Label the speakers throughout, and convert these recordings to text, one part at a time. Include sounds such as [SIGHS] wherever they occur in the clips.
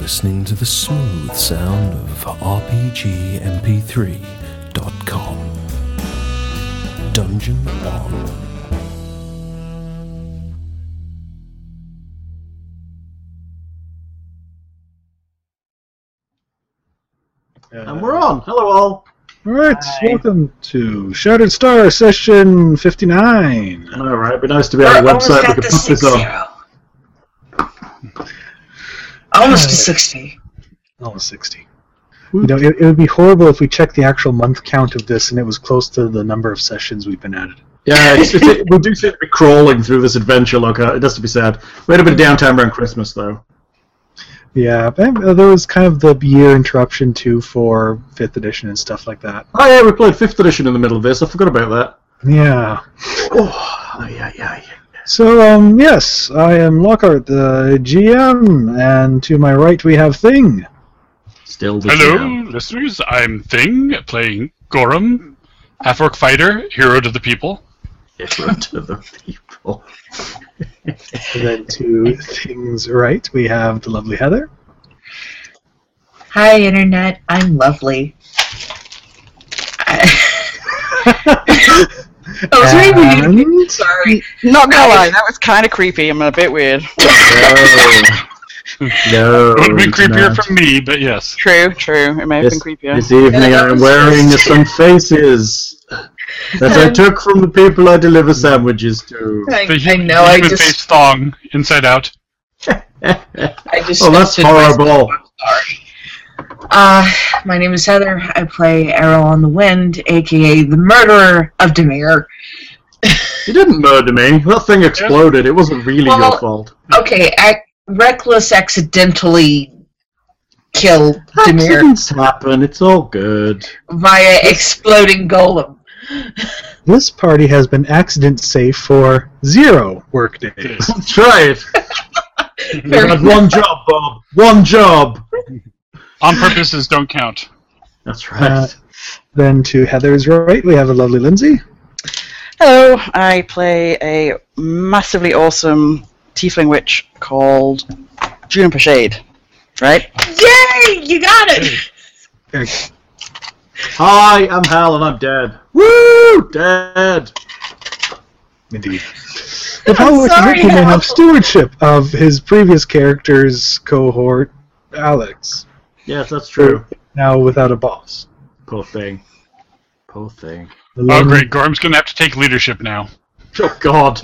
Speaker 1: listening to the smooth sound of RPGMP3.com. Dungeon On.
Speaker 2: And we're on. Hello, all.
Speaker 3: Alright, welcome to Shattered Star session 59.
Speaker 2: All right, it'd be nice to be on a
Speaker 4: We're almost
Speaker 2: website
Speaker 4: at
Speaker 2: we
Speaker 4: the
Speaker 2: could put this on.
Speaker 4: 60. Almost to 60.
Speaker 3: Almost 60. Oh, You know, it, it would be horrible if we checked the actual month count of this and it was close to the number of sessions we've been at it.
Speaker 2: Yeah, it's, it's,
Speaker 4: [LAUGHS]
Speaker 2: it, we do seem to be crawling through this adventure, look. uh, It has to be said. We had a bit of downtime around Christmas, though.
Speaker 3: Yeah, but uh, there was kind of the year interruption too for 5th edition and stuff like that.
Speaker 2: Oh, yeah, we played 5th edition in the middle of this. I forgot about that.
Speaker 3: Yeah.
Speaker 2: Oh, yeah, yeah, yeah.
Speaker 3: So, um, yes, I am Lockhart, the GM, and to my right we have Thing.
Speaker 2: Still the
Speaker 5: Hello,
Speaker 2: same.
Speaker 5: listeners. I'm Thing, playing Gorum, half orc fighter, hero to the people.
Speaker 2: Different to the
Speaker 4: [LAUGHS]
Speaker 2: people.
Speaker 3: And then to Thing's right we have the lovely Heather.
Speaker 4: Hi, Internet.
Speaker 2: [LAUGHS]
Speaker 4: I'm lovely. I I was very weird.
Speaker 3: And-
Speaker 4: Oh, Sorry.
Speaker 6: Not gonna lie, that was kind of creepy and a bit weird.
Speaker 2: No.
Speaker 5: It would have
Speaker 3: Oh,
Speaker 5: been
Speaker 2: it's
Speaker 5: creepier
Speaker 2: not.
Speaker 5: from me, but yes.
Speaker 6: True, true. It may have
Speaker 2: This,
Speaker 6: been creepier.
Speaker 2: this evening I am wearing
Speaker 4: [LAUGHS]
Speaker 2: some faces that
Speaker 4: Um,
Speaker 2: I took from the people I deliver sandwiches to.
Speaker 4: I,
Speaker 5: The
Speaker 4: I
Speaker 5: hu-
Speaker 4: know. I
Speaker 5: human
Speaker 4: just,
Speaker 5: face thong inside out.
Speaker 4: I just.
Speaker 2: Oh, that's
Speaker 4: stood by-
Speaker 2: horrible.
Speaker 4: Uh, my name is Heather. I play Arrow on the Wind, aka the murderer of Demir.
Speaker 2: You didn't murder me. That thing exploded. It wasn't really your
Speaker 4: Well-
Speaker 2: fault.
Speaker 4: Okay, I reckless accidentally killed Demir
Speaker 2: Accidents happen. It's all good.
Speaker 4: via exploding golem.
Speaker 3: This party has been accident safe for zero work days.
Speaker 2: [LAUGHS] That's right. You
Speaker 4: Very
Speaker 2: had one job, Bob. One job.
Speaker 4: [GASPS]
Speaker 5: On purposes don't count. Oh,
Speaker 3: Uh,
Speaker 2: That's right.
Speaker 3: then to Heather's right, we have a lovely Lindsay.
Speaker 6: Hello, I play a massively awesome tiefling witch called Juniper Shade. Right?
Speaker 4: Yay! You got it.
Speaker 2: Hi, I'm Hal, and I'm dead. Woo! Dead.
Speaker 3: Indeed. The
Speaker 4: I'm
Speaker 3: power
Speaker 4: sorry,
Speaker 3: victim will
Speaker 4: Hal.
Speaker 3: have stewardship of his previous character's cohort, Alex,
Speaker 2: Yes, that's true.
Speaker 3: now without a boss.
Speaker 2: Poor thing. Poor thing.
Speaker 3: The
Speaker 5: Oh,
Speaker 3: lovely-
Speaker 5: great. Gorum's going to have to take leadership now.
Speaker 2: Oh God.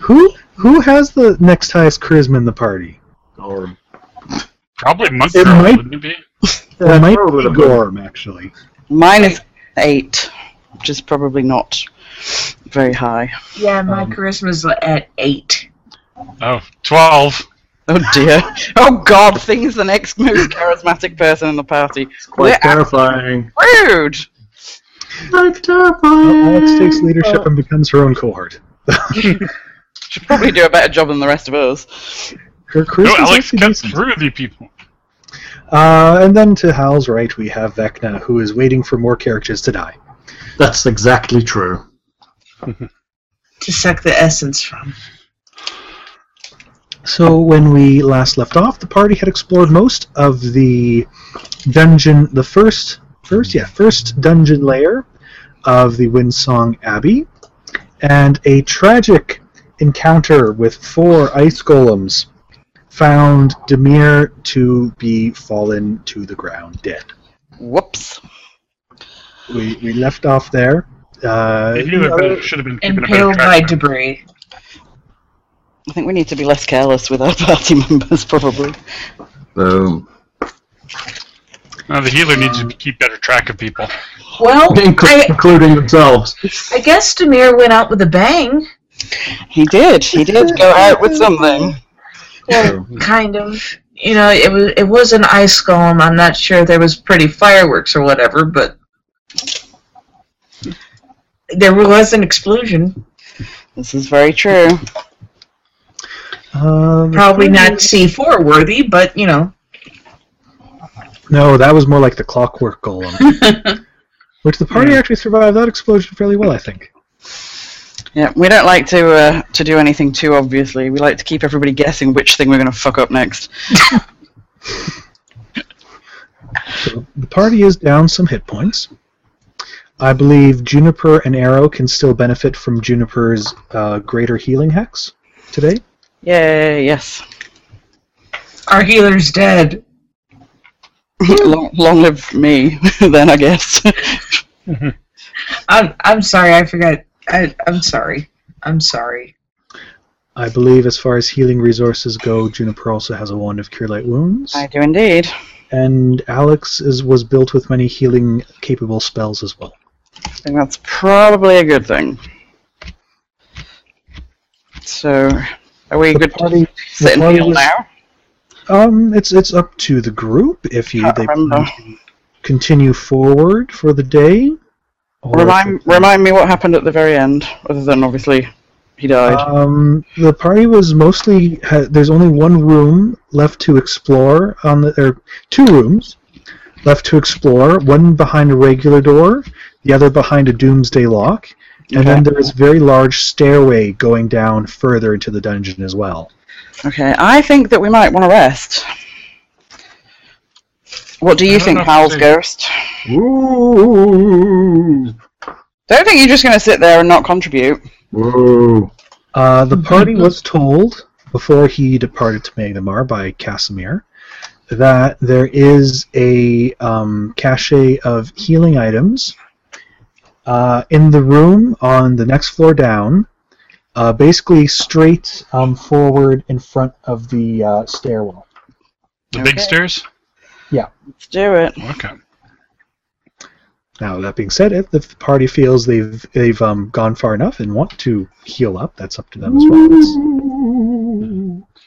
Speaker 3: Who who has the next highest charisma in the party?
Speaker 2: Or
Speaker 5: Probably Monk
Speaker 3: It
Speaker 5: Girl,
Speaker 3: might-
Speaker 5: wouldn't it be?
Speaker 4: Uh,
Speaker 3: Well, it Uh, might
Speaker 2: probably
Speaker 3: be
Speaker 2: the-
Speaker 3: Gorm, actually.
Speaker 6: Mine is eight, which is probably not very high.
Speaker 4: Yeah, my
Speaker 3: Um,
Speaker 4: charisma's at eight.
Speaker 5: Oh, 12.
Speaker 6: Oh dear. [LAUGHS] oh god, Thing's the next most charismatic person in the party.
Speaker 2: it's quite
Speaker 6: We're
Speaker 2: terrifying.
Speaker 6: Rude!
Speaker 2: Quite
Speaker 3: Uh,
Speaker 2: terrifying.
Speaker 3: Alex
Speaker 4: Mm,
Speaker 3: takes leadership and becomes her own cohort.
Speaker 6: Should probably do a better job than the rest of us.
Speaker 3: Her
Speaker 5: No,
Speaker 3: charisma
Speaker 5: Alex cut through the people.
Speaker 3: Uh, and then to Hal's right, we have Vecna, who is waiting for more characters to die.
Speaker 2: That's exactly true.
Speaker 4: to suck the essence from.
Speaker 3: So when we last left off, the party had explored most of the dungeon, the first, first, yeah, first dungeon layer of the Windsong Abbey, and a tragic encounter with four ice golems found Demir to be fallen to the ground dead.
Speaker 6: Whoops.
Speaker 3: We, we left off there. Uh,
Speaker 5: They knew it, but it should have been keeping a better
Speaker 4: Impaled by
Speaker 5: track.
Speaker 4: debris.
Speaker 6: I think we need to be less careless with our [LAUGHS] party members, probably.
Speaker 2: Boom.
Speaker 5: Now, the healer needs to keep better track of people.
Speaker 4: Well, I,
Speaker 2: including themselves.
Speaker 4: I guess Demir went out with a bang.
Speaker 6: He did. He did [LAUGHS] go out with something.
Speaker 4: Well, kind of. You know, it was it was an ice golem. I'm not sure if there was pretty fireworks or whatever, but there was an explosion.
Speaker 6: This is very true.
Speaker 3: um,
Speaker 4: Probably not C4 worthy, but you know,
Speaker 3: No, that was more like the clockwork golem.
Speaker 6: [LAUGHS]
Speaker 3: Which the party actually survived that explosion fairly well, I think.
Speaker 6: Yeah, we don't like to uh, to do anything too obviously. We like to keep everybody guessing which thing we're going to fuck up next.
Speaker 3: So the party is down some hit points. I believe Juniper and Arrow can still benefit from Juniper's uh, greater healing hex today.
Speaker 6: Yeah, yes.
Speaker 4: Our healer's dead.
Speaker 6: [LAUGHS] long, long live me, [LAUGHS] then, I guess.
Speaker 4: I'm I'm sorry. I forgot. I I'm sorry. I'm sorry.
Speaker 3: I believe, as far as healing resources go, Juniper also has a wand of Cure Light Wounds,
Speaker 6: [LAUGHS] I do indeed.
Speaker 3: and Alex is was built with many healing capable spells as well.
Speaker 6: I think that's probably a good thing. So, are we
Speaker 3: The
Speaker 6: good
Speaker 3: party-
Speaker 6: to sit
Speaker 3: the
Speaker 6: and heal
Speaker 3: party is-
Speaker 6: now?
Speaker 3: Um, it's it's up to the group if you
Speaker 6: Can't
Speaker 3: they
Speaker 6: remember.
Speaker 3: continue forward for the day. or if
Speaker 6: Remind,
Speaker 3: they-
Speaker 6: remind me what happened at the very end, other than obviously he died.
Speaker 3: Um, the party was mostly. Ha- there's only one room left to explore on the. Or two rooms left to explore. One behind a regular door, the other behind a doomsday lock, and then
Speaker 6: Okay.
Speaker 3: there is a very large stairway going down further into the dungeon as well.
Speaker 6: Okay, I think that we might want to rest. What do
Speaker 5: I
Speaker 6: you
Speaker 5: don't
Speaker 6: think,
Speaker 5: know if
Speaker 6: Howl's
Speaker 5: it's-
Speaker 6: Ghost?
Speaker 2: Ooh,
Speaker 6: Don't think you're just going to sit there and not contribute.
Speaker 2: whoa.
Speaker 3: Uh, the party was told before he departed to Magdamar by Casimir that there is a um, cache of healing items uh, in the room on the next floor down, uh, basically straight um, forward in front of the uh, stairwell.
Speaker 5: The
Speaker 6: Okay.
Speaker 5: big stairs?
Speaker 6: Let's do it.
Speaker 5: Okay.
Speaker 3: Now, that being said, if the party feels they've they've um, gone far enough and want to heal up, that's up to them as well. It's-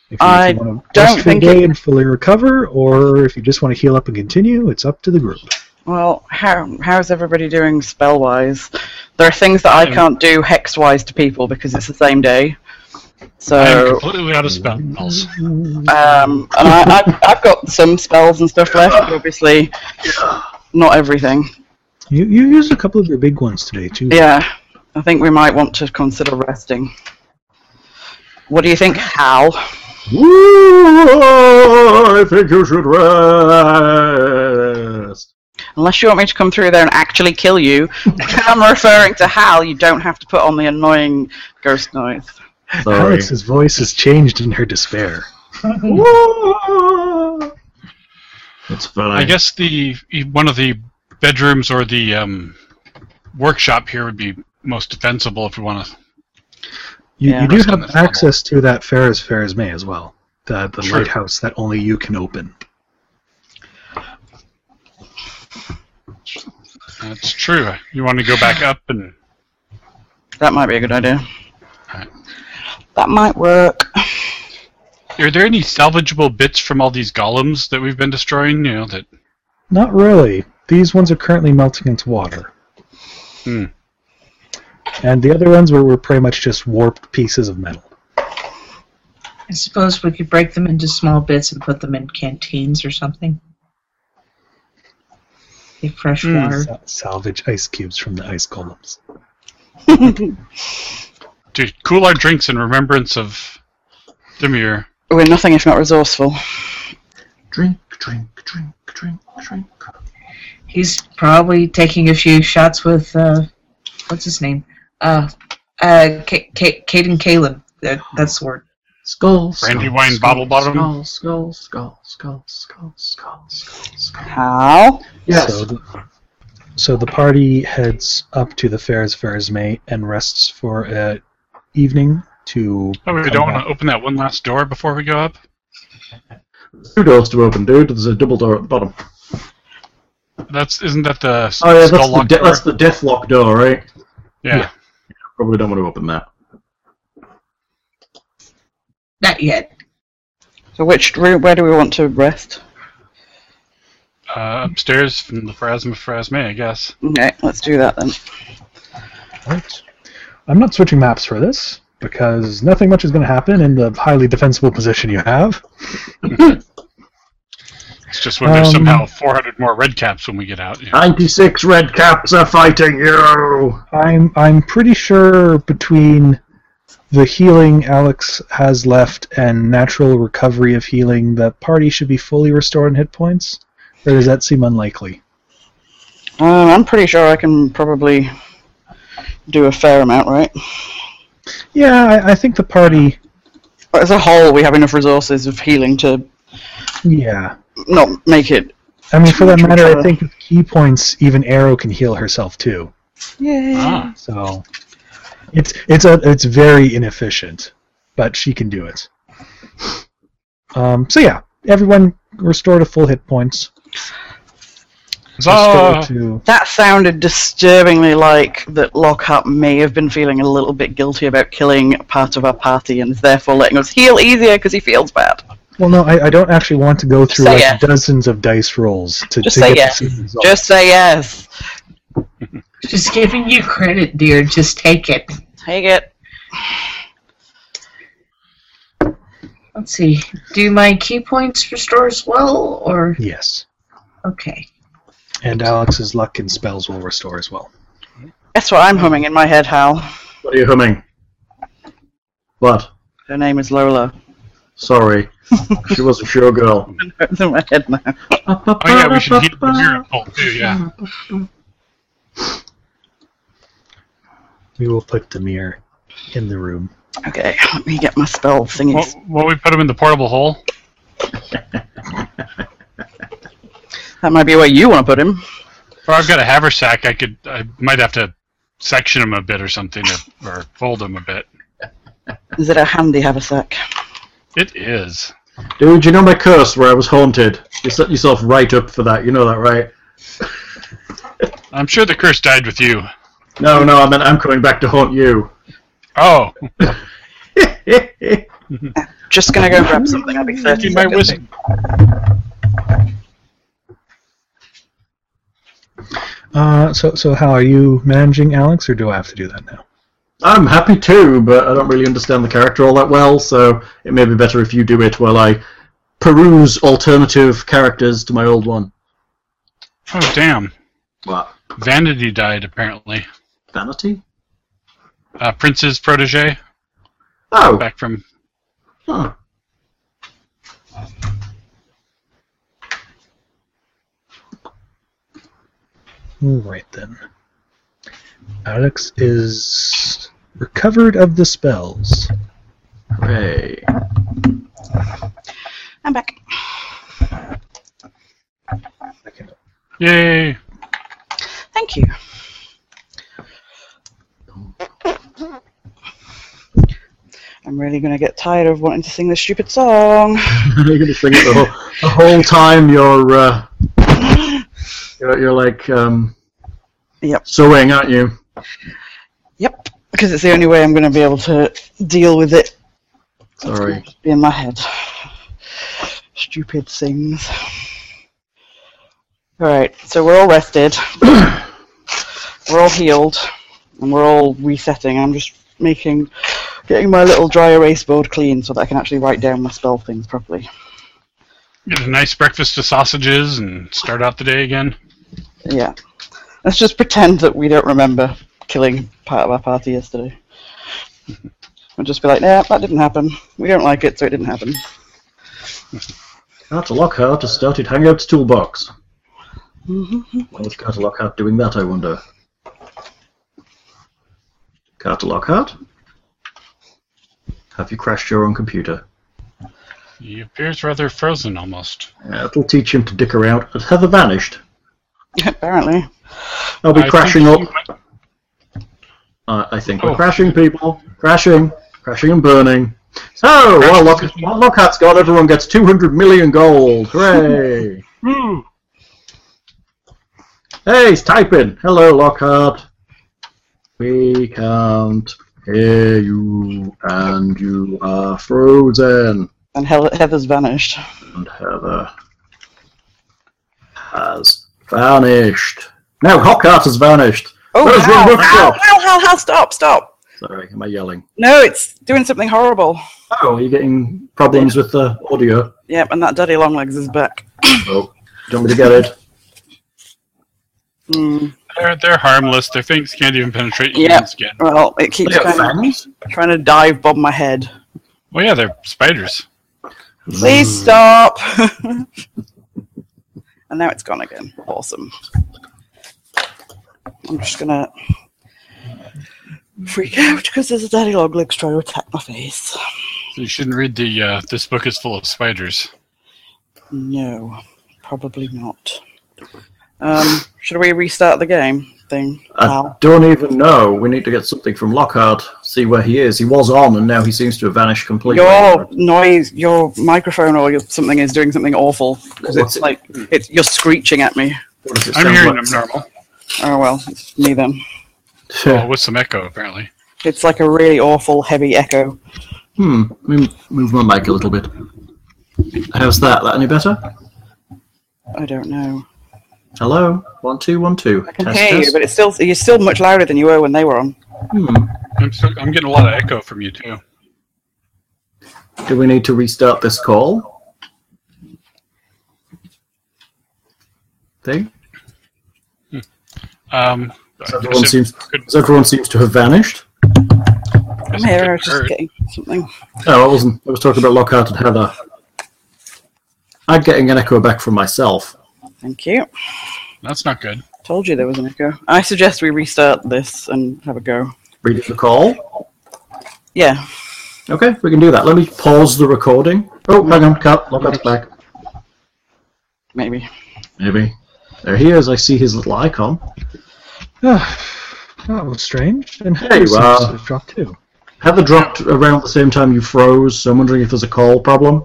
Speaker 3: If you
Speaker 6: I
Speaker 3: want to
Speaker 6: don't
Speaker 3: rest for a
Speaker 6: think
Speaker 3: day
Speaker 6: it-
Speaker 3: and fully recover, or if you just want to heal up and continue, it's up to the group.
Speaker 6: Well, how how's everybody doing spell wise? There are things that I can't do hex wise to people because it's the same day.
Speaker 5: I'm
Speaker 3: Uh,
Speaker 6: So,
Speaker 5: completely out of
Speaker 3: mm-hmm.
Speaker 5: spells.
Speaker 6: um, and I, I've, I've got some spells and stuff left, but obviously not everything.
Speaker 3: You, you used a couple of your big ones today, too.
Speaker 6: Yeah, I think we might want to consider resting. What do you think, Hal?
Speaker 2: Ooh, I think you should rest.
Speaker 6: Unless you want me to come through there and actually kill you, when I'm referring to Hal, you don't have to put on the annoying ghost noise.
Speaker 2: Sorry.
Speaker 3: Alex's voice has changed in her despair.
Speaker 2: Ooh. It's funny.
Speaker 5: I guess the e, one of the bedrooms or the um, workshop here would be most defensible if we want to.
Speaker 3: You,
Speaker 6: Yeah.
Speaker 3: you do
Speaker 5: Rest on
Speaker 3: have
Speaker 5: the floor.
Speaker 3: access to that fair as fair as may as well. The, the
Speaker 5: Sure.
Speaker 3: lighthouse that only you can open.
Speaker 5: That's true. You want to go back up and
Speaker 6: That might be a good idea.
Speaker 5: Right.
Speaker 6: That might work.
Speaker 5: Are there any salvageable bits from all these golems that we've been destroying? You know that.
Speaker 3: Not really. These ones are currently melting into water.
Speaker 5: Hmm.
Speaker 3: And the other ones were, were pretty much just warped pieces of metal.
Speaker 4: I suppose we could break them into small bits and put them in canteens or something. Get fresh
Speaker 5: Hmm.
Speaker 4: water.
Speaker 3: Sa- salvage ice cubes from the ice columns.
Speaker 5: to cool our drinks in remembrance of Demir.
Speaker 6: We're nothing if not resourceful.
Speaker 2: Drink, drink, drink, drink, drink.
Speaker 4: He's probably taking a few shots with uh, what's his name? Uh, uh, K- K- Caden Kalen. That, that's the word.
Speaker 2: Skull,
Speaker 5: Brandy wine bottle bottom.
Speaker 2: skull, skull, skull, skull, skull, skull, skull.
Speaker 6: Hal?
Speaker 2: Yes.
Speaker 3: So the, so the party heads up to the fair as fair as may and rests for a evening to.
Speaker 5: Oh, we
Speaker 3: come
Speaker 5: don't want
Speaker 3: back.
Speaker 5: to open that one last door before we go up.
Speaker 2: Two doors to open, dude. There's a double door at the bottom.
Speaker 5: That's isn't that the s-
Speaker 2: Oh yeah, that's
Speaker 5: skull
Speaker 2: the,
Speaker 5: lock
Speaker 2: de-
Speaker 5: door?
Speaker 2: that's the death lock door, right?
Speaker 5: yeah.
Speaker 2: yeah. Probably don't want to open that.
Speaker 4: Not yet.
Speaker 6: So which room, where do we want to rest?
Speaker 5: Uh, upstairs from the Phrasma Phrasme, I guess.
Speaker 6: Okay, let's do that then.
Speaker 3: Right. I'm not switching maps for this because nothing much is going to happen in the highly defensible position you have.
Speaker 5: It's just when there's
Speaker 3: Um,
Speaker 5: somehow 400 more red caps when we get out. Yeah.
Speaker 2: Ninety-six red caps are fighting you.
Speaker 3: I'm I'm pretty sure between the healing Alex has left and natural recovery of healing, the party should be fully restored in hit points? Or does that seem unlikely?
Speaker 6: Um, I'm pretty sure I can probably do a fair amount, right?
Speaker 3: Yeah, I, I think the party.
Speaker 6: As a whole, we have enough resources of healing to
Speaker 3: Yeah.
Speaker 6: not make it.
Speaker 3: I mean, for that
Speaker 6: True,
Speaker 3: matter, I
Speaker 6: true.
Speaker 3: think with key points, even Arrow can heal herself too.
Speaker 5: Ah,
Speaker 3: So it's it's a it's very inefficient, but she can do it. Um, so yeah, everyone restore to full hit points.
Speaker 5: Zah!
Speaker 3: Restore to-
Speaker 6: That sounded disturbingly like that Lockhart may have been feeling a little bit guilty about killing part of our party and is therefore letting us heal easier because he feels bad.
Speaker 3: well, no, I, I don't actually want to go through
Speaker 6: say
Speaker 3: like
Speaker 6: yeah.
Speaker 3: dozens of dice rolls to,
Speaker 6: Just
Speaker 3: to
Speaker 6: say
Speaker 3: get
Speaker 6: yes.
Speaker 3: the same result.
Speaker 6: Just say yes.
Speaker 4: She's giving you credit, dear. Just take it.
Speaker 6: Take it.
Speaker 4: Let's see. Do my key points restore as well, or
Speaker 3: yes,
Speaker 4: okay?
Speaker 3: and Alex's luck and spells will restore as well.
Speaker 6: That's what I'm humming in my head, Hal.
Speaker 2: What are you humming? What?
Speaker 6: Her name is Lola.
Speaker 2: Sorry. she was a show girl.
Speaker 6: It's in my head now.
Speaker 5: oh yeah, we should heal the miracle too.
Speaker 2: Hmm.
Speaker 5: Yeah,
Speaker 3: We will put the mirror in the room.
Speaker 6: Okay, let me get my spell
Speaker 5: well,
Speaker 6: thingies.
Speaker 5: well, we put him in the portable hole.
Speaker 6: That might be where you want to put him.
Speaker 5: Or I've got a haversack. I could, I might have to section him a bit or something, or, or fold him a bit.
Speaker 6: Is it a handy haversack?
Speaker 5: It is.
Speaker 2: Dude, you know my curse where I was haunted? You set yourself right up for that. You know that, right?
Speaker 5: I'm sure the curse died with you.
Speaker 2: No, no, I meant I'm coming back to haunt you.
Speaker 5: Oh,
Speaker 6: Just gonna go grab something. I'll be 30
Speaker 5: my
Speaker 6: seconds.
Speaker 5: wizard.
Speaker 3: Uh, so so how are you managing Alex, or do I have to do that now?
Speaker 2: [LAUGHS] I'm happy too, but I don't really understand the character all that well, so it may be better if you do it while I peruse alternative characters to my old one.
Speaker 5: Oh damn.
Speaker 2: What?
Speaker 5: Vanity died apparently.
Speaker 2: Vanity?
Speaker 5: Uh, Prince's protege
Speaker 2: Oh.
Speaker 5: back from.
Speaker 2: huh.
Speaker 3: Right then. Alex is recovered of the spells.
Speaker 2: Hooray. [LAUGHS]
Speaker 6: I'm back.
Speaker 5: Yay!
Speaker 6: Thank you. I'm really gonna get tired of wanting to sing this stupid song.
Speaker 2: You're gonna sing it the whole, the whole time you're, uh, you're, you're like, um,
Speaker 6: Yep.
Speaker 2: sewing, aren't you?
Speaker 6: Yep, because it's the only way I'm gonna be able to deal with it.
Speaker 2: Sorry.
Speaker 6: Be in my head. Stupid things. Alright, so we're all [COUGHS] rested. we're all healed. And we're all resetting. I'm just making getting my little dry erase board clean so that I can actually write down my spell things properly.
Speaker 5: Get a nice breakfast of sausages and start out the day again.
Speaker 6: Yeah. Let's just pretend that we don't remember killing part of our party yesterday. We'll just be like, yeah, that didn't happen. We don't like it, so it didn't happen. [LAUGHS]
Speaker 2: Carter Lockhart has started Hangout's toolbox. What was Carter Lockhart doing that, I wonder? Carter Lockhart? Have you crashed your own computer?
Speaker 5: He appears rather frozen almost.
Speaker 2: Yeah, it'll teach him to dick around. Has Heather vanished?
Speaker 6: Apparently.
Speaker 2: I'll be
Speaker 5: I
Speaker 2: crashing
Speaker 5: think
Speaker 2: all.
Speaker 5: he might-
Speaker 2: Uh, I think we're
Speaker 5: Oh.
Speaker 2: crashing, people. Crashing. Crashing and burning. So, while, Lock- while Lockhart's gone, everyone gets 200 million gold. Hooray!
Speaker 5: Woo!
Speaker 2: hey, he's typing. Hello, Lockhart. We can't hear you, and you are frozen.
Speaker 6: And Hel- Heather's vanished.
Speaker 2: And Heather has vanished. No, Lockhart has vanished.
Speaker 6: Oh,
Speaker 2: Where's your
Speaker 6: Hal, Hal,
Speaker 2: workshop?
Speaker 6: Hal, Hal, Hal, stop, stop.
Speaker 2: Sorry, am I yelling?
Speaker 6: No, it's doing something horrible.
Speaker 2: Oh, are you getting problems with the audio?
Speaker 6: Yep, and that daddy longlegs is back.
Speaker 2: Oh, do you want me to get it?
Speaker 6: Mm.
Speaker 5: I They're they're harmless. Their fangs can't even penetrate
Speaker 6: Yeah.
Speaker 5: human skin.
Speaker 6: Well, it keeps trying, trying to dive bomb my head.
Speaker 5: Well, yeah, they're spiders.
Speaker 6: Please stop. [LAUGHS] and now it's gone again. Awesome. I'm just gonna freak out because there's a daddy log legs trying to attack my face.
Speaker 5: You shouldn't read the. Uh, this book is full of spiders.
Speaker 6: No, probably not. Um, should we restart the game thing?
Speaker 2: I
Speaker 6: Al?
Speaker 2: don't even know. We need to get something from Lockhart. See where he is. He was on, and now he seems to have vanished completely.
Speaker 6: Your noise, your microphone or your something is doing something awful because
Speaker 2: What's
Speaker 6: it's
Speaker 2: it-
Speaker 6: like it's you're screeching at me.
Speaker 2: What does it
Speaker 5: I'm
Speaker 2: sound
Speaker 5: hearing
Speaker 2: like?
Speaker 5: them normal.
Speaker 6: Oh well, it's me then.
Speaker 2: [LAUGHS]
Speaker 5: Well, with some echo apparently.
Speaker 6: It's like a really awful heavy echo.
Speaker 2: Hmm. Move, move my mic a little bit. How's that? That any better?
Speaker 6: I don't know.
Speaker 2: Hello. One two one two.
Speaker 6: I can hear you, but it's still you're still much louder than you were when they were on.
Speaker 2: Hmm.
Speaker 5: I'm still, I'm getting a lot of echo from you too.
Speaker 2: Do we need to restart this call? Thing.
Speaker 5: Um,
Speaker 2: Does
Speaker 5: I
Speaker 2: everyone
Speaker 5: guess it
Speaker 2: seems.
Speaker 5: could-
Speaker 2: Does everyone seems to have vanished?
Speaker 5: I guess it
Speaker 6: I'm here,
Speaker 5: could
Speaker 6: I was just
Speaker 5: hurt.
Speaker 6: getting something.
Speaker 2: No, Oh, I wasn't. I was talking about Lockhart and Heather. I'm getting an echo back from myself.
Speaker 6: Thank you.
Speaker 5: That's not good.
Speaker 6: Told you there was an echo. I suggest we restart this and have a go.
Speaker 2: Reading the call.
Speaker 6: Yeah.
Speaker 2: Okay, we can do that. Let me pause the recording. Oh, hang on, cut. Lockhart's back.
Speaker 6: Maybe.
Speaker 2: Maybe. There he is. I see his little icon.
Speaker 3: Ah, that was strange. And
Speaker 2: There you
Speaker 3: seems
Speaker 2: are.
Speaker 3: to have dropped too.
Speaker 2: Heather dropped around the same time you froze, so I'm wondering if there's a call problem.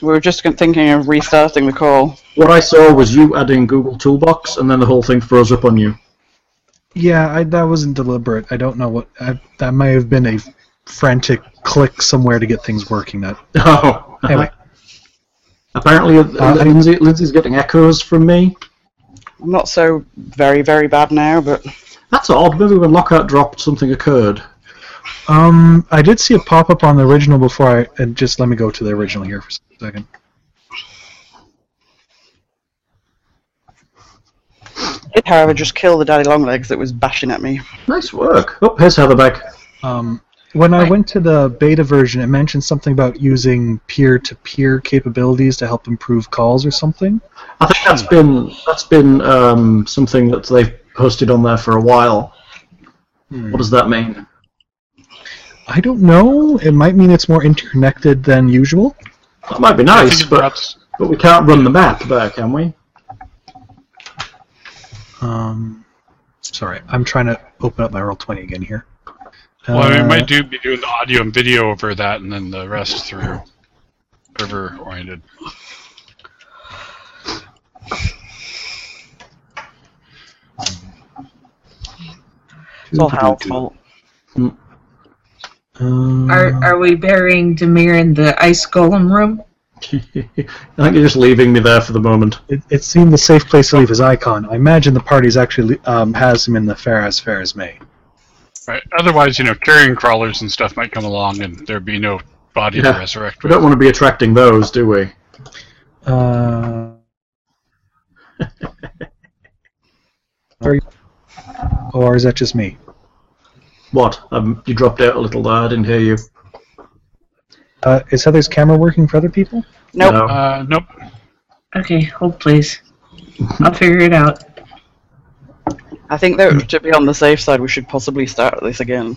Speaker 6: We were just gon- thinking of restarting the call.
Speaker 2: What I saw was you adding Google Toolbox, and then the whole thing froze up on you. [LAUGHS]
Speaker 3: Yeah, I, that wasn't deliberate. I don't know what I, that may have been a frantic click somewhere to get things working. That
Speaker 2: Oh.
Speaker 3: anyway,
Speaker 2: Apparently,
Speaker 3: Uh,
Speaker 2: Lindsay, Lindsay's getting echoes from me.
Speaker 6: I'm not so very, very bad now, but
Speaker 2: That's odd. Maybe when Lockhart dropped, something occurred.
Speaker 3: um, I did see a pop up on the original before I and just let me go to the original here for a second.
Speaker 6: did, however, just kill the daddy longlegs that was bashing at me.
Speaker 2: Nice work. Oh, here's Heather back.
Speaker 3: Um, when I went to the beta version, it mentioned something about using peer-to-peer capabilities to help improve calls or something.
Speaker 2: I think that's been that's been um, something that they've posted on there for a while. What does that mean?
Speaker 3: I don't know. It might mean it's more interconnected than usual.
Speaker 2: That might be
Speaker 5: I
Speaker 2: nice,
Speaker 5: think it
Speaker 2: but
Speaker 5: drops-
Speaker 2: but we can't run the map there, can we? [LAUGHS]
Speaker 3: Um, sorry, I'm trying to open up my roll twenty again here.
Speaker 5: Well, I mean, we
Speaker 3: Uh,
Speaker 5: might do be doing the audio and video over that, and then the rest through server oriented.
Speaker 6: It's all Hal's fault.
Speaker 3: Um,
Speaker 4: Are are we burying Demir in the ice golem room?
Speaker 2: I think you're just leaving me there for the moment.
Speaker 3: It, it seemed the safe place to leave his icon. I imagine the party's actually um, has him in the fair as fair as may.
Speaker 5: Right. Otherwise, you know, carrion crawlers and stuff might come along, and there'd be no body
Speaker 2: Yeah.
Speaker 5: to resurrect
Speaker 2: We
Speaker 5: with.
Speaker 2: don't want to be attracting those, do we?
Speaker 3: Uh, [LAUGHS] are you- or is that just me?
Speaker 2: What? Um, you dropped out a little there. I didn't hear you.
Speaker 3: Uh, is Heather's camera working for other people?
Speaker 6: Nope.
Speaker 2: No.
Speaker 5: Uh, nope.
Speaker 4: Okay, hold please. I'll figure it out.
Speaker 6: I think that to be on the safe side, we should possibly start this again.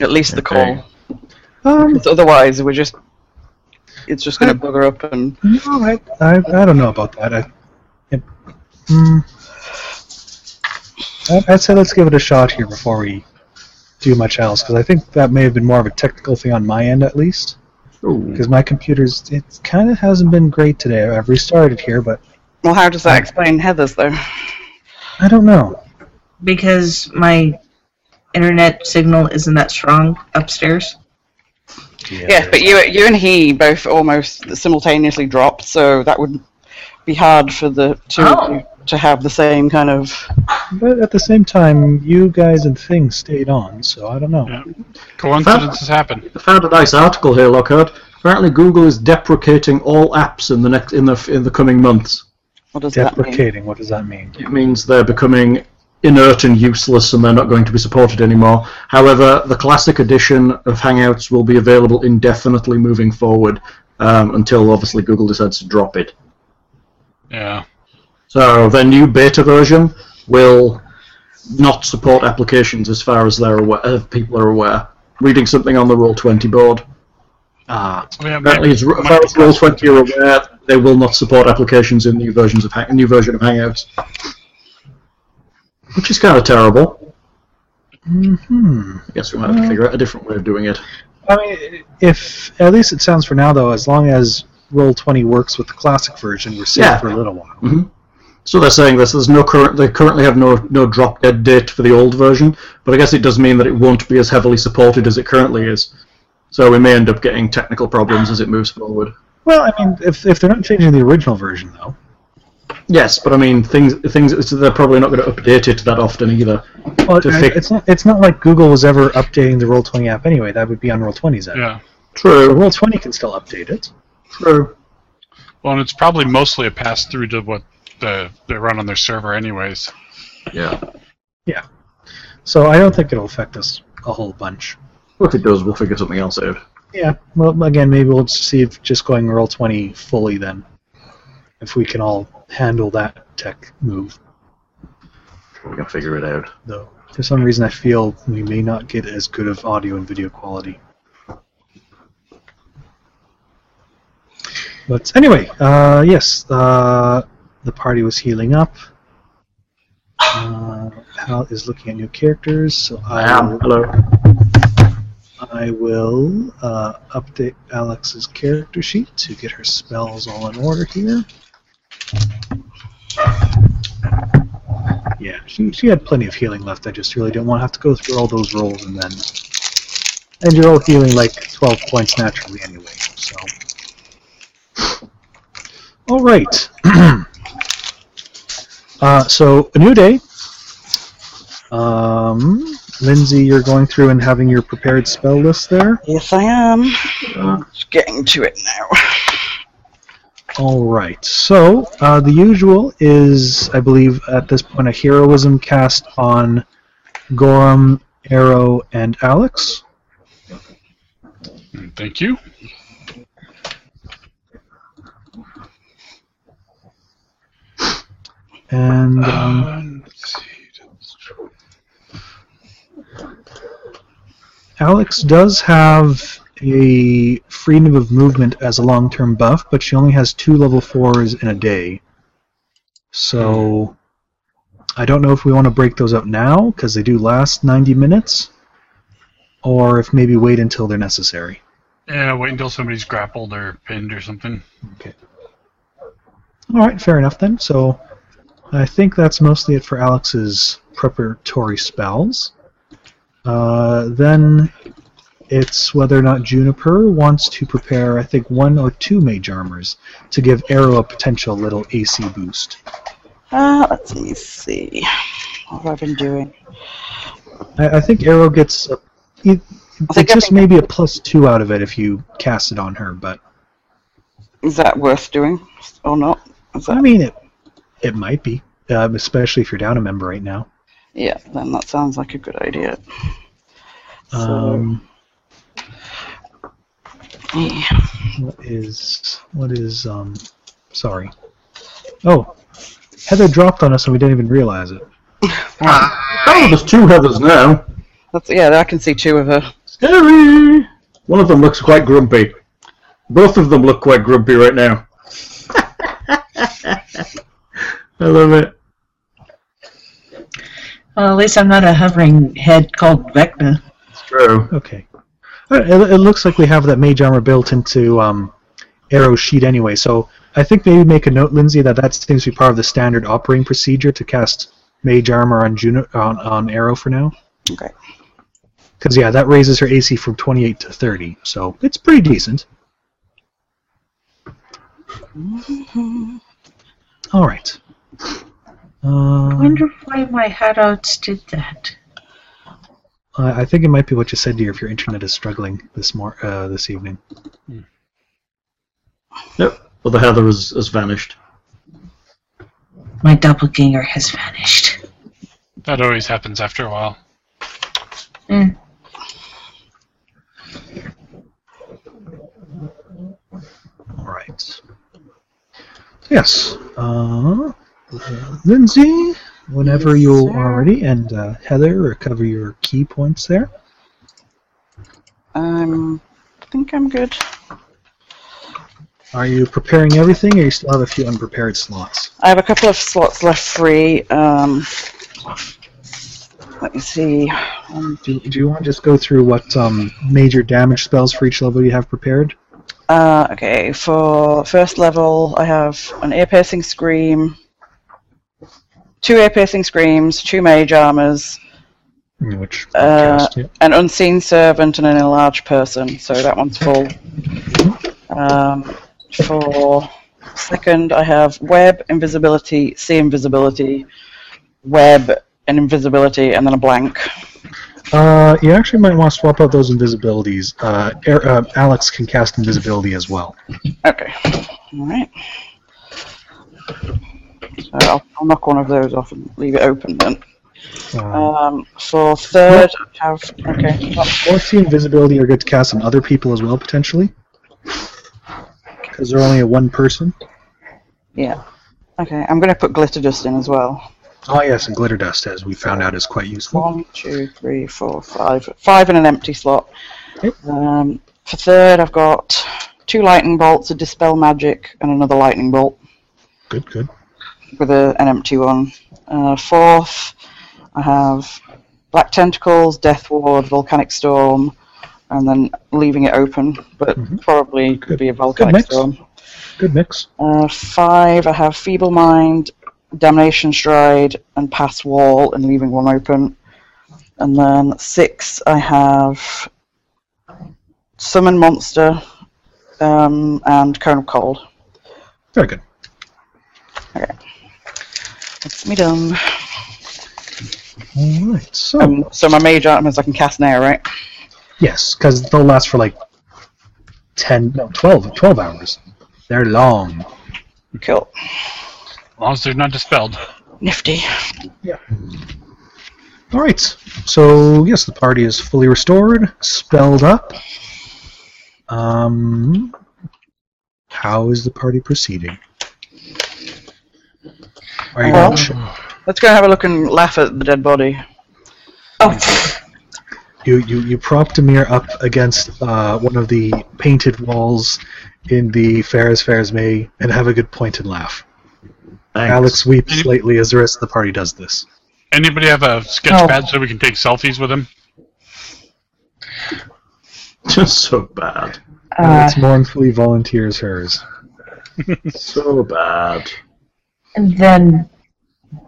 Speaker 6: At least the
Speaker 2: Okay.
Speaker 6: call. Because otherwise, we're just. It's just going to bugger up and.
Speaker 3: No, I, I, I don't know about that. I, it, mm, I, I'd say let's give it a shot here before we do much else, because I think that may have been more of a technical thing on my end, at least.
Speaker 2: Ooh.
Speaker 3: Because my computer's, it kind of hasn't been great today. I've restarted here, but
Speaker 6: Well, how does that explain Heather's, though?
Speaker 3: I don't know.
Speaker 4: Because my internet signal isn't that strong upstairs.
Speaker 6: Yes, but you, you and he both almost simultaneously dropped, so that would be hard for the two of
Speaker 4: Oh.
Speaker 6: you to have the same kind of.
Speaker 3: But at the same time, you guys and things stayed on, so I don't know.
Speaker 5: Yeah. Coincidences happen.
Speaker 2: I found a nice article here, Lockhart. Apparently, Google is deprecating all apps in the next in the in the coming months.
Speaker 6: What does that mean?
Speaker 3: Deprecating, what does that mean?
Speaker 2: It means they're becoming inert and useless and they're not going to be supported anymore. However, the classic edition of Hangouts will be available indefinitely moving forward um, until obviously Google decides to drop it.
Speaker 5: Yeah.
Speaker 2: So their new beta version will not support applications as far as they're aware, uh, people are aware. Reading something on the Roll Twenty board. Ah,
Speaker 5: Oh, yeah,
Speaker 2: apparently, as
Speaker 5: might-
Speaker 2: as far as
Speaker 5: might-
Speaker 2: Roll Twenty are aware, they will not support applications in new versions of hang- new version of Hangouts, which is kind of terrible.
Speaker 3: Hmm.
Speaker 2: I guess we might have to figure out a different way of doing it.
Speaker 3: I mean, if at least it sounds for now though, as long as Roll Twenty works with the classic version, we're safe
Speaker 2: Yeah.
Speaker 3: for a little while.
Speaker 2: So they're saying this. There's no current. They currently have no no drop dead date for the old version, but I guess it does mean that it won't be as heavily supported as it currently is. So we may end up getting technical problems as it moves forward.
Speaker 3: Well, I mean, if, if they're not changing the original version though,
Speaker 2: Yes, but I mean things things so they're probably not going to update it that often either.
Speaker 3: well,
Speaker 2: To
Speaker 3: it-
Speaker 2: fix-
Speaker 3: it's not it's not like Google was ever updating the Roll Twenty app anyway. That would be on Roll 20's app.
Speaker 5: Yeah.
Speaker 2: True,
Speaker 3: Roll Twenty can still update it.
Speaker 2: true.
Speaker 5: Well, and it's probably mostly a pass through to what the, they run on their server, anyways.
Speaker 2: Yeah.
Speaker 3: So I don't think it'll affect us a whole bunch.
Speaker 2: Well, if it does, we'll figure something else out.
Speaker 3: Yeah. Well, again, maybe we'll see if just going roll twenty fully then, if we can all handle that tech move.
Speaker 2: We can figure it out.
Speaker 3: Though for some reason I feel we may not get as good of audio and video quality. But anyway, uh, yes, uh, the party was healing up. Uh, Hal is looking at new characters, so I
Speaker 2: I am.
Speaker 3: will-
Speaker 2: Hello.
Speaker 3: I will uh, update Alex's character sheet to get her spells all in order here. Yeah, she, she had plenty of healing left. I just really didn't want to have to go through all those rolls and then. And you're all healing like 12 points naturally anyway, so. Alright. [CLEARS THROAT] uh, so, a new day. Um, Lindsay, you're going through and having your prepared spell list there.
Speaker 6: Yes, I am. Just getting to it now.
Speaker 3: All right. So uh, the usual is, I believe, at this point, a heroism cast on Gorham, Arrow, and Alex.
Speaker 5: Mm, Thank you.
Speaker 3: And um,
Speaker 5: Um, let's see.
Speaker 3: Alex does have a freedom of movement as a long-term buff, but she only has two level fours in a day. So I don't know if we want to break those up now because they do last 90 minutes, or if maybe wait until they're necessary.
Speaker 5: Yeah, wait until somebody's grappled or pinned or something.
Speaker 3: All right, fair enough then. So I think that's mostly it for Alex's preparatory spells. Uh, then it's whether or not Juniper wants to prepare, I think, one or two mage armors to give Arrow a potential little AC boost.
Speaker 6: Uh, let me see. What have I been doing?
Speaker 3: I, I think Arrow gets a. e, It,
Speaker 6: I think
Speaker 3: it's
Speaker 6: I
Speaker 3: just
Speaker 6: think-
Speaker 3: maybe a plus two out of it if you cast it on her, but
Speaker 6: Is that worth doing or not? Is
Speaker 3: I
Speaker 6: that,
Speaker 3: mean, it, it might be, um, especially if you're down a member right now.
Speaker 6: yeah, then that sounds like a good idea. So,
Speaker 3: Um,
Speaker 6: yeah.
Speaker 3: What is what is um sorry. Oh. Heather dropped on us and we didn't even realize it.
Speaker 2: Oh, there's two Heathers now.
Speaker 6: That's, yeah, I can see two of her.
Speaker 2: Scary. One of them looks quite grumpy. Both of them look quite grumpy right now. [LAUGHS] I love it.
Speaker 4: Well, at least I'm not a hovering head called Vecna.
Speaker 2: True.
Speaker 3: Okay. All right, It, it looks like we have that mage armor built into um arrow sheet anyway, so I think maybe make a note, Lindsay, that that seems to be part of the standard operating procedure to cast mage armor on Juno on, on arrow for now.
Speaker 6: Okay.
Speaker 3: Because yeah, that raises her AC from 28 to 30, so it's pretty decent. All right.
Speaker 4: I
Speaker 3: Um,
Speaker 4: wonder why my hadouts did that.
Speaker 3: I I think it might be what you said, dear. If your internet is struggling this mor- uh, this evening.
Speaker 2: Yep. Well, the Heather has, has vanished.
Speaker 4: My doppelganger has vanished.
Speaker 5: That always happens after a while.
Speaker 4: Mm.
Speaker 3: All right. Yes. Uh, Lindsay, whenever
Speaker 4: Yes,
Speaker 3: you
Speaker 4: sir.
Speaker 3: are ready, and uh, Heather, recover your key points there.
Speaker 6: Um, I think I'm good.
Speaker 3: Are you preparing everything, or you still have a few unprepared slots?
Speaker 6: I have a couple of slots left free. Um, let me see. Um,
Speaker 3: Do, do you want to just go through what um, major damage spells for each level you have prepared?
Speaker 6: Uh, okay, for first level, I have an ear piercing scream, two ear piercing screams, two mage armors,
Speaker 3: Mm, Which
Speaker 6: Uh, an unseen servant, and an enlarged person. So that one's full. Um, for second, I have web, invisibility, see invisibility, web, and invisibility, and then a blank.
Speaker 3: Uh, you actually might want to swap out those invisibilities. Uh, Air, uh, Alex can cast invisibility as well.
Speaker 6: Okay. All right. So I'll, I'll knock one of those off and leave it open then.
Speaker 4: Oh,
Speaker 3: Uh,
Speaker 6: Um, for third, I have okay.
Speaker 3: What's the invisibility are good to cast on other people as well, potentially? Because they're only a one person.
Speaker 6: Yeah. Okay, I'm gonna put glitter dust in as well.
Speaker 3: Oh, yes, and glitter dust, as we found out, is quite useful.
Speaker 6: One, two, three, four, five. Five in an empty slot.
Speaker 3: Yep.
Speaker 6: Um, for third, I've got two lightning bolts, a dispel magic, and another lightning bolt
Speaker 3: Good, good.
Speaker 6: with a, an empty one. Uh, fourth, I have black tentacles, death ward, volcanic storm, and then leaving it open, but probably
Speaker 3: Mm-hmm. Good.
Speaker 6: could be a
Speaker 3: Good
Speaker 6: volcanic
Speaker 3: mix.
Speaker 6: storm.
Speaker 3: Good mix.
Speaker 6: Uh, five, I have Feeble Mind, Damnation Stride, and Pass Wall, and leaving one open. And then six, I have Summon Monster um, and Cone of Cold.
Speaker 3: Very good.
Speaker 6: That's me done.
Speaker 3: All right, so.
Speaker 6: Um, so my mage item is I can cast now, right?
Speaker 3: yes, because they'll last for like 10, no, 12, 12 hours. They're long.
Speaker 6: Cool.
Speaker 5: As long as they're not dispelled.
Speaker 6: Nifty.
Speaker 3: All right, so yes, the party is fully restored, spelled up. Um, how is the party proceeding? Are you gonna
Speaker 6: Well-
Speaker 3: ch-
Speaker 6: Let's go have a look and laugh at the dead body.
Speaker 4: Oh,
Speaker 3: You, you, you prop Demir up against uh, one of the painted walls in the Fair as Fair as May and have a good pointed laugh.
Speaker 2: Thanks.
Speaker 3: Alex weeps slightly as the rest of the party does this.
Speaker 5: Anybody have a sketch
Speaker 4: No.
Speaker 5: pad so we can take selfies with them?
Speaker 2: [LAUGHS] Just so bad.
Speaker 4: uh,
Speaker 3: Alex mournfully volunteers hers.
Speaker 2: So bad.
Speaker 4: and then,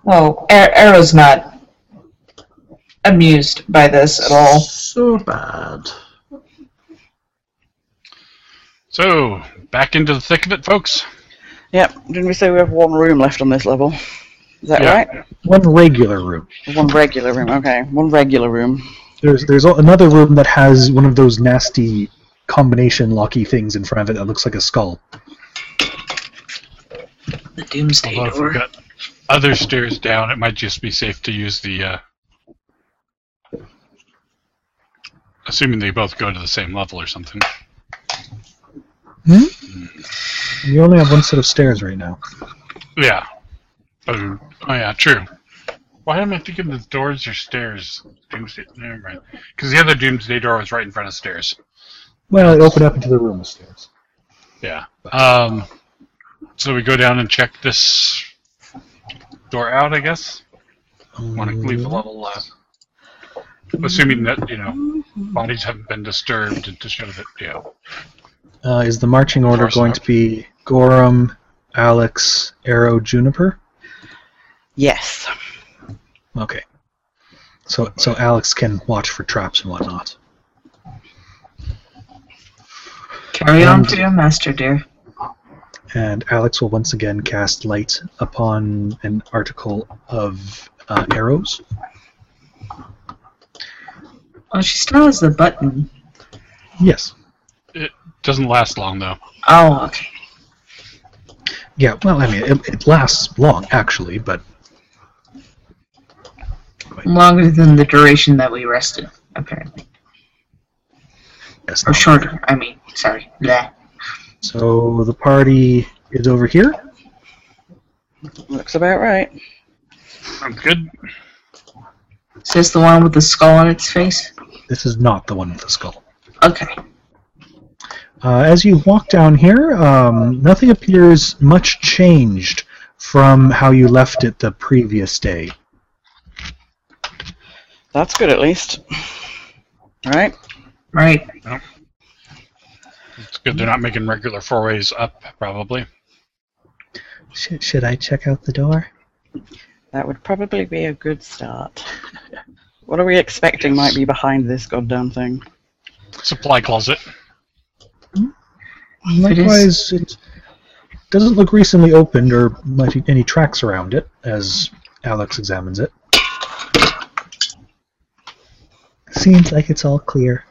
Speaker 4: well, Ar- Arrow's not amused by this at all.
Speaker 2: So bad. [LAUGHS]
Speaker 5: So, back into the thick of it, folks.
Speaker 6: Yep. Didn't we say we have one room left on this level? Is that
Speaker 5: Yeah.
Speaker 6: right?
Speaker 3: One regular room.
Speaker 6: One regular room. Okay. One regular room.
Speaker 3: There's there's al- another room that has one of those nasty combination locky things in front of it that looks like a skull.
Speaker 4: The Doomsday
Speaker 5: Although if we've got Oh, other stairs down, it might just be safe to use the. Uh, assuming they both go to the same level or something.
Speaker 3: You only have one set of stairs right now.
Speaker 5: Yeah. Oh, oh yeah, true. Why am I thinking the doors or stairs? Doomsday. Never mind. Because the other Doomsday door was right in front of stairs.
Speaker 3: Well, it opened up into the room of stairs.
Speaker 5: Yeah. Um, so we go down and check this door out, I guess. Want to leave the level, uh, assuming that you know bodies haven't been disturbed to show that you know.
Speaker 3: Uh, is the marching order
Speaker 5: Force
Speaker 3: going
Speaker 5: up.
Speaker 3: to be Gorham, Alex, Arrow, Juniper?
Speaker 6: Yes.
Speaker 3: Okay. So so Alex can watch for traps and whatnot.
Speaker 4: Carry on to your master, dear.
Speaker 3: And Alex will once again cast light upon an article of uh, arrows.
Speaker 4: Oh, she still has the button.
Speaker 3: Yes.
Speaker 5: Doesn't last long though.
Speaker 4: Oh, okay.
Speaker 3: Yeah, well, I mean, it, it lasts long, actually, but
Speaker 4: Longer than the duration that we rested, apparently.
Speaker 3: Yes, uh,
Speaker 4: Or shorter, I mean. Sorry. Bleh.
Speaker 3: So the party is over here.
Speaker 6: Looks about right.
Speaker 5: Sounds good.
Speaker 4: Is this the one with the skull on its face?
Speaker 3: This is not the one with the skull.
Speaker 4: Okay.
Speaker 3: Uh, as you walk down here, um, nothing appears much changed from how you left it the previous day.
Speaker 6: That's good at least. Right?
Speaker 4: Right.
Speaker 5: It's good they're not making regular four ways up, probably.
Speaker 3: Should, should I check out the door?
Speaker 6: That would probably be a good start. What are we expecting might be behind this goddamn thing?
Speaker 5: Supply closet.
Speaker 3: Likewise, it doesn't look recently opened or much, any tracks around it as Alex examines it. Seems like it's all clear.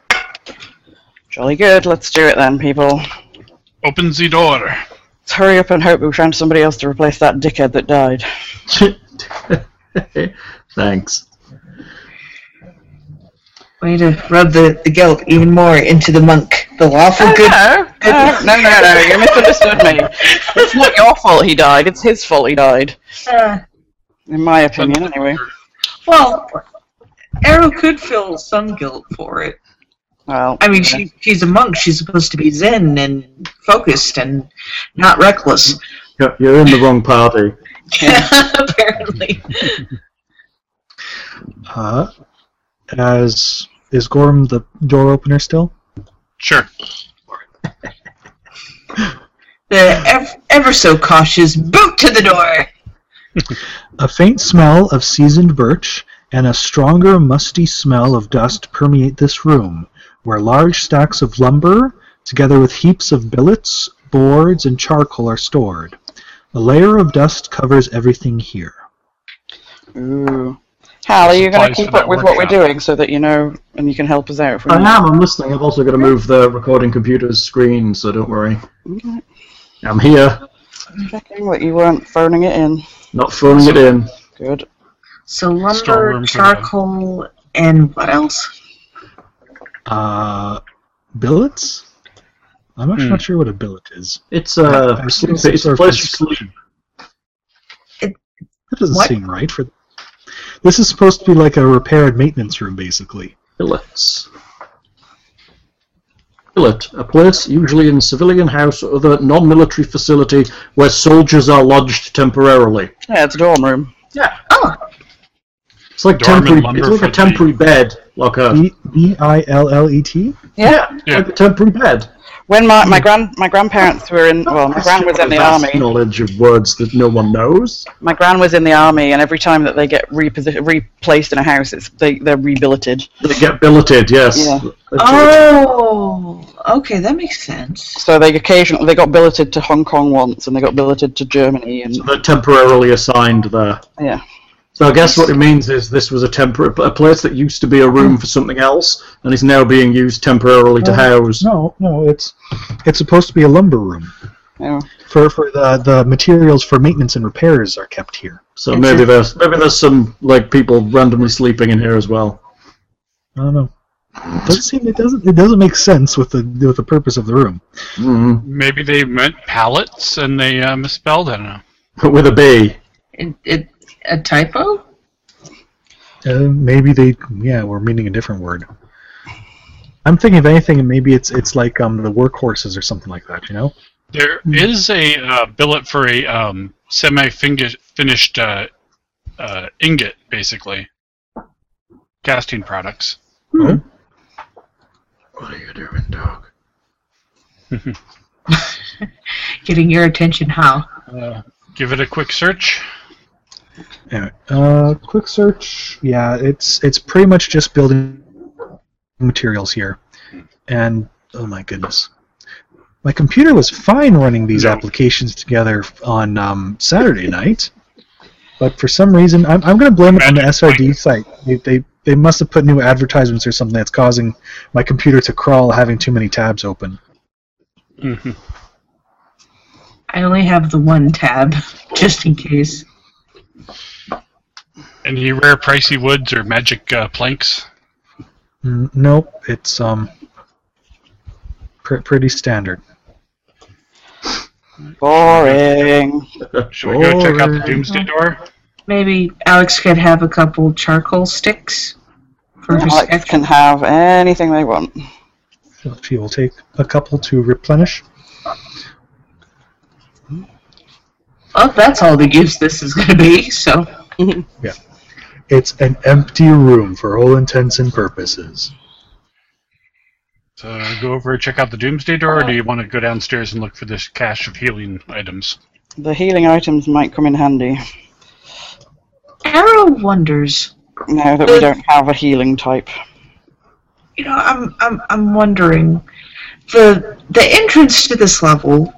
Speaker 6: Jolly good, let's do it then, people.
Speaker 5: Open the door.
Speaker 6: Let's hurry up and hope we found somebody else to replace that dickhead that died.
Speaker 2: Thanks.
Speaker 4: Way to rub the, the guilt even more into the monk. The lawful good.
Speaker 6: No, no, no, no, no, you misunderstood me. It's not your fault he died, it's his fault he died.
Speaker 4: Uh,
Speaker 6: In my opinion, anyway.
Speaker 4: [LAUGHS] well, Arrow could feel some guilt for it.
Speaker 6: Well,
Speaker 4: I mean, she she's a monk. She's supposed to be zen and focused and not reckless.
Speaker 2: You're- You're in the wrong party.
Speaker 4: [LAUGHS] Apparently.
Speaker 3: Uh, as is Gorm the door opener still?
Speaker 5: Sure.
Speaker 4: The ev- ever so cautious boot to the door.
Speaker 3: A faint smell of seasoned birch and a stronger, musty smell of dust permeate this room, where large stacks of lumber, together with heaps of billets, boards, and charcoal, are stored. A layer of dust covers everything here.
Speaker 6: Ooh. Hal, are you going to
Speaker 5: Supplies for
Speaker 6: keep up
Speaker 5: that
Speaker 6: with what we're
Speaker 5: workshop.
Speaker 6: doing so that you know and you can help us out? If we
Speaker 2: I am. I'm listening. I've also got to move the recording computer's screen, so don't worry.
Speaker 6: am.
Speaker 2: I'm here,
Speaker 6: Checking that you weren't phoning it in.
Speaker 2: not phoning it in.
Speaker 6: Good.
Speaker 4: So
Speaker 5: Storeroom
Speaker 4: lumber,
Speaker 5: for the-
Speaker 4: charcoal, and what else?
Speaker 3: Uh, billets? I'm actually
Speaker 5: Hmm.
Speaker 3: not sure what a billet is.
Speaker 2: It's uh,
Speaker 3: I've
Speaker 2: it's,
Speaker 3: seen
Speaker 2: it's
Speaker 3: some
Speaker 2: a
Speaker 3: sort
Speaker 2: place
Speaker 3: of
Speaker 2: to sleep.
Speaker 3: That doesn't
Speaker 4: What?
Speaker 3: seem right. For this is supposed to be like a repair and maintenance room, basically.
Speaker 2: Billets. Billet, a place usually in civilian house or other non-military facility where soldiers are lodged temporarily.
Speaker 6: Yeah, it's a dorm room.
Speaker 2: It's like
Speaker 5: Dorm and
Speaker 2: temporary.
Speaker 5: lumber
Speaker 2: It's like
Speaker 5: for
Speaker 2: a temporary bed, like a
Speaker 3: B B I L L E T.
Speaker 2: yeah,
Speaker 5: Yeah.
Speaker 2: like a temporary bed.
Speaker 6: When my, my grand my grandparents were in well, my gran was in the
Speaker 2: Vast
Speaker 6: army.
Speaker 2: Knowledge of words that no one knows.
Speaker 6: My gran was in the army, and every time that they get reposi- replaced in a house, it's they they're rebilletted.
Speaker 2: They get billeted. Yes.
Speaker 6: Yeah.
Speaker 4: Oh, okay, that makes sense.
Speaker 6: So they occasionally they got billeted to Hong Kong once, and they got billeted to Germany, and
Speaker 2: They're temporarily assigned there.
Speaker 6: yeah,
Speaker 2: So I guess what it means is this was a temporary a place that used to be a room for something else and is now being used temporarily to house.
Speaker 3: No, no, it's it's supposed to be a lumber room.
Speaker 6: yeah.
Speaker 3: For for the the materials for maintenance and repairs are kept here.
Speaker 2: So maybe there's maybe there's some like people randomly sleeping in here as well.
Speaker 3: I don't know. Doesn't seem it doesn't it doesn't make sense with the with the purpose of the room.
Speaker 2: Mm.
Speaker 5: Maybe they meant pallets and they uh, misspelled. I don't know.
Speaker 2: With a B.
Speaker 4: It, it, a typo?
Speaker 3: Uh, maybe they yeah we're meaning a different word. I'm thinking of anything, and maybe it's it's like um the workhorses or something like that. You know,
Speaker 5: There is a uh, billet for a um, semi-finished uh, uh, ingot, basically. Casting products.
Speaker 2: What are you doing, dog?
Speaker 4: Getting your attention, how?
Speaker 5: Uh, give it a quick search.
Speaker 3: Anyway, uh, quick search. Yeah, it's it's pretty much just building materials here, and oh my goodness, my computer was fine running these
Speaker 5: Yeah.
Speaker 3: applications together on um, Saturday night, but for some reason, I'm I'm gonna blame it on the SRD site. They, they they must have put new advertisements or something that's causing my computer to crawl having too many tabs open.
Speaker 5: Mhm.
Speaker 4: I only have the one tab, just in case.
Speaker 5: Any rare pricey woods or magic uh, planks?
Speaker 3: N- Nope, it's um pr- pretty standard.
Speaker 6: Boring.
Speaker 5: Should we
Speaker 3: Oh,
Speaker 5: go check out the Doomsday Door?
Speaker 4: Maybe Alex could have a couple charcoal sticks for her
Speaker 6: Alex
Speaker 4: sketch.
Speaker 6: can have anything they want.
Speaker 3: If you will take a couple to replenish.
Speaker 4: Well, that's all the use this is going to be. So
Speaker 3: It's an empty room for all intents and purposes.
Speaker 5: So go over and check out the Doomsday Door, or do you want to go downstairs and look for this cache of healing items?
Speaker 6: The healing items might come in handy
Speaker 4: Arrow wonders.
Speaker 6: now that we don't have a healing type.
Speaker 4: You know, I'm I'm I'm wondering the the entrance to this level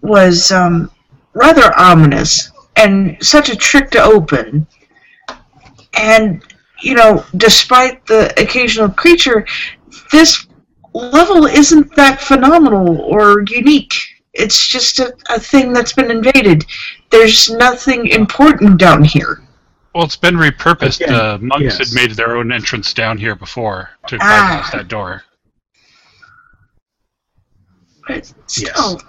Speaker 4: was um, rather ominous and such a trick to open. And you know, despite the occasional creature, this level isn't that phenomenal or unique. It's just a, a thing that's been invaded. There's nothing important down here.
Speaker 5: Well, it's been repurposed.
Speaker 3: Again,
Speaker 5: uh,
Speaker 3: yes.
Speaker 5: monks had made their own entrance down here before to
Speaker 4: Ah.
Speaker 5: bypass that door.
Speaker 4: But still,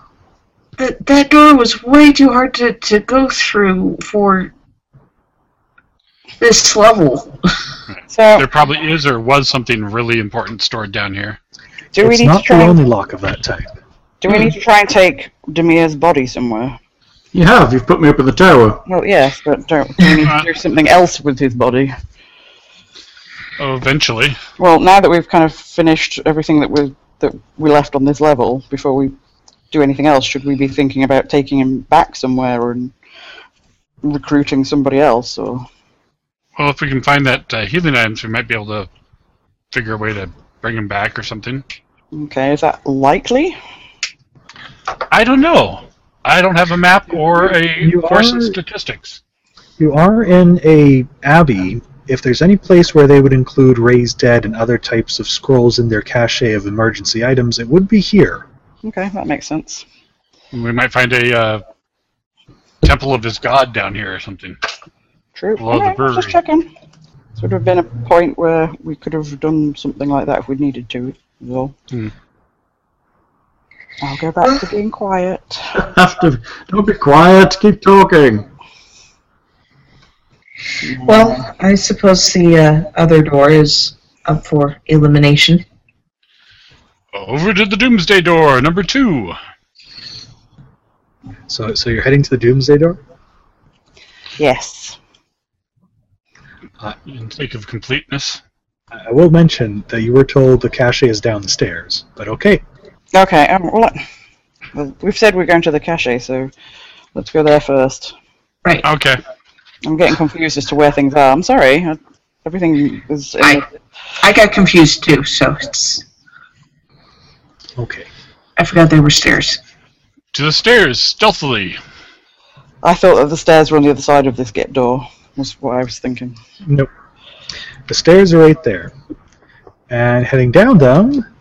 Speaker 4: that that door was way too hard to, to go through for this level.
Speaker 6: So,
Speaker 5: There probably is or was something really important stored down here.
Speaker 6: do we
Speaker 3: it's
Speaker 6: need to
Speaker 3: not
Speaker 6: try?
Speaker 3: the
Speaker 6: And,
Speaker 3: only lock of that type.
Speaker 6: do we need to try and take Demir's body somewhere?
Speaker 2: You have. You've put me up in the tower. [LAUGHS]
Speaker 6: Well, yes,
Speaker 5: [LAUGHS]
Speaker 6: but don't do we need to do something else with his body?
Speaker 5: Oh, eventually.
Speaker 6: Well, now that we've kind of finished everything that we that we left on this level, before we do anything else, should we be thinking about taking him back somewhere and recruiting somebody else? Or
Speaker 5: Well, if we can find that uh, healing items, we might be able to figure a way to bring him back or something.
Speaker 6: okay, is that likely?
Speaker 5: I don't know. I don't have a map or a
Speaker 3: You
Speaker 5: course in
Speaker 3: are-
Speaker 5: statistics.
Speaker 3: You are in a abbey. If there's any place where they would include raised dead and other types of scrolls in their cache of emergency items, it would be here.
Speaker 6: Okay, that makes sense.
Speaker 5: We might find a uh, temple of his god down here or something.
Speaker 6: True.
Speaker 5: Below the
Speaker 6: Alright, just
Speaker 5: brewery.
Speaker 6: checking. So would have been a point where we could have done something like that if we needed to. Though.
Speaker 5: Hmm.
Speaker 6: I'll go back to being quiet.
Speaker 2: Have to. Don't be quiet. Keep talking.
Speaker 4: Well, I suppose the uh, other door is up for elimination.
Speaker 5: Over to the Doomsday Door, number two.
Speaker 3: So, so you're heading to the Doomsday Door.
Speaker 6: Yes.
Speaker 5: In sake of completeness.
Speaker 3: I will mention that you were told the cache is down the stairs, but okay.
Speaker 6: Okay. Um, well, I- well, we've said we're going to the cache, so let's go there first.
Speaker 4: Right.
Speaker 5: Okay.
Speaker 6: I'm getting confused as to where things are. I'm sorry. I- Everything is. In
Speaker 4: I
Speaker 6: the-
Speaker 4: I got confused too, so it's,
Speaker 3: Okay.
Speaker 4: I forgot there were stairs.
Speaker 5: To the stairs, stealthily.
Speaker 6: I thought that the stairs were on the other side of this gate door. Was what I was thinking.
Speaker 3: Nope. The stairs are right there. And heading down them,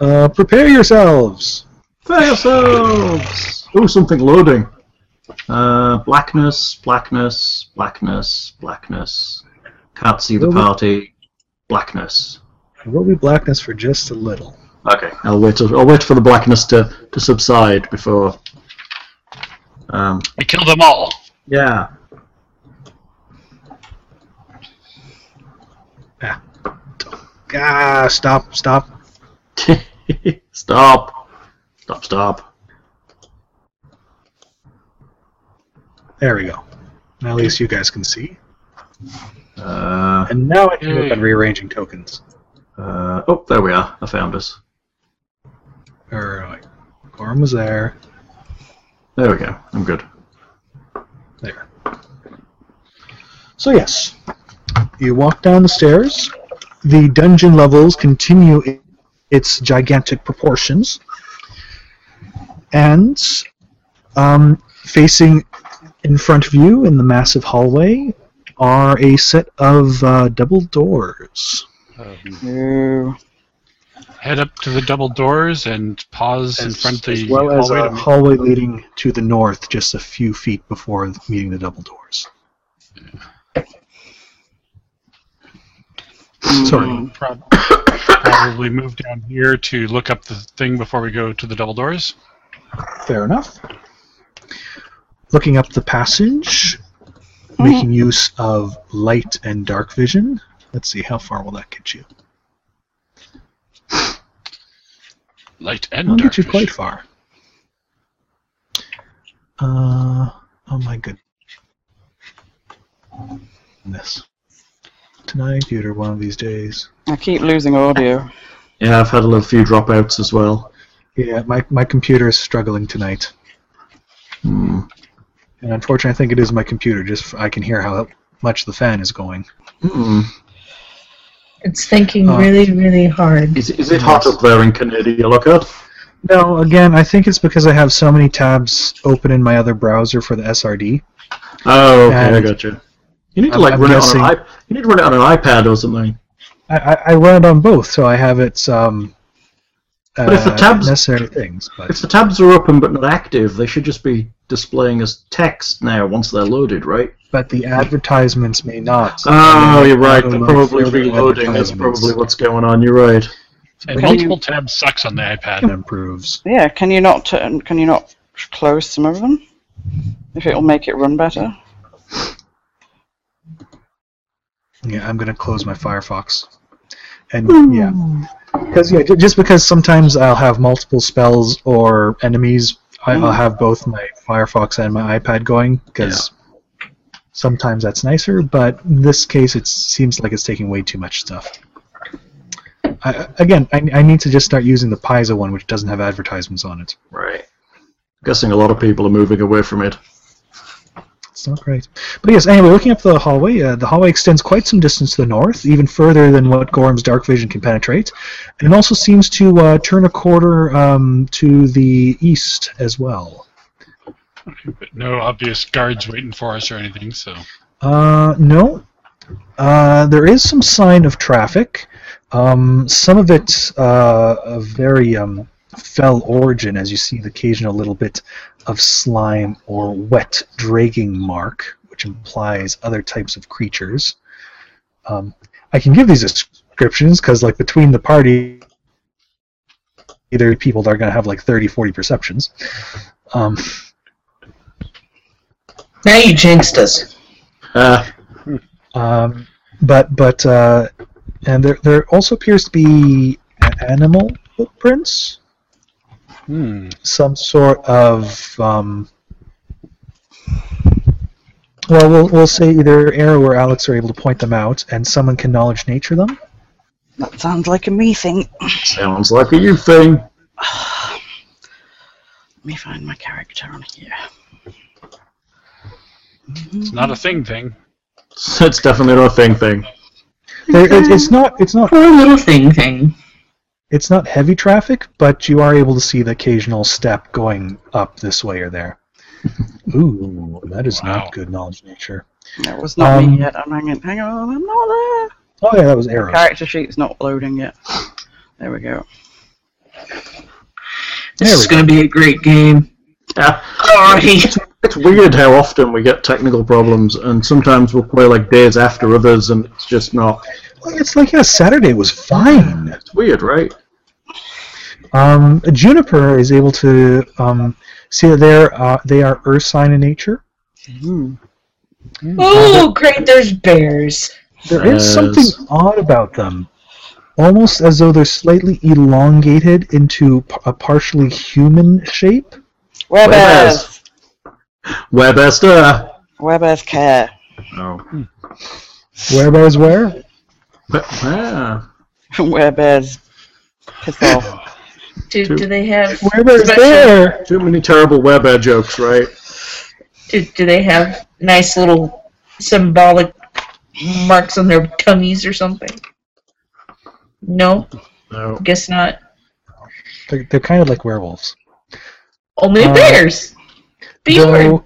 Speaker 3: uh, prepare yourselves.
Speaker 2: Prepare yourselves. Oh, something loading. Uh, blackness, blackness, blackness, blackness. Can't see the
Speaker 3: Loading.
Speaker 2: party. Blackness.
Speaker 3: There will be blackness for just a little.
Speaker 2: Okay, I'll wait. I'll wait for the blackness to, to subside before. Um,
Speaker 5: We kill them all.
Speaker 2: yeah.
Speaker 3: Ah, stop, stop.
Speaker 2: [LAUGHS] stop. Stop. Stop.
Speaker 3: There we go. Now at least you guys can see.
Speaker 2: Uh,
Speaker 3: And now I can work
Speaker 5: Yay.
Speaker 3: on rearranging tokens.
Speaker 2: uh, oh, there we are. I found us.
Speaker 3: Alright. Gorm was there.
Speaker 2: There we go. I'm good.
Speaker 3: There. So, yes, you walk down the stairs. The dungeon levels continue i- its gigantic proportions. And um, facing in front of you in the massive hallway are a set of uh, double doors.
Speaker 6: No.
Speaker 5: Head up to the double doors and pause in front of the
Speaker 3: as well as
Speaker 5: hallway
Speaker 3: a
Speaker 5: to make-
Speaker 3: hallway leading to the north just a few feet before meeting the double doors. Sorry.
Speaker 5: Prob- Probably move down here to look up the thing before we go to the double doors.
Speaker 3: Fair enough. Looking up the passage, making use of light and dark vision. Let's see, how far will that get you?
Speaker 5: Light and
Speaker 3: I'll
Speaker 5: dark.
Speaker 3: get you
Speaker 5: vision.
Speaker 3: quite far. Uh, oh my goodness. Tonight, computer, one of these days.
Speaker 6: I keep losing audio.
Speaker 2: Yeah, I've had a little few dropouts as well.
Speaker 3: Yeah, my, my computer is struggling tonight.
Speaker 2: Hmm.
Speaker 3: And unfortunately, I think it is my computer. Just I can hear how much the fan is going.
Speaker 2: Hmm.
Speaker 4: It's thinking
Speaker 3: Uh,
Speaker 4: really, really hard.
Speaker 2: Is, is it hot up there in Canada, Lockhart?
Speaker 3: No, again, I think it's because I have so many tabs open in my other browser for the SRD.
Speaker 2: Oh, okay, I
Speaker 3: And-
Speaker 2: gotcha. You need to
Speaker 3: I'm-
Speaker 2: like
Speaker 3: I'm
Speaker 2: run
Speaker 3: guessing-
Speaker 2: it on an iP- You need to run it on an iPad or something.
Speaker 3: I, I, I run it on both, so I have its um,
Speaker 2: But if the
Speaker 3: uh,
Speaker 2: tabs-
Speaker 3: necessary things. But
Speaker 2: If the tabs are open but not active, they should just be displaying as text now once they're loaded, right?
Speaker 3: but the advertisements may not.
Speaker 2: Oh, you're right.
Speaker 3: Oh,
Speaker 2: They're
Speaker 3: no.
Speaker 2: probably
Speaker 3: Filtered
Speaker 2: reloading. That's
Speaker 3: advertisements.
Speaker 2: probably what's going on. You're right.
Speaker 5: And
Speaker 6: Can you-
Speaker 5: multiple tabs sucks on the
Speaker 3: It
Speaker 5: iPad.
Speaker 3: improves.
Speaker 6: Yeah, can you not turn? Can you not close some of them? If it'll make it run better.
Speaker 3: Yeah, I'm gonna close my Firefox. And yeah, because yeah, ju- just because sometimes I'll have multiple spells or enemies, I,
Speaker 2: Mm.
Speaker 3: I'll have both my Firefox and my iPad going because sometimes that's nicer. But in this case, it seems like it's taking way too much stuff. I, again, I, I need to just start using the Paizo one, which doesn't have advertisements on it.
Speaker 2: Right. guessing a lot of people are moving away from it.
Speaker 3: It's not great. But yes, anyway, looking up the hallway, uh, the hallway extends quite some distance to the north, even further than what Gorham's dark vision can penetrate, and it also seems to uh, turn a quarter um, to the east as well.
Speaker 5: But no obvious guards waiting for us or anything, so.
Speaker 3: Uh, no. Uh, there is some sign of traffic. Um, some of it uh, of very um, fell origin, as you see the occasional little bit of slime or wet dragging mark, which implies other types of creatures. Um, I can give these descriptions because, like, between the party, either people that are going to have like 30, 40 perceptions. Um,
Speaker 4: Now you jinxed us.
Speaker 2: Uh,
Speaker 3: Um, but but uh, and there there also appears to be a- animal footprints,
Speaker 5: Hmm.
Speaker 3: some sort of um, well, we'll we'll say either Arrow or Alex are able to point them out, and someone can knowledge nature them.
Speaker 6: That sounds like a me thing. Let
Speaker 2: sounds like a you thing. [LAUGHS]
Speaker 6: me find my character on here.
Speaker 5: It's not a thing thing.
Speaker 2: It's definitely not a thing thing.
Speaker 3: There, it, it's not it's not
Speaker 4: Poor Oh, little thing thing.
Speaker 3: it's not heavy traffic, but you are able to see the occasional step going up this way or there. Ooh, that is
Speaker 5: Wow.
Speaker 3: not good knowledge nature.
Speaker 6: That was not
Speaker 3: Um,
Speaker 6: me yet. I'm hanging. Hang on, I'm not there.
Speaker 3: Oh yeah, that was Arrow.
Speaker 6: Character sheet's not loading yet. There we go.
Speaker 4: This
Speaker 3: There
Speaker 4: is
Speaker 3: we go.
Speaker 4: going to be a great game.
Speaker 2: Yeah.
Speaker 4: Sorry.
Speaker 2: It's weird how often we get technical problems, and sometimes we'll play like days after others, and it's just not.
Speaker 3: It's like yeah, Saturday was fine.
Speaker 2: It's weird, right?
Speaker 3: Um, Juniper is able to um, see that they're uh, they are earth sign in nature. Mm.
Speaker 4: Oh, great! There's bears.
Speaker 3: There is
Speaker 2: Yes.
Speaker 3: something odd about them, almost as though they're slightly elongated into p- a partially human shape.
Speaker 6: Webers.
Speaker 2: Where best uh
Speaker 6: Webers [LAUGHS] care.
Speaker 2: No.
Speaker 3: Whereabouts where?
Speaker 2: But, ah. yeah.
Speaker 6: Webers. Piss off.
Speaker 7: Do,
Speaker 2: Two.
Speaker 7: do they have
Speaker 3: Whereabouts
Speaker 7: Special-
Speaker 3: there?
Speaker 2: Too many terrible webear jokes, right?
Speaker 7: do, do they have nice little symbolic marks on their tummies or something? No,
Speaker 2: No.
Speaker 7: guess not.
Speaker 3: They're, they're kind of like werewolves.
Speaker 7: Only
Speaker 3: Uh,
Speaker 7: bears. B word.
Speaker 3: Though,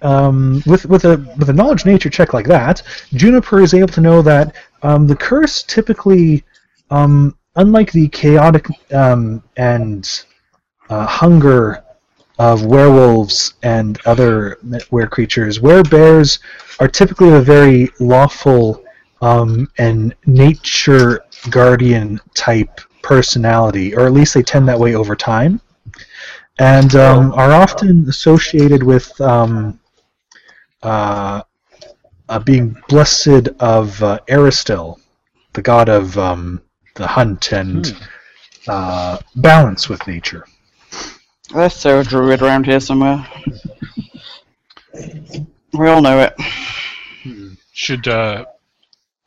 Speaker 3: um, with with a with a knowledge nature check like that, Juniper is able to know that um, the curse typically, um, unlike the chaotic um, and uh, hunger of werewolves and other were creatures, were bears are typically a very lawful um, an nature guardian type personality, or at least they tend that way over time, and um, are often associated with um, uh, uh, being blessed of uh, Aristil, the god of um, the hunt and
Speaker 5: Hmm.
Speaker 3: uh, balance with nature.
Speaker 6: There's Sarah Druid around here somewhere. We all know it.
Speaker 5: Should uh,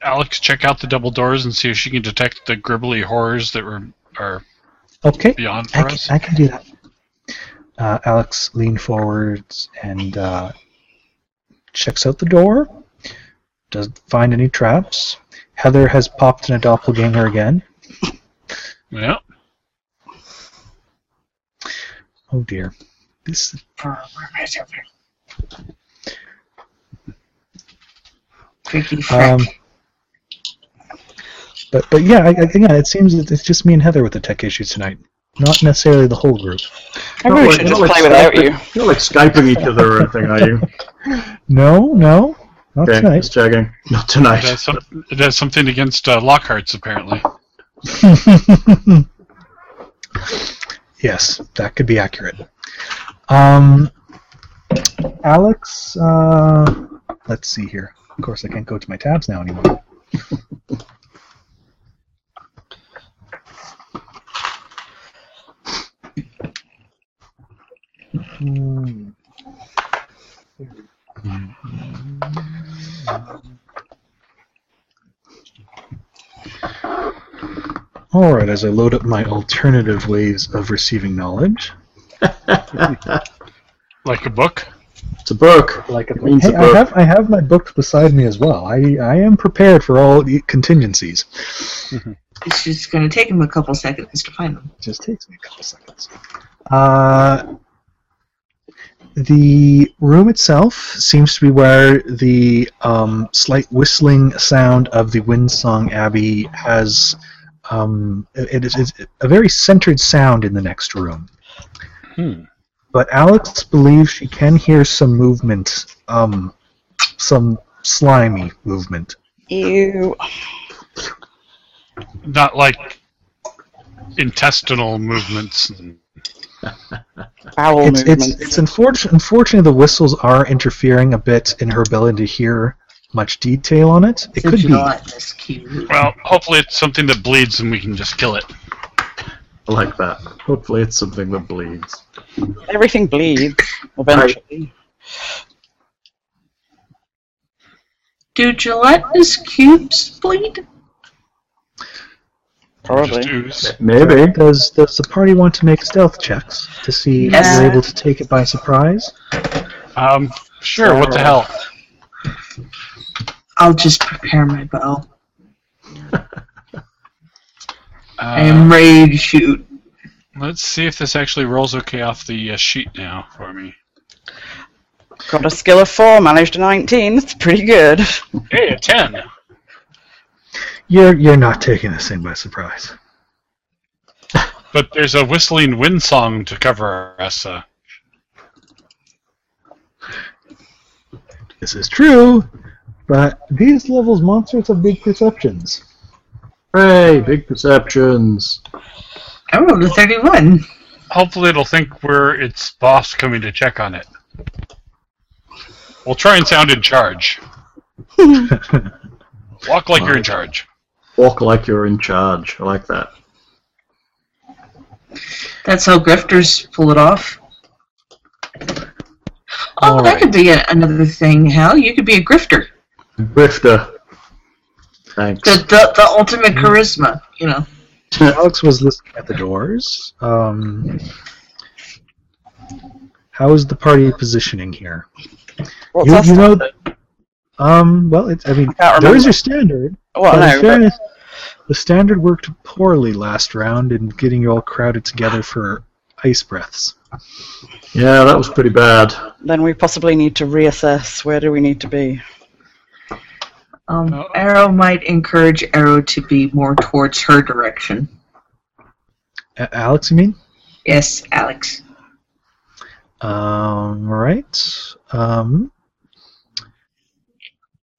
Speaker 5: Alex check out the double doors and see if she can detect the gribbly horrors that were are
Speaker 3: Okay,
Speaker 5: beyond for
Speaker 3: I can,
Speaker 5: us?
Speaker 3: I can do that. Uh, Alex leans forwards and uh, checks out the door. Doesn't find any traps. Heather has popped in a doppelganger again.
Speaker 5: Yeah.
Speaker 3: Oh dear. This
Speaker 4: Freaky frick.
Speaker 3: Um, but but yeah, I, I, yeah, it seems that it's just me and Heather with the tech issues tonight. Not necessarily the whole group.
Speaker 6: I really should just play without you.
Speaker 2: You're not like Skyping each other or anything, are you?
Speaker 3: No, no, not
Speaker 2: Okay,
Speaker 3: tonight.
Speaker 2: just checking. Not
Speaker 5: It
Speaker 2: tonight.
Speaker 5: has, some, it has something against uh, Lockhart's, apparently.
Speaker 3: [LAUGHS] yes, that could be accurate. Um, Alex, uh, let's see here. Of course, I can't go to my tabs now anymore. Hmm. All right, as I load up my alternative ways of receiving knowledge,
Speaker 5: Like a book?
Speaker 2: It's a book.
Speaker 3: like a,
Speaker 2: It means
Speaker 3: hey,
Speaker 2: a
Speaker 3: I
Speaker 2: book.
Speaker 3: have I have my book beside me as well. I I am prepared for all the contingencies.
Speaker 4: it's just going to take him a couple seconds to find them.
Speaker 3: It just takes me a couple seconds. Uh, the room itself seems to be where the um, slight whistling sound of the Windsong Abbey has. Um, it is it's a very centered sound in the next room.
Speaker 5: Hmm.
Speaker 3: But Alex believes she can hear some movement, um, some slimy movement.
Speaker 6: Ew.
Speaker 5: Not like intestinal movements. and-
Speaker 6: Bowel
Speaker 3: it's,
Speaker 6: movements.
Speaker 3: it's, it's unfortunate. Unfortunately, the whistles are interfering a bit in her ability to hear much detail on it. It could
Speaker 4: Since
Speaker 3: be.
Speaker 4: you're not this cute.
Speaker 5: Well, hopefully it's something that bleeds and we can just kill it.
Speaker 2: I like that. Hopefully, it's something that bleeds.
Speaker 6: Everything bleeds eventually.
Speaker 4: Do gelatinous cubes bleed?
Speaker 5: Just
Speaker 6: Probably.
Speaker 5: ooze.
Speaker 2: Maybe.
Speaker 3: Does does the party want to make stealth checks to see if
Speaker 4: Yes.
Speaker 3: you're able to take it by surprise?
Speaker 5: Um, sure, what the hell?
Speaker 4: I'll just prepare my bow. I
Speaker 5: Uh,
Speaker 4: am ready to shoot.
Speaker 5: let's see if this actually rolls okay off the uh, sheet now for me.
Speaker 6: Got a skill of four, managed a 19. It's pretty good.
Speaker 3: Oh,
Speaker 5: Hey, a 10.
Speaker 3: You're you're not taking this thing by surprise.
Speaker 5: But there's a whistling wind song to cover us. Uh,
Speaker 3: This is true, but these levels monsters have big perceptions.
Speaker 2: Hey, big perceptions.
Speaker 4: I rolled a 31.
Speaker 5: hopefully it'll think we're its boss coming to check on it. We'll try and sound in charge. Walk like you're in charge.
Speaker 2: Walk like you're in charge. I like that.
Speaker 4: That's how grifters pull it off. Oh,
Speaker 3: All
Speaker 4: that
Speaker 3: right.
Speaker 4: could be a, another thing, Hal. You could be a grifter.
Speaker 2: Grifter. Thanks.
Speaker 4: The, the, the ultimate charisma, you know.
Speaker 3: Alex was listening at the doors. Um, how is the party positioning here?
Speaker 6: What's
Speaker 3: You,
Speaker 6: that?
Speaker 3: you know, um, well, it's, I mean,
Speaker 6: can't
Speaker 3: there is
Speaker 6: remember.
Speaker 3: your standard.
Speaker 6: well,
Speaker 3: but in
Speaker 6: no, but
Speaker 3: fairness, the standard worked poorly last round in getting you all crowded together for ice breaths.
Speaker 2: Yeah, that was pretty bad.
Speaker 6: then we possibly need to reassess where do we need to be.
Speaker 4: Um,
Speaker 5: Uh-oh.
Speaker 4: Arrow might encourage Arrow to be more towards her direction.
Speaker 3: A- Alex, you mean?
Speaker 4: Yes, Alex.
Speaker 3: Um, all right. Um,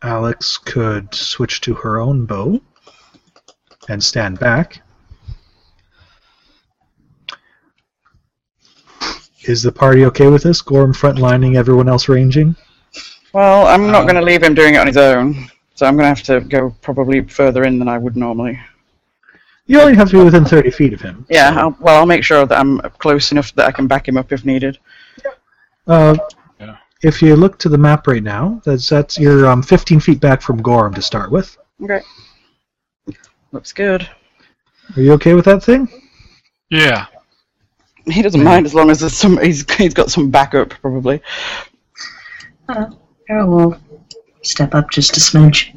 Speaker 3: Alex could switch to her own bow and stand back. Is the party okay with this? Gorm frontlining, everyone else ranging?
Speaker 6: Well, I'm not going to leave him doing it on his own, so I'm going to have to go probably further in than I would normally.
Speaker 3: You only have to be within 30 feet of him.
Speaker 6: Yeah, I'll, well, I'll make sure that I'm close enough that I can back him up if needed.
Speaker 3: Uh,
Speaker 5: Yeah.
Speaker 3: If you look to the map right now, that's that's you're um, 15 feet back from Gorm to start with.
Speaker 6: Okay. Looks good.
Speaker 3: Are you okay with that thing?
Speaker 5: Yeah.
Speaker 6: He doesn't mind as long as there's some. He's, he's got some backup probably.
Speaker 4: I will step up just a smidge.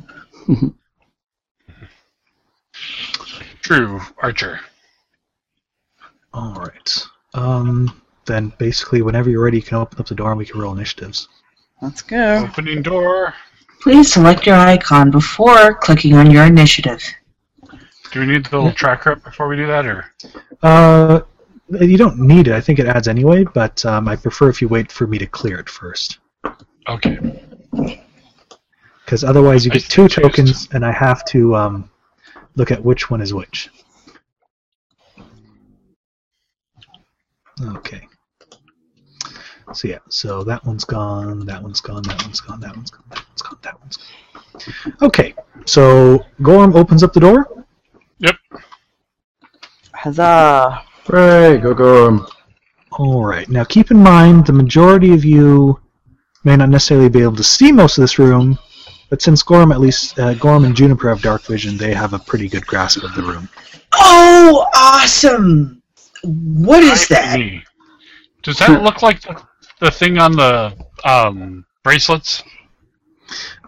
Speaker 5: True, Archer.
Speaker 3: All right. Um, then basically, whenever you're ready, you can open up the door and we can roll initiatives.
Speaker 6: Let's go.
Speaker 5: Opening door.
Speaker 4: Please select your icon before clicking on your initiative.
Speaker 5: Do we need the little tracker up before we do that, or
Speaker 3: Uh, you don't need it. I think it adds anyway, but um, I prefer if you wait for me to clear it first,
Speaker 5: okay?
Speaker 3: because otherwise you
Speaker 5: I
Speaker 3: get
Speaker 5: see
Speaker 3: two
Speaker 5: what you used.
Speaker 3: tokens, and I have to um, look at which one is which. Okay. So yeah, so that one's gone. That one's gone. That one's gone. That one's gone. That one's gone. That one's gone. Okay. So Gorm opens up the door.
Speaker 5: Yep.
Speaker 6: Huzzah!
Speaker 2: Hooray, go Gorm.
Speaker 3: All right. Now, keep in mind, the majority of you may not necessarily be able to see most of this room, but since Gorm, at least uh, Gorm and Juniper have dark vision, they have a pretty good grasp of the room.
Speaker 4: Oh, awesome! What is that?
Speaker 5: Me. Does that look like the, the thing on the um, bracelets?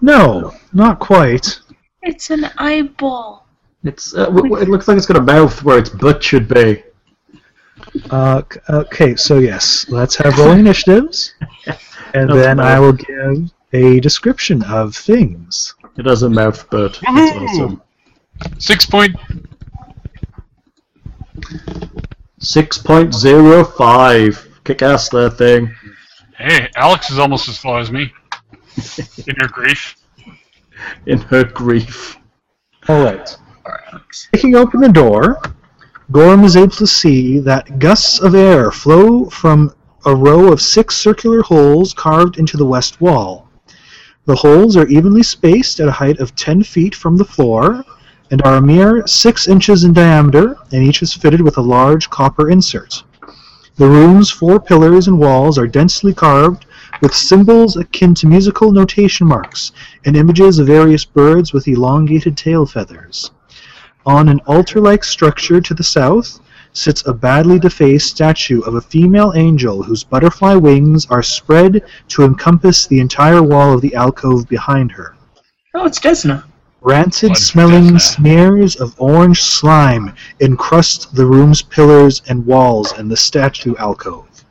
Speaker 3: No, not quite.
Speaker 8: It's an eyeball.
Speaker 2: It's uh, w- w- it looks like it's got a mouth where its butt should be.
Speaker 3: Uh, c- okay, so yes, let's have roll initiatives, and
Speaker 2: That's
Speaker 3: then I
Speaker 2: bad.
Speaker 3: will give a description of things.
Speaker 2: It has a mouth butt. That's awesome.
Speaker 5: Six point.
Speaker 2: Six point zero five. Kick ass there thing.
Speaker 5: Hey, Alex is almost as slow as me. In her grief.
Speaker 2: In her grief.
Speaker 3: All right. Kicking open the door, Gorm is able to see that gusts of air flow from a row of six circular holes carved into the west wall. The holes are evenly spaced at a height of 10 feet from the floor and are a mere 6 inches in diameter, and each is fitted with a large copper insert. The room's four pillars and walls are densely carved with symbols akin to musical notation marks and images of various birds with elongated tail feathers. On an altar like structure to the south sits a badly defaced statue of a female angel whose butterfly wings are spread to encompass the entire wall of the alcove behind her.
Speaker 4: Oh, it's Desna.
Speaker 3: Rancid
Speaker 5: Blood
Speaker 3: smelling
Speaker 5: Bethesda.
Speaker 3: smears of orange slime encrust the room's pillars and walls and the statue alcove.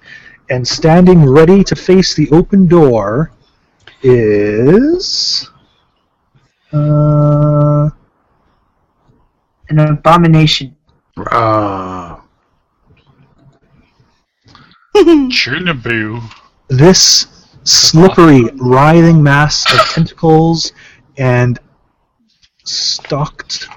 Speaker 3: And standing ready to face the open door is. Uh,
Speaker 4: An abomination.
Speaker 2: Ah.
Speaker 5: Chernaboo.
Speaker 3: this slippery, writhing mass
Speaker 2: [COUGHS]
Speaker 3: of tentacles and stalked.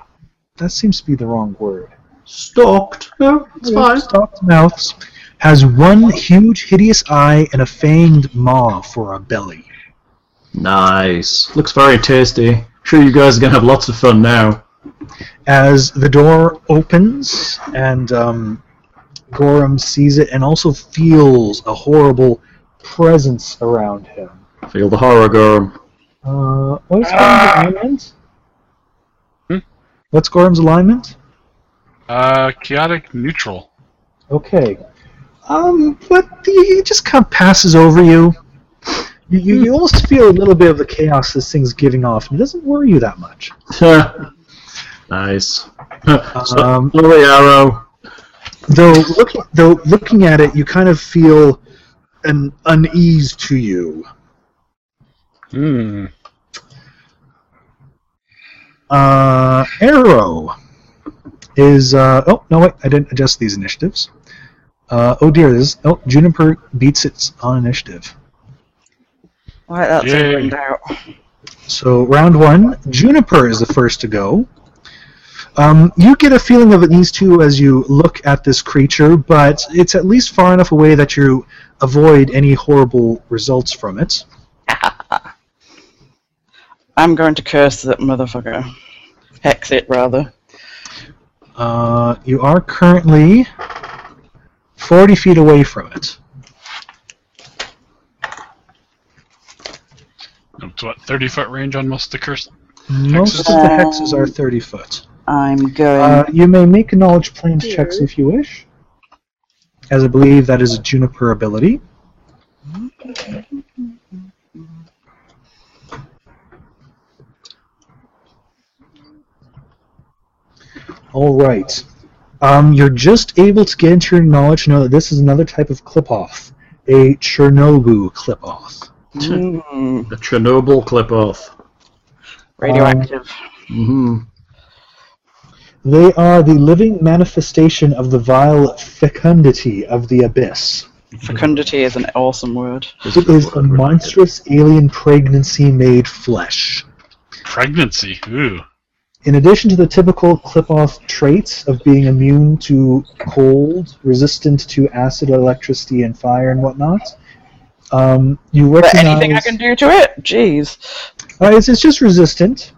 Speaker 3: That seems to be the wrong word.
Speaker 2: Stalked. No, it's fine.
Speaker 3: Stalked mouths has one huge, hideous eye and a fanged maw for a belly.
Speaker 2: Nice. Looks very tasty. Sure, you guys are gonna have lots of fun now.
Speaker 3: As the door opens and um, Gorham sees it and also feels a horrible presence around him.
Speaker 2: Feel the horror, Gorm.
Speaker 3: Uh, what is Gorham's alignment?
Speaker 5: Hmm?
Speaker 3: What's Gorham's alignment?
Speaker 5: Uh, chaotic neutral.
Speaker 3: Okay. Um, but he he just kind of passes over you. You, you, you almost feel a little bit of the chaos this thing's giving off, and it doesn't worry you that much.
Speaker 2: nice.
Speaker 3: Um,
Speaker 2: Slowly arrow.
Speaker 3: though looking though looking at it, you kind of feel an unease to you.
Speaker 5: Hmm.
Speaker 3: Uh, arrow is uh, oh no wait I didn't adjust these initiatives. Uh, oh dear, this oh Juniper beats it on initiative.
Speaker 6: Right, that's it
Speaker 5: Yay.
Speaker 6: ringed out.
Speaker 3: So round one, Juniper is the first to go. Um, you get a feeling of it, these two as you look at this creature, but it's at least far enough away that you avoid any horrible results from it.
Speaker 6: I'm going to curse that motherfucker. Hex it, rather.
Speaker 3: Uh, you are currently 40 feet away from it.
Speaker 5: It's what, 30 foot range on most of the curse?
Speaker 3: Most of the hexes are 30 foot.
Speaker 6: I'm going.
Speaker 3: Uh, you may make knowledge planes checks if you wish, as I believe that is a Juniper ability. All right. Um, you're just able to get into your knowledge to know that this is another type of clip off, a Chernobyl clip off.
Speaker 6: mm,
Speaker 2: The Chernobyl clip off.
Speaker 6: radioactive.
Speaker 2: hmm
Speaker 3: They are the living manifestation of the vile fecundity of the abyss.
Speaker 6: Fecundity is an awesome word.
Speaker 3: It is a monstrous alien pregnancy made flesh.
Speaker 5: Pregnancy. Ooh.
Speaker 3: In addition to the typical clip off traits of being immune to cold, resistant to acid, electricity, and fire, and whatnot, um, you
Speaker 6: But
Speaker 3: recognize.
Speaker 6: anything I can do to it? Jeez.
Speaker 3: Uh, it's, it's just resistant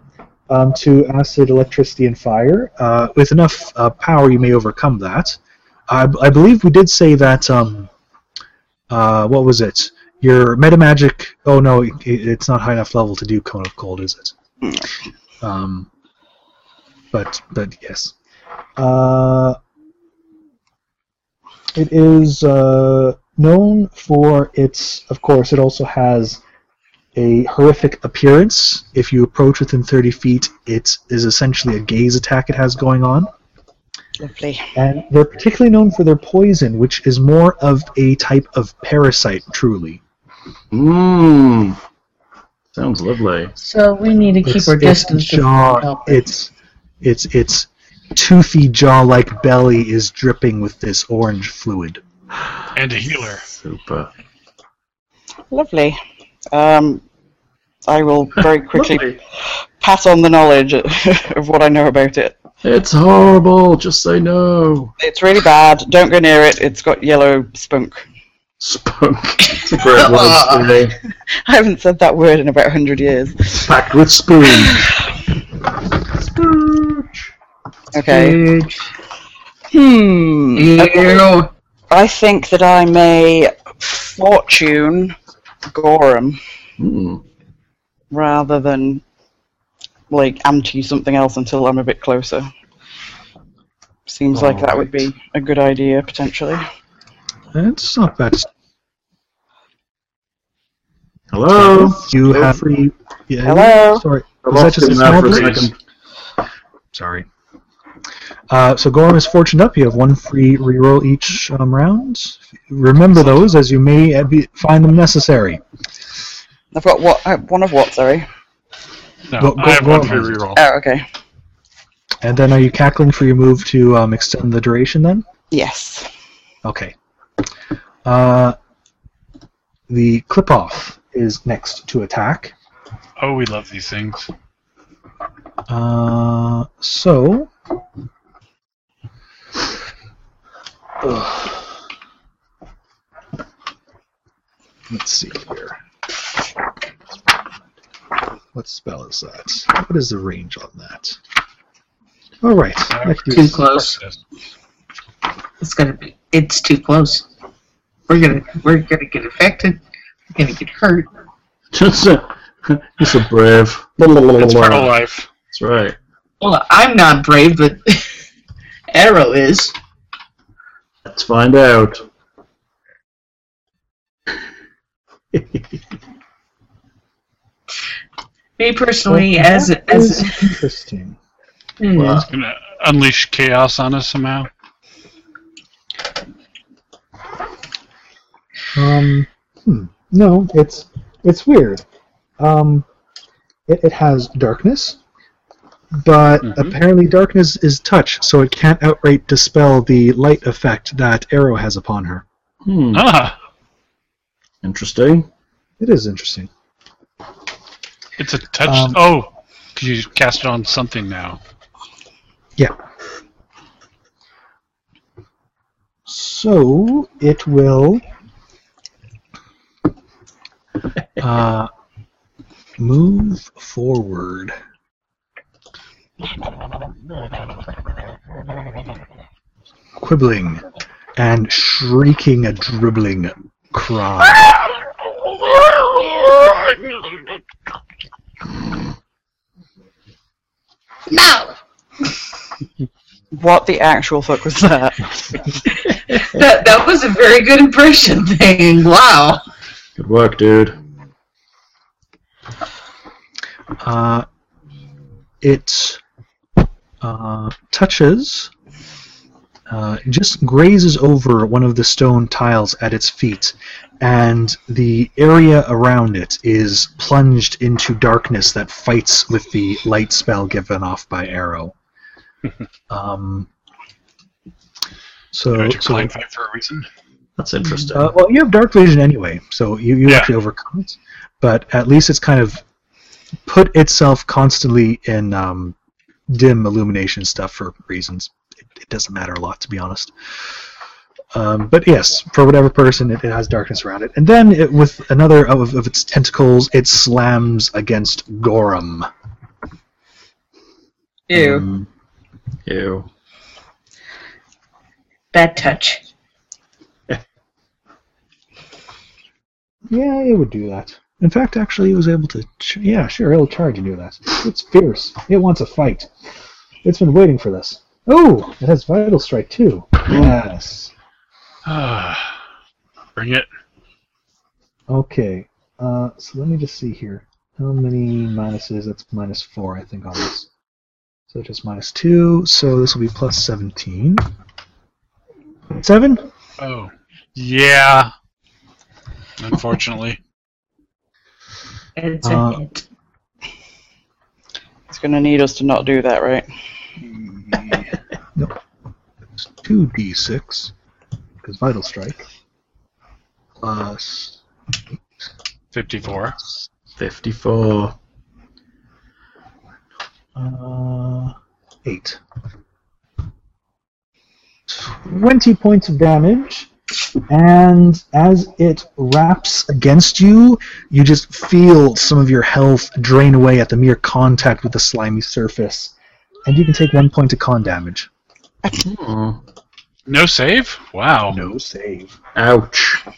Speaker 3: um, to acid, electricity, and fire. Uh, with enough uh, power, you may overcome that. I, I believe we did say that. Um, uh, what was it? Your metamagic. Oh no, it, it- it's not high enough level to do cone of cold, is it? Um, but but yes. Uh, it is uh, known for its. Of course, it also has a horrific appearance. If you approach within 30 feet, it is essentially a gaze attack it has going on.
Speaker 6: Lovely.
Speaker 3: And they're particularly known for their poison, which is more of a type of parasite, truly.
Speaker 2: Mmm. Sounds lovely.
Speaker 7: So we need to keep
Speaker 3: It's,
Speaker 7: our
Speaker 3: its
Speaker 7: distance. if we can
Speaker 3: jaw,
Speaker 7: help it.
Speaker 3: its, its, its toothy jaw-like belly is dripping with this orange fluid.
Speaker 5: And a healer.
Speaker 2: Super.
Speaker 6: Lovely. Um, I will very quickly
Speaker 2: Lovely.
Speaker 6: pass on the knowledge [LAUGHS] of what I know about it.
Speaker 2: It's horrible. Just say no.
Speaker 6: It's really bad. Don't go near it. It's got yellow spunk. [LAUGHS]
Speaker 2: Spunk. It's a great word today.
Speaker 6: I haven't said that word in about 100 years.
Speaker 2: Packed with spoon.
Speaker 6: Okay. Hmm.
Speaker 7: Ew.
Speaker 6: I think that I may fortune Gorham
Speaker 2: Mm.
Speaker 6: rather than like anti something else until I'm a bit closer. Seems like that would be a good idea potentially.
Speaker 3: It's not bad.
Speaker 2: Hello. [LAUGHS]
Speaker 3: You
Speaker 2: Feel
Speaker 3: have...
Speaker 2: free.
Speaker 3: yeah,
Speaker 6: Hello?
Speaker 3: Sorry.
Speaker 2: I
Speaker 3: Was that
Speaker 2: lost
Speaker 3: just a
Speaker 2: him there
Speaker 3: small
Speaker 2: for a
Speaker 3: breeze?
Speaker 2: second.
Speaker 3: Sorry. Uh, so Gorm is fortuned up. You have one free reroll each um, round. Remember those as you may uh, be, find them necessary.
Speaker 6: I've got what uh, one of what, sorry.
Speaker 5: No,
Speaker 3: Go- go-
Speaker 5: I have
Speaker 3: go
Speaker 5: one
Speaker 3: on.
Speaker 5: free reroll.
Speaker 6: Oh, okay.
Speaker 3: And then are you cackling for your move to um, extend the duration then?
Speaker 6: Yes.
Speaker 3: Okay. Uh, the clip off is next to attack.
Speaker 5: Oh, we love these things.
Speaker 3: Uh, so. Ugh. Let's see here. What spell is that? What is the range on that? All right. I can do
Speaker 4: Too
Speaker 3: this.
Speaker 4: close. It's gonna be. It's too close. We're gonna. We're gonna get affected. We're gonna get hurt.
Speaker 2: Just a, just a brave. Blah, blah, blah,
Speaker 5: It's
Speaker 2: blah,
Speaker 5: part of
Speaker 2: blah.
Speaker 5: life.
Speaker 2: That's right.
Speaker 4: Well, I'm not brave, but [LAUGHS] Arrow is.
Speaker 2: Let's find out.
Speaker 4: Me personally, as as
Speaker 3: That's interesting.
Speaker 4: hmm,
Speaker 5: It's gonna unleash chaos on us somehow.
Speaker 3: Um, hmm. No, it's it's weird. Um, it, it has darkness, but
Speaker 5: Mhm.
Speaker 3: apparently darkness is touch, so it can't outright dispel the light effect that Arrow has upon her.
Speaker 2: Hmm.
Speaker 5: Ah,
Speaker 2: Interesting.
Speaker 3: It is interesting.
Speaker 5: It's a touch.
Speaker 3: Um,
Speaker 5: oh, because you cast it on something now.
Speaker 3: Yeah. So it will uh, move forward. Quibbling and shrieking a dribbling cry.
Speaker 7: No!
Speaker 6: What the actual fuck was that?
Speaker 4: [LAUGHS] That, that was a very good impression [LAUGHS] thing. Wow.
Speaker 2: Good work, dude.
Speaker 3: Uh, it uh, touches, uh, just grazes over one of the stone tiles at its feet, and the area around it is plunged into darkness that fights with the light spell given off by Arrow. um,
Speaker 5: You know,
Speaker 3: so,
Speaker 5: it's your
Speaker 3: oh, so
Speaker 5: blind fight for a reason. [SIGHS]
Speaker 2: That's interesting.
Speaker 3: uh, well, you have dark vision anyway, so you, you
Speaker 5: Yeah.
Speaker 3: actually overcome it. But at least it's kind of put itself constantly in um, dim illumination stuff for reasons. It, it doesn't matter a lot, to be honest. Um, but yes, for whatever person, it, it has darkness around it. And then it, with another of, of its tentacles, it slams against Gorum.
Speaker 7: Ew.
Speaker 2: Mm. Ew.
Speaker 7: Bad touch.
Speaker 3: Yeah, it would do that. In fact, actually, it was able to. Ch- yeah, sure, it'll try to do that. It's fierce. It wants a fight. It's been waiting for this. Oh, it has vital strike too. Yes.
Speaker 5: Bring it.
Speaker 3: Okay. Uh, so let me just see here. How many minuses? That's minus four, I think, on this. So just minus two. So this will be plus seventeen. Seven.
Speaker 5: Oh. Yeah. Unfortunately. [LAUGHS]
Speaker 7: It's a
Speaker 3: Uh,
Speaker 7: hit.
Speaker 6: It's gonna need us to not do that, right?
Speaker 3: Mm-hmm. two d6 because vital strike plus
Speaker 5: 54.
Speaker 2: 54.
Speaker 3: Uh, eight. Twenty points of damage, and as it wraps against you, you just feel some of your health drain away at the mere contact with the slimy surface, and you can take one point of con damage.
Speaker 2: Oh.
Speaker 5: No save? Wow.
Speaker 3: No save.
Speaker 2: Ouch.
Speaker 5: So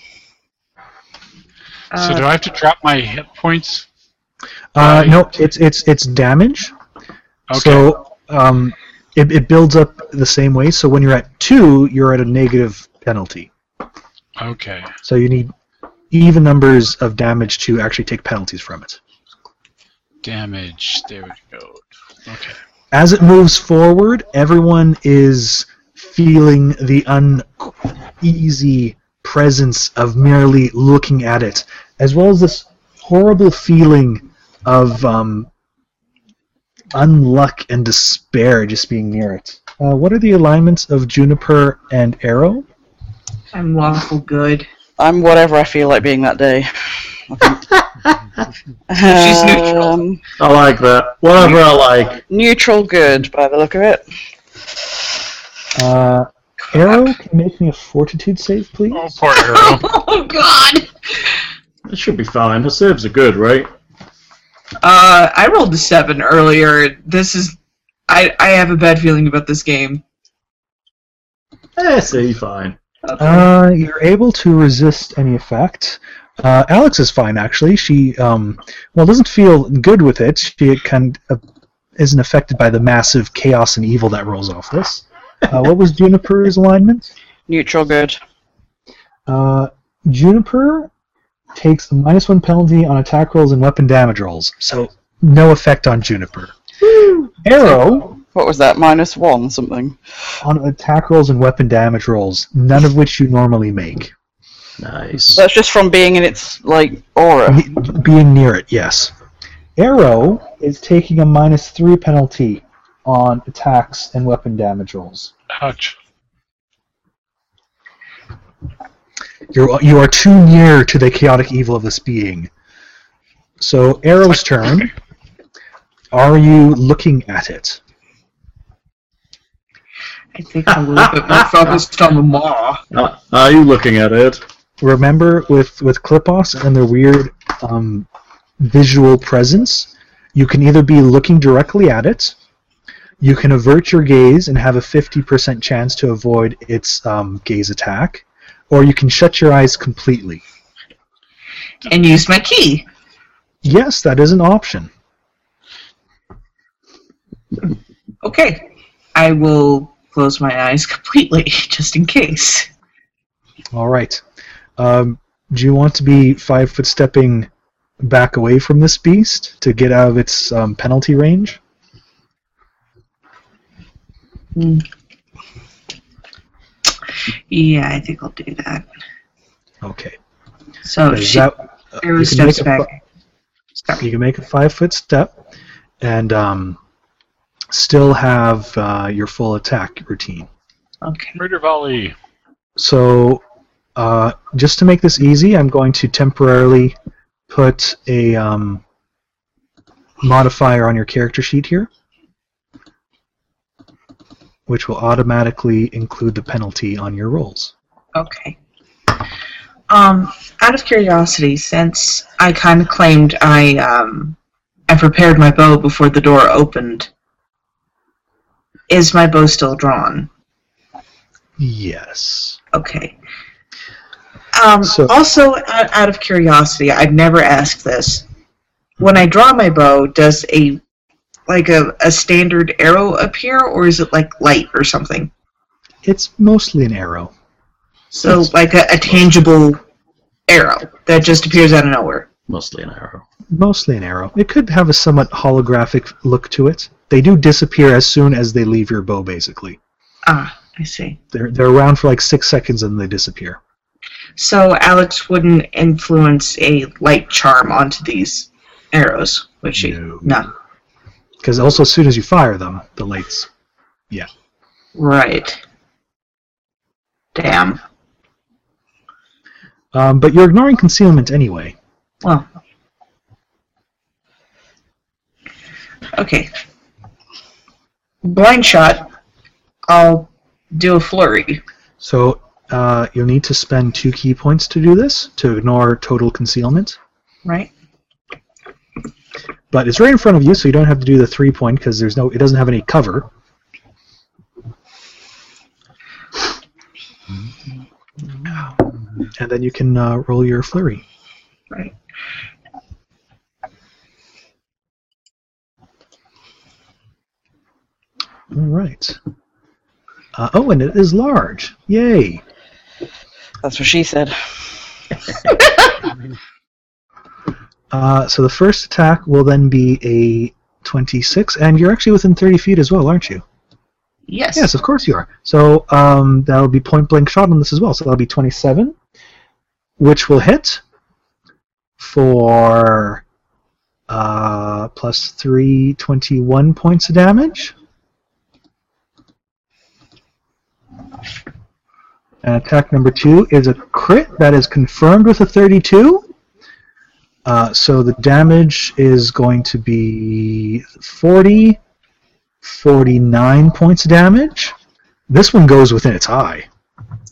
Speaker 7: Uh,
Speaker 5: do I have to drop my hit points?
Speaker 3: Uh, no, it's it's it's damage.
Speaker 5: Okay.
Speaker 3: So um, it, it builds up the same way. So when you're at two, you're at a negative penalty.
Speaker 5: okay.
Speaker 3: So you need even numbers of damage to actually take penalties from it.
Speaker 5: Damage. There we go. Okay.
Speaker 3: As it moves forward, everyone is feeling the uneasy presence of merely looking at it, as well as this horrible feeling of um, unluck and despair just being near it. Uh, what are the alignments of Juniper and Arrow?
Speaker 4: I'm lawful good.
Speaker 6: I'm whatever I feel like being that day.
Speaker 4: She's neutral.
Speaker 6: Um,
Speaker 2: I like that. Whatever I like.
Speaker 6: neutral good by the look of it.
Speaker 3: Uh, Arrow, can you make me a fortitude save, please?
Speaker 5: Oh, poor arrow.
Speaker 4: [LAUGHS] Oh God.
Speaker 2: It should be fine. Her saves are good, right?
Speaker 4: Uh, I rolled a seven earlier. This is. I I have a bad feeling about this game.
Speaker 2: Eh, see, fine.
Speaker 3: Uh, you're able to resist any effect. Uh, Alex is fine, actually. She, um, well, doesn't feel good with it. She kind of isn't affected by the massive chaos and evil that rolls off this. Uh, what was Juniper's alignment?
Speaker 6: Neutral good.
Speaker 3: Uh, Juniper takes a minus one penalty on attack rolls and weapon damage rolls, so no effect on Juniper. Arrow
Speaker 6: What was that? Minus one something.
Speaker 3: on attack rolls and weapon damage rolls, none of which you normally make.
Speaker 2: Nice.
Speaker 6: That's just from being in its like aura.
Speaker 3: Ne- being near it, yes. Arrow is taking a minus three penalty on attacks and weapon damage rolls.
Speaker 5: Ouch.
Speaker 3: You're you are too near to the chaotic evil of this being, So, Arrow's turn. Are you looking at it?
Speaker 4: I think I will,
Speaker 3: [LAUGHS]
Speaker 4: but my focused on the maw.
Speaker 2: Uh, are you looking at it?
Speaker 3: remember with with clipos and their weird um, visual presence you can either be looking directly at it you can avert your gaze and have a 50% chance to avoid its um, gaze attack or you can shut your eyes completely
Speaker 4: And use my key.
Speaker 3: yes that is an option
Speaker 4: Okay. I will close my eyes [LAUGHS] completely, just in case.
Speaker 3: all right um, do you want to be five foot stepping back away from this beast to get out of its um, penalty range
Speaker 4: Yeah, I think I'll do that.
Speaker 3: okay
Speaker 4: So
Speaker 3: Is
Speaker 4: she
Speaker 3: that-
Speaker 4: arrow
Speaker 3: you can make
Speaker 4: steps
Speaker 3: a
Speaker 4: back.
Speaker 3: fu- You can make a five foot step and um, still have uh, your full attack routine.
Speaker 4: okay.
Speaker 5: Murder volley.
Speaker 3: So, uh, just to make this easy, I'm going to temporarily put a um, modifier on your character sheet here, which will automatically include the penalty on your rolls.
Speaker 4: Okay. Um, out of curiosity, since I kind of claimed I um, I prepared my bow before the door opened, is my bow still drawn?
Speaker 3: Yes.
Speaker 4: Okay. Um,
Speaker 3: So-
Speaker 4: also, out, out of curiosity, I've never asked this. When I draw my bow, does a like a, a standard arrow appear, or is it like light or something?
Speaker 3: It's mostly an arrow.
Speaker 4: So like a, a tangible arrow that just appears out of nowhere.
Speaker 2: Mostly an arrow.
Speaker 3: Mostly an arrow. It could have a somewhat holographic look to it. They do disappear as soon as they leave your bow, basically.
Speaker 4: Ah, I see.
Speaker 3: They're, they're around for like six seconds and they disappear.
Speaker 4: So Alex wouldn't influence a light charm onto these arrows, would she?
Speaker 3: No.
Speaker 4: no.
Speaker 3: Because also, as soon as you fire them, the lights.
Speaker 4: Right. Damn.
Speaker 3: Um, but you're ignoring concealment anyway.
Speaker 4: Well. Okay. Blind shot. I'll do a flurry.
Speaker 3: So uh, you'll need to spend two key points to do this, to ignore total concealment.
Speaker 4: Right.
Speaker 3: But it's right in front of you, so you don't have to do the three point because there's no. It doesn't have any cover. And then you can uh, roll your flurry.
Speaker 4: Right.
Speaker 3: All right. Uh, oh, and it is large. Yay!
Speaker 6: That's what she said.
Speaker 3: Uh, so the first attack will then be a 26, and you're actually within 30 feet as well, aren't you?
Speaker 4: Yes.
Speaker 3: Yes, of course you are. So um, that'll be point blank shot on this as well. So that'll be 27, which will hit for uh, plus 3, 21 points of damage. And attack number 2 is a crit that is confirmed with a 32. Uh, so the damage is going to be 40. 49 points of damage. This one goes within its eye.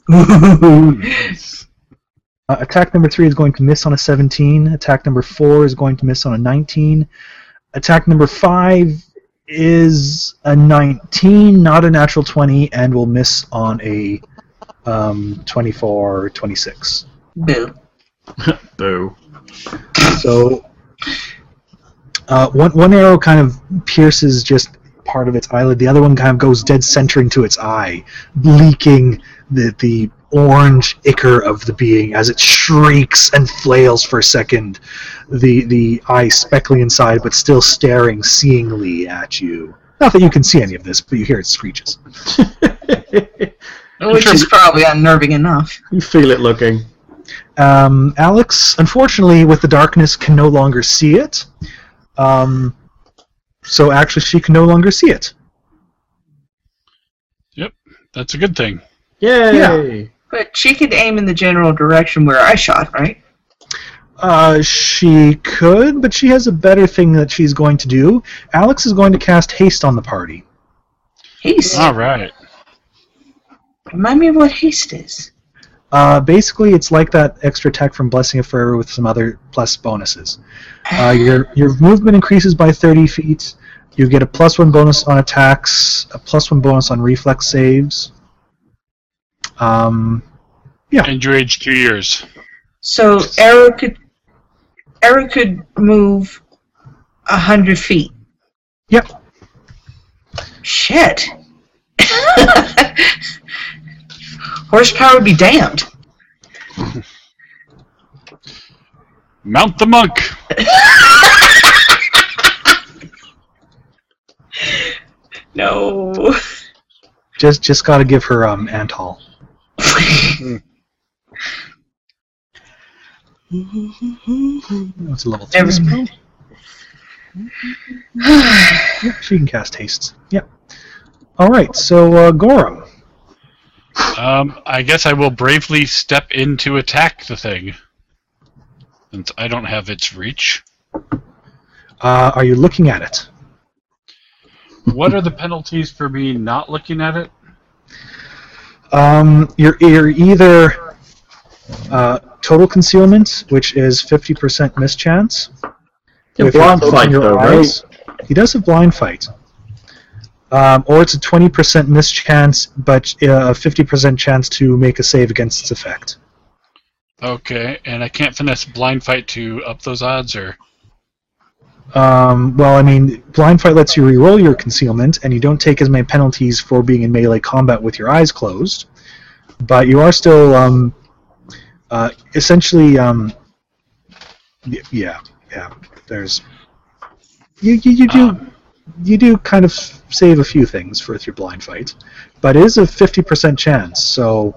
Speaker 3: Uh, attack number 3 is going to miss on a 17. Attack number 4 is going to miss on a 19. Attack number 5 is a 19, not a natural 20, and will miss on a um, 24 26.
Speaker 4: Boo.
Speaker 2: Boo.
Speaker 3: So uh, one one arrow kind of pierces just part of its eyelid. The other one kind of goes dead center into its eye, leaking the the orange ichor of the being as it shrieks and flails for a second. The the eye speckly inside, but still staring seeingly at you. Not that you can see any of this, but you hear it screeches.
Speaker 4: Which is probably unnerving enough.
Speaker 2: You feel it looking.
Speaker 3: Um, Alex, unfortunately, with the darkness, can no longer see it. Um, so actually, she can no longer see it.
Speaker 5: That's a good thing.
Speaker 2: Yay!
Speaker 4: But she could aim in the general direction where I shot, right?
Speaker 3: Uh, she could, but she has a better thing that she's going to do. Alex is going to cast haste on the party.
Speaker 4: Haste.
Speaker 5: All right.
Speaker 4: Remind me of what haste is.
Speaker 3: Uh, basically, it's like that extra attack from Blessing of Forever with some other plus bonuses. Uh, your your movement increases by 30 feet. You get a plus one bonus on attacks, a plus one bonus on reflex saves. Um,
Speaker 5: And you age two years.
Speaker 4: So Eric could Eric could move a hundred feet.
Speaker 3: yep.
Speaker 4: Shit. [LAUGHS] Horsepower be damned.
Speaker 5: Mount the monk.
Speaker 4: No.
Speaker 3: Just just got to give her um Antal. It's a level three.
Speaker 4: [LAUGHS] Never
Speaker 3: spell. Yeah, she can cast haste. Yep. All right. So uh, Gorham.
Speaker 5: Um, I guess I will bravely step in to attack the thing. Since I don't have its reach.
Speaker 3: Uh, are you looking at it?
Speaker 5: What are the penalties for me not looking at it?
Speaker 3: Um, you're, you're either uh, total concealment, which is 50% mischance.
Speaker 2: Yeah,
Speaker 3: if you're
Speaker 2: blind
Speaker 3: cloaking
Speaker 2: fight,
Speaker 3: your
Speaker 2: though,
Speaker 3: eyes. He does have blind fight. Um, or it's a 20% mischance, but uh, a 50% chance to make a save against its effect.
Speaker 5: Okay, and I can't finesse blind fight to up those odds, or
Speaker 3: Um, well, I mean, blind fight lets you reroll your concealment, and you don't take as many penalties for being in melee combat with your eyes closed. But you are still um, uh, essentially, um, y- yeah, yeah. There's you, you, you do
Speaker 5: Um.
Speaker 3: you do kind of save a few things for with your blind fight, but it is a fifty percent chance. So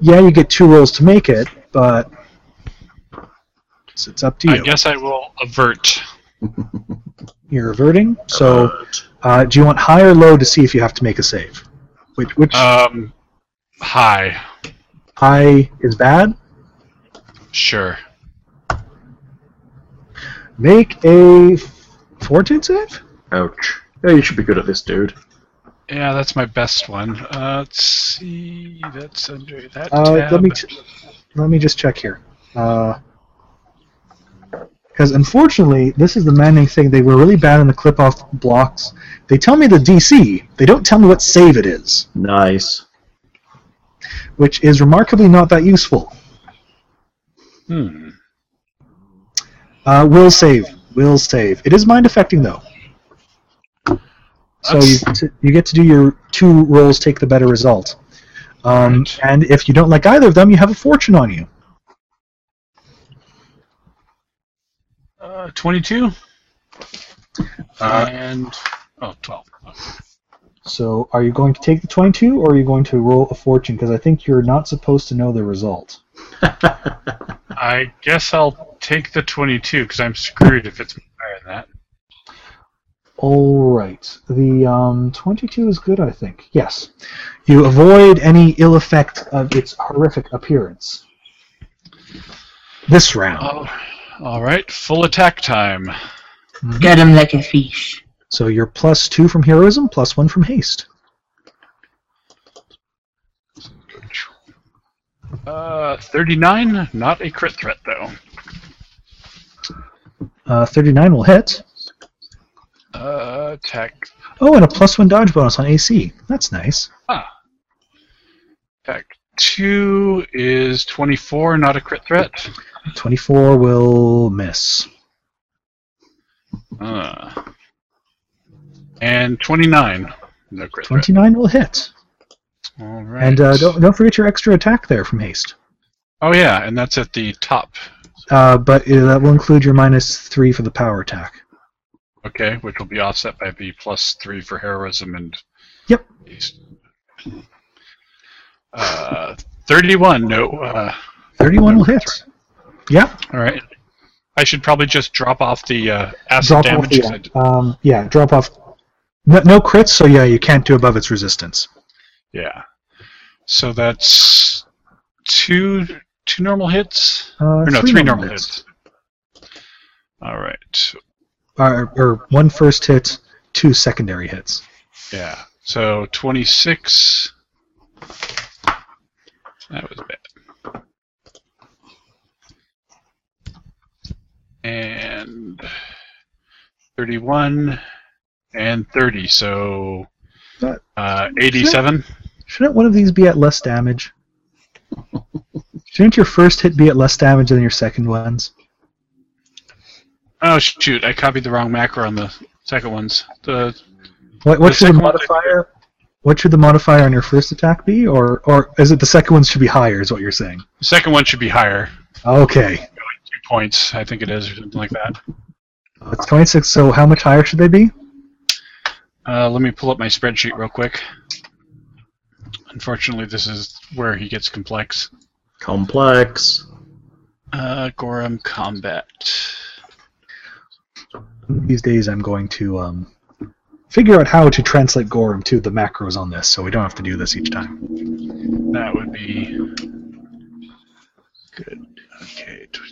Speaker 3: yeah, you get two rolls to make it, but it's, it's up to you.
Speaker 5: I guess I will avert.
Speaker 3: You're averting. So,
Speaker 2: Oh,
Speaker 3: uh, do you want high or low to see if you have to make a save? Which, which
Speaker 5: Um, hi,
Speaker 3: high is bad?
Speaker 5: sure.
Speaker 3: Make a fortitude save.
Speaker 2: Ouch. Yeah, you should be good at this, dude.
Speaker 5: Yeah, that's my best one. Uh, let's see, that's under that
Speaker 3: Uh,
Speaker 5: tab.
Speaker 3: let me ch- let me just check here. Because unfortunately, this is the maddening thing. They were really bad in the clip-off blocks. They tell me the DC. They don't tell me what save it is,
Speaker 2: Nice.
Speaker 3: which is remarkably not that useful.
Speaker 5: hmm.
Speaker 3: Uh, will save. Will save. It is mind affecting though. So you,
Speaker 5: That's-
Speaker 3: get to- you get to do your two rolls, take the better result. Um,
Speaker 5: Right.
Speaker 3: And if you don't like either of them, you have a fortune on you.
Speaker 5: Uh, 22?
Speaker 3: Uh,
Speaker 5: and, oh, 12.
Speaker 3: So are you going to take the 22 or are you going to roll a fortune? Because I think you're not supposed to know the result.
Speaker 5: I guess I'll take the 22, because I'm screwed if it's higher than that.
Speaker 3: All right. The um, 22 is good, I think. Yes. You avoid any ill effect of its horrific appearance. This round.
Speaker 5: Oh, all right, full attack time.
Speaker 4: Get him like a fish.
Speaker 3: So you're plus two from heroism, plus one from haste.
Speaker 5: Uh, 39, not a crit threat, though.
Speaker 3: Uh, 39 will hit.
Speaker 5: Uh, attack,
Speaker 3: Oh, and a plus one dodge bonus on AC. That's nice.
Speaker 5: ah. attack 2 is 24, not a crit threat.
Speaker 3: 24 will miss.
Speaker 5: Uh, and 29, no crit threat.
Speaker 3: 29 will hit.
Speaker 5: All right.
Speaker 3: And uh, don't, don't forget your extra attack there from haste.
Speaker 5: Oh, yeah, and that's at the top.
Speaker 3: Uh, but uh, that will include your minus three for the power attack.
Speaker 5: Okay, which will be offset by the plus three for heroism and.
Speaker 3: Yep.
Speaker 5: Uh, 31. No. Uh,
Speaker 3: 31 will hit. Yeah,
Speaker 5: all right. I should probably just drop off the uh, acid
Speaker 3: drop off
Speaker 5: damage.
Speaker 3: the
Speaker 5: 'cause I d-
Speaker 3: um, yeah drop off. No, no crits, so yeah, you can't do above its resistance.
Speaker 5: yeah. So that's two two normal hits.
Speaker 3: Uh,
Speaker 5: Or no, three, normal hits. All right.
Speaker 3: Or, or one first hit, two secondary hits.
Speaker 5: Yeah. So 26. That was bad. And 31 and 30. So
Speaker 3: That-
Speaker 5: uh, 87.
Speaker 3: Shouldn't one of these be at less
Speaker 5: [LAUGHS]
Speaker 3: damage? Shouldn't your first hit be at less damage than your second ones?
Speaker 5: Oh, shoot. I copied the wrong macro on the second ones. The
Speaker 3: What, what
Speaker 5: The
Speaker 3: should the
Speaker 5: second one's
Speaker 3: modifier? What should the modifier on your first attack be, or or is it the second one should be higher? Is what you're saying?
Speaker 5: second one should be higher.
Speaker 3: Okay,
Speaker 5: Two points, I think it is, or something like that.
Speaker 3: it's 26. So how much higher should they be?
Speaker 5: Uh, let me pull up my spreadsheet real quick. Unfortunately, this is where he gets complex.
Speaker 2: Complex.
Speaker 5: Uh, Gorham combat.
Speaker 3: These days, I'm going to um, figure out how to translate Gorham to the macros on this, so we don't have to do this each time.
Speaker 5: That would be good. Okay. tw-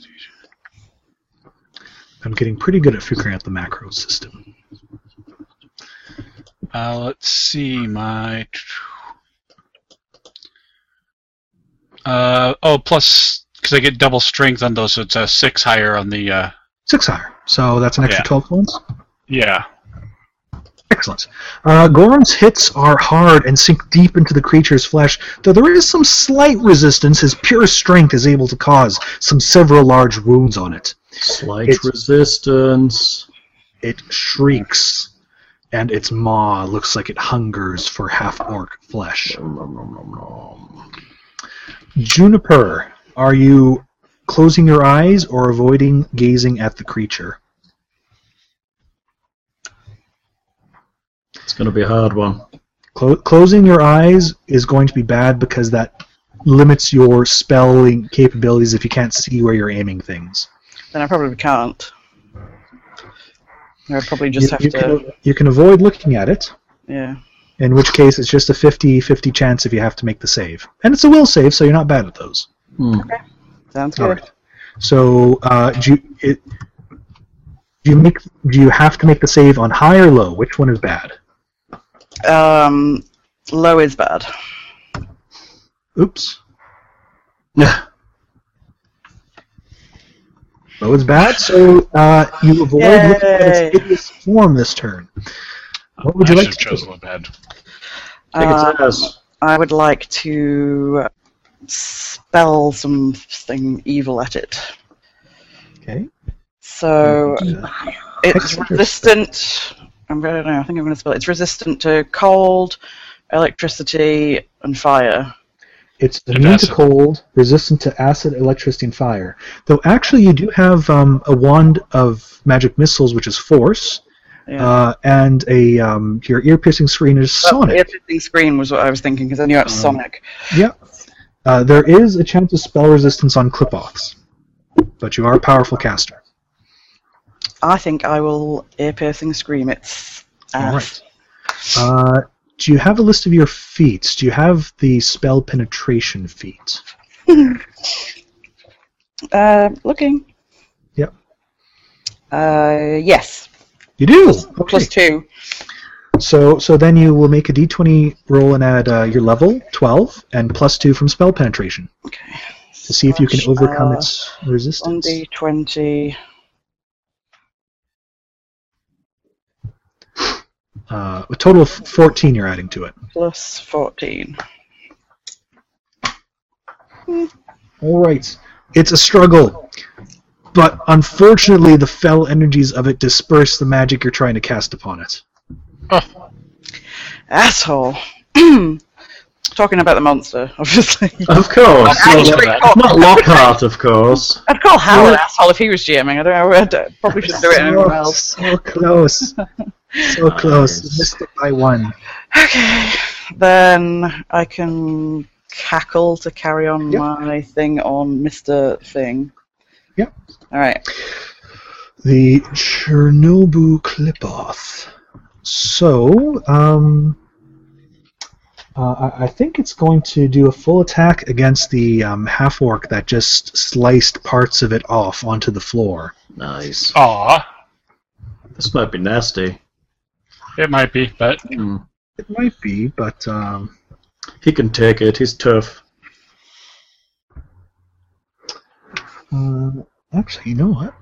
Speaker 3: I'm getting pretty good at figuring out the macro system.
Speaker 5: Uh, let's see my. Uh, oh, plus because I get double strength on those, so it's a six higher on the. Uh,
Speaker 3: Six higher, so that's an extra
Speaker 5: Yeah.
Speaker 3: 12 points.
Speaker 5: yeah.
Speaker 3: Excellent. Uh, Gorham's hits are hard and sink deep into the creature's flesh, though there is some slight resistance his pure strength is able to cause some several large wounds on it.
Speaker 2: Slight
Speaker 3: It's-
Speaker 2: resistance.
Speaker 3: It shrieks, and its maw looks like it hungers for half orc flesh.
Speaker 2: Nom, nom, nom, nom, nom.
Speaker 3: Juniper, are you closing your eyes or avoiding gazing at the creature?
Speaker 2: It's going to be a hard one.
Speaker 3: Clo- closing your eyes is going to be bad because that limits your spelling capabilities if you can't see where you're aiming things.
Speaker 6: Then I probably can't. I'd probably
Speaker 3: You-
Speaker 6: just have
Speaker 3: you,
Speaker 6: to.
Speaker 3: Can, you can avoid looking at it,
Speaker 6: Yeah.
Speaker 3: in which case it's just a 50 50 chance if you have to make the save. And it's a will save, so you're not bad at those.
Speaker 2: Hmm.
Speaker 6: Sounds
Speaker 3: All
Speaker 6: good.
Speaker 3: right. So, uh, do, you, it, do, you make, do you have to make the save on high or low? Which one is bad?
Speaker 6: Um, low is bad.
Speaker 3: Oops. low is bad, so uh, you avoid looking at
Speaker 6: Yay.
Speaker 3: its hideous form this turn. What would you
Speaker 5: I
Speaker 3: like
Speaker 5: should
Speaker 3: to
Speaker 5: have chosen a bad.
Speaker 2: Take
Speaker 6: Uh,
Speaker 2: its ass.
Speaker 6: I would like to spell something evil at it.
Speaker 3: Okay.
Speaker 6: So
Speaker 3: Mm-hmm.
Speaker 6: it's
Speaker 3: Hexproof.
Speaker 6: resistant. I'm gonna. no, I think I'm going to spell it. It's resistant to cold, electricity, and fire.
Speaker 3: It's
Speaker 5: And
Speaker 3: immune to
Speaker 5: acid.
Speaker 3: cold, resistant to acid, electricity, and fire. Though actually, you do have um, a wand of magic missiles, which is force,
Speaker 6: Yeah. Oh,
Speaker 3: uh, and a um, your ear piercing screen is
Speaker 6: Well,
Speaker 3: sonic.
Speaker 6: The interesting screen was what I was thinking because I knew it was
Speaker 5: Um,
Speaker 6: Sonic.
Speaker 3: Uh, there is a chance of spell resistance on clip offs, but you are a powerful caster.
Speaker 6: I think I will ear piercing scream. It's
Speaker 3: All
Speaker 6: ass.
Speaker 3: right. Uh, do you have a list of your feats? Do you have the spell penetration feat?
Speaker 6: Uh, looking.
Speaker 3: Yep.
Speaker 6: Uh, yes.
Speaker 3: You do.
Speaker 6: Plus two.
Speaker 3: So so then you will make a d20 roll and add uh, your level 12 and plus two from spell penetration
Speaker 6: Okay.
Speaker 3: to see if you can
Speaker 6: Slash,
Speaker 3: overcome
Speaker 6: uh,
Speaker 3: its resistance.
Speaker 6: 1d20.
Speaker 3: Uh, a total of 14 you're adding to it.
Speaker 6: plus 14.
Speaker 3: All right. It's a struggle, but unfortunately the fell energies of it disperse the magic you're trying to cast upon it.
Speaker 6: Asshole. [CLEARS THROAT] Talking about the monster, [LAUGHS] obviously.
Speaker 2: Of course.
Speaker 5: I
Speaker 2: Not,
Speaker 5: should
Speaker 2: Lock- not Lockhart, of course.
Speaker 6: I'd call Hal an asshole if he was GMing. I don't know. I'd, uh, [LAUGHS] probably should do it anywhere
Speaker 3: so,
Speaker 6: else.
Speaker 3: so close. So close.
Speaker 2: Nice.
Speaker 3: Missed it by one.
Speaker 6: Okay. Then I can cackle to carry on
Speaker 3: Yep.
Speaker 6: my thing on Mr. Thing.
Speaker 3: Yep.
Speaker 6: All right.
Speaker 3: The Chernobyl Clipoth. So, um, Uh, I, I think it's going to do a full attack against the um, half orc that just sliced parts of it off onto the floor.
Speaker 2: Nice.
Speaker 5: Aw,
Speaker 2: This might be nasty.
Speaker 5: it might be, but
Speaker 2: Hmm.
Speaker 3: It might be, but um,
Speaker 2: He can take it. He's tough. [LAUGHS]
Speaker 3: uh, actually, you know what?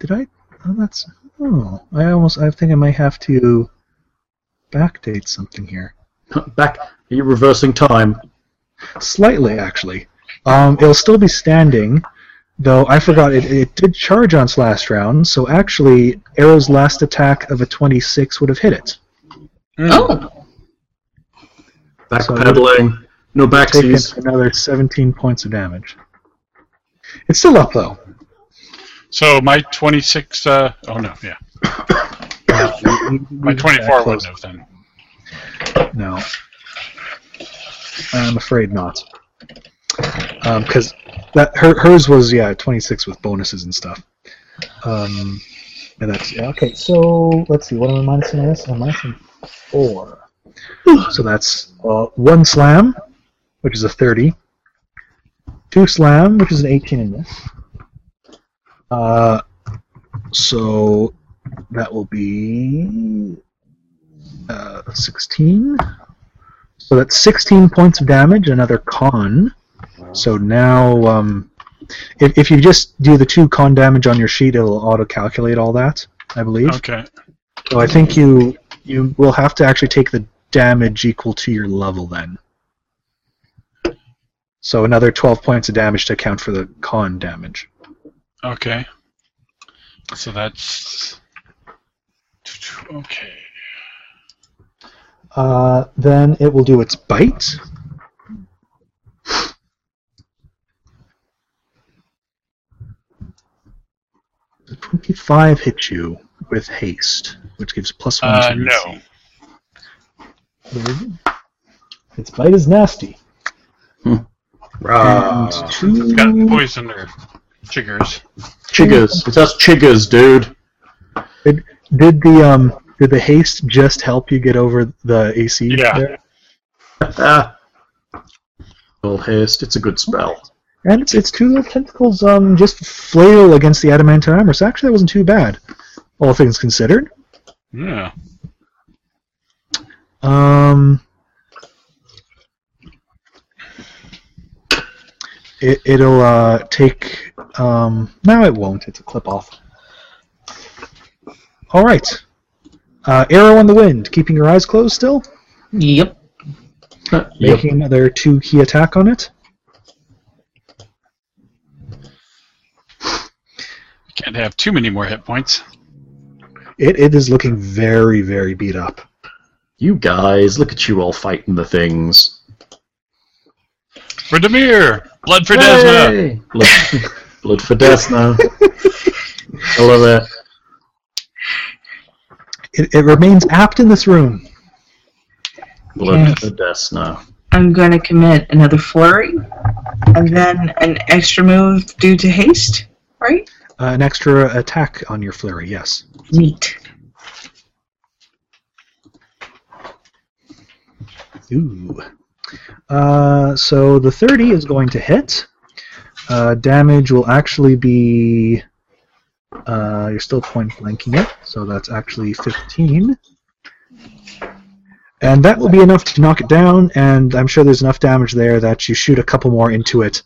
Speaker 3: Did I? Oh, that's. Oh, I almost. I think I might have to backdate something here.
Speaker 2: Back. Are you reversing time?
Speaker 3: Slightly, actually. Um, it'll still be standing, though I forgot it, it did charge on its last round, so actually, Arrow's last attack of a 26 would have hit it.
Speaker 7: Oh,
Speaker 2: Backpedaling. No
Speaker 3: Taken
Speaker 2: backsies.
Speaker 3: another 17 points of damage. It's still up, though.
Speaker 5: so my 26. Uh, oh no, [COUGHS] yeah, my 24 wouldn't have then.
Speaker 3: No. I'm afraid not. Because that her, hers was, yeah, 26 with bonuses and stuff. Um, and that's, yeah, okay, so let's see, what am I minusing on this? I'm minusing 4. so that's uh, 1 slam, which is a 30. 2 slam, which is an 18 in this. Uh, so that will be uh, 16. So that's 16 points of damage, another con. So now, um, if, if you just do the two con damage on your sheet, it'll auto calculate all that, I believe.
Speaker 5: Okay.
Speaker 3: So I think you you will have to actually take the damage equal to your level then. So another 12 points of damage to account for the con damage.
Speaker 5: Okay. So that's okay.
Speaker 3: Uh, then it will do its bite. The 25 hits you with haste, which gives plus one
Speaker 5: Uh,
Speaker 3: to your
Speaker 5: no.
Speaker 3: AC. Its bite is nasty.
Speaker 2: Rah.
Speaker 3: and two
Speaker 5: Got poison or chiggers.
Speaker 2: Chiggers. It has chiggers, dude.
Speaker 3: Did the um did the haste just help you get over the AC?
Speaker 5: Yeah.
Speaker 3: there?
Speaker 2: Ah. Well, haste. It's a good spell.
Speaker 3: And it's, it's two little tentacles um just flail against the adamantine armor. So actually, that wasn't too bad, all things considered.
Speaker 5: Yeah.
Speaker 3: Um, it, it'll uh, take. Um, no, it won't. It's a clip off. All right. Uh, arrow in the wind. Keeping your eyes closed still.
Speaker 7: yep.
Speaker 3: Making another two key attack on it.
Speaker 5: Can't have too many more hit points.
Speaker 3: It it is looking very very beat up.
Speaker 2: You guys, look at you all fighting the things.
Speaker 5: For Demir! Blood for Desna!
Speaker 2: Blood, blood for Desna. [LAUGHS] I love it.
Speaker 3: It, it remains apt in this room.
Speaker 2: Blood
Speaker 7: Yes.
Speaker 2: for Desna.
Speaker 4: I'm going to commit another flurry, and then an extra move due to haste. Right?
Speaker 3: Uh, an extra attack on your flurry. Yes.
Speaker 4: Neat.
Speaker 3: Ooh. Uh, so the 30 is going to hit. Uh, damage will actually be. Uh, you're still point blanking it, so that's actually 15. And that will be enough to knock it down, and I'm sure there's enough damage there that you shoot a couple more into it.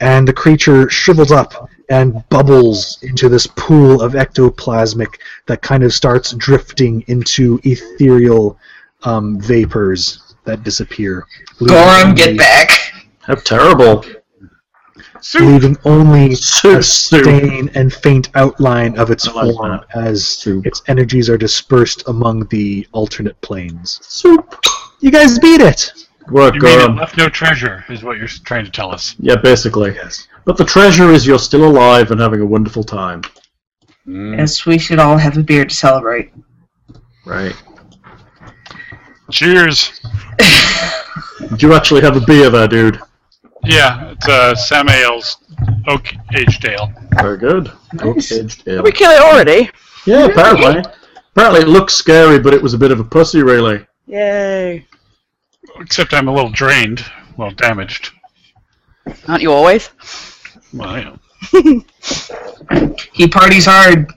Speaker 3: And the creature shrivels up and bubbles into this pool of ectoplasmic that kind of starts drifting into ethereal um, vapors that disappear. leaving
Speaker 7: Gorham,
Speaker 3: only-
Speaker 7: get back.
Speaker 2: How terrible.
Speaker 5: Soup!
Speaker 3: Leaving only
Speaker 2: Soup,
Speaker 3: a
Speaker 2: soup.
Speaker 3: stain and faint outline of its
Speaker 2: I like
Speaker 3: form
Speaker 2: that.
Speaker 3: as
Speaker 2: Soup.
Speaker 3: its energies are dispersed among the alternate planes.
Speaker 2: Soup.
Speaker 3: You guys beat it!
Speaker 2: Good Work,
Speaker 5: You mean it
Speaker 2: Gorham.
Speaker 5: left no treasure, is what you're trying to tell us.
Speaker 2: Yeah, basically.
Speaker 3: Yes.
Speaker 2: But the treasure is you're still alive and having a wonderful time.
Speaker 4: Yes, we should all have a beer to celebrate.
Speaker 2: Right.
Speaker 5: Cheers!
Speaker 2: Do you actually have a beer there, dude?
Speaker 5: Yeah, it's uh, Sam Ale's Oak Aged Ale.
Speaker 2: Very good.
Speaker 4: Nice.
Speaker 2: Oak-aged ale.
Speaker 6: Did we kill it already?
Speaker 2: Yeah, apparently. Apparently it looked scary, but it was a bit of a pussy, really.
Speaker 6: Yay.
Speaker 5: Except I'm a little drained, well damaged.
Speaker 6: Aren't you always?
Speaker 5: Well, I am.
Speaker 4: He parties hard.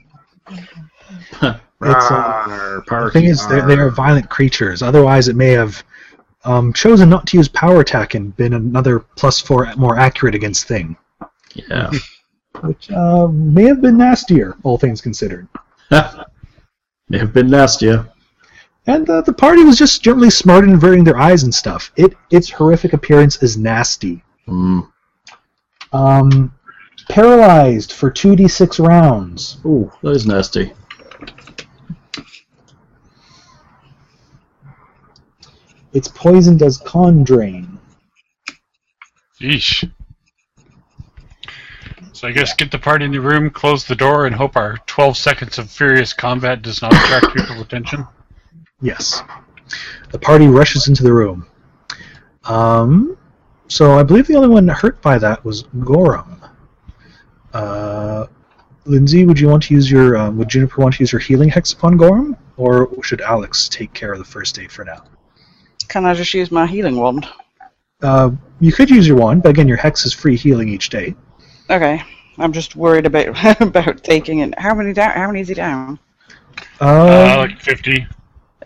Speaker 3: It's, uh,
Speaker 2: Rawr,
Speaker 3: the
Speaker 2: parky,
Speaker 3: thing is, they, they are
Speaker 2: arr.
Speaker 3: violent creatures. Otherwise, it may have um, chosen not to use power attack and been another plus four more accurate against thing,
Speaker 2: Yeah. [LAUGHS]
Speaker 3: which uh, may have been nastier, all things considered.
Speaker 2: they have been nastier.
Speaker 3: And uh, the party was just generally smart in averting their eyes and stuff. It its horrific appearance is nasty.
Speaker 2: Mm.
Speaker 3: Um, paralyzed for two d six rounds.
Speaker 2: Ooh, that is nasty. [LAUGHS]
Speaker 3: It's poisoned as con drain.
Speaker 5: Yeesh. So I guess get the party in the room, close the door, and hope our 12 seconds of furious combat does not attract people's attention.
Speaker 3: Yes. The party rushes into the room. Um, so I believe the only one hurt by that was Gorum. Uh, Lindsay, would you want to use your um, would Juniper want to use your healing hex upon Gorum, or should Alex take care of the first aid for now?
Speaker 6: Can I just use my healing wand?
Speaker 3: Uh, you could use your wand, but again, your hex is free healing each day.
Speaker 6: Okay. I'm just worried about [LAUGHS] about taking it. How many down? How many is he down?
Speaker 3: Uh,
Speaker 5: Uh, like 50.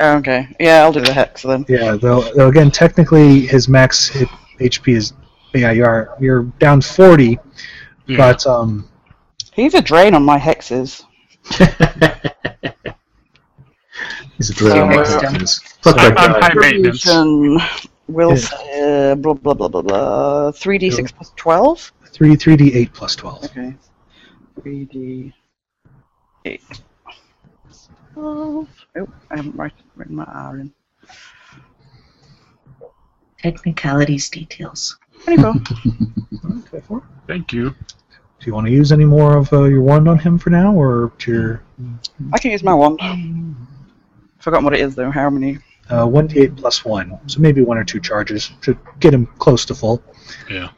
Speaker 6: Oh, okay. Yeah, I'll do the hex then.
Speaker 3: yeah, though, though again, technically his max hit HP is yeah, you are you're down forty,
Speaker 5: Yeah.
Speaker 3: but um,
Speaker 6: He's a drain on my hexes.
Speaker 2: He's a dragon.
Speaker 7: next
Speaker 2: man.
Speaker 7: time.
Speaker 2: Fuck that
Speaker 5: I'm, I'm
Speaker 2: guy.
Speaker 5: high maintenance.
Speaker 6: Confusion. Will uh, blah blah blah blah blah. Three d six plus twelve.
Speaker 3: three three d eight plus twelve.
Speaker 6: Okay. Three d eight. Twelve. Oh, I haven't writ- written my R in.
Speaker 7: Technicalities details.
Speaker 6: Twenty-four.
Speaker 3: Okay, four.
Speaker 5: Thank you.
Speaker 3: Do you want to use any more of uh, your wand on him for now, or to your
Speaker 6: I can use my wand. Forgotten what it is though. How many?
Speaker 3: uh, 1d8 plus 1? So maybe one or two charges. Should get him close to full.
Speaker 5: Yeah.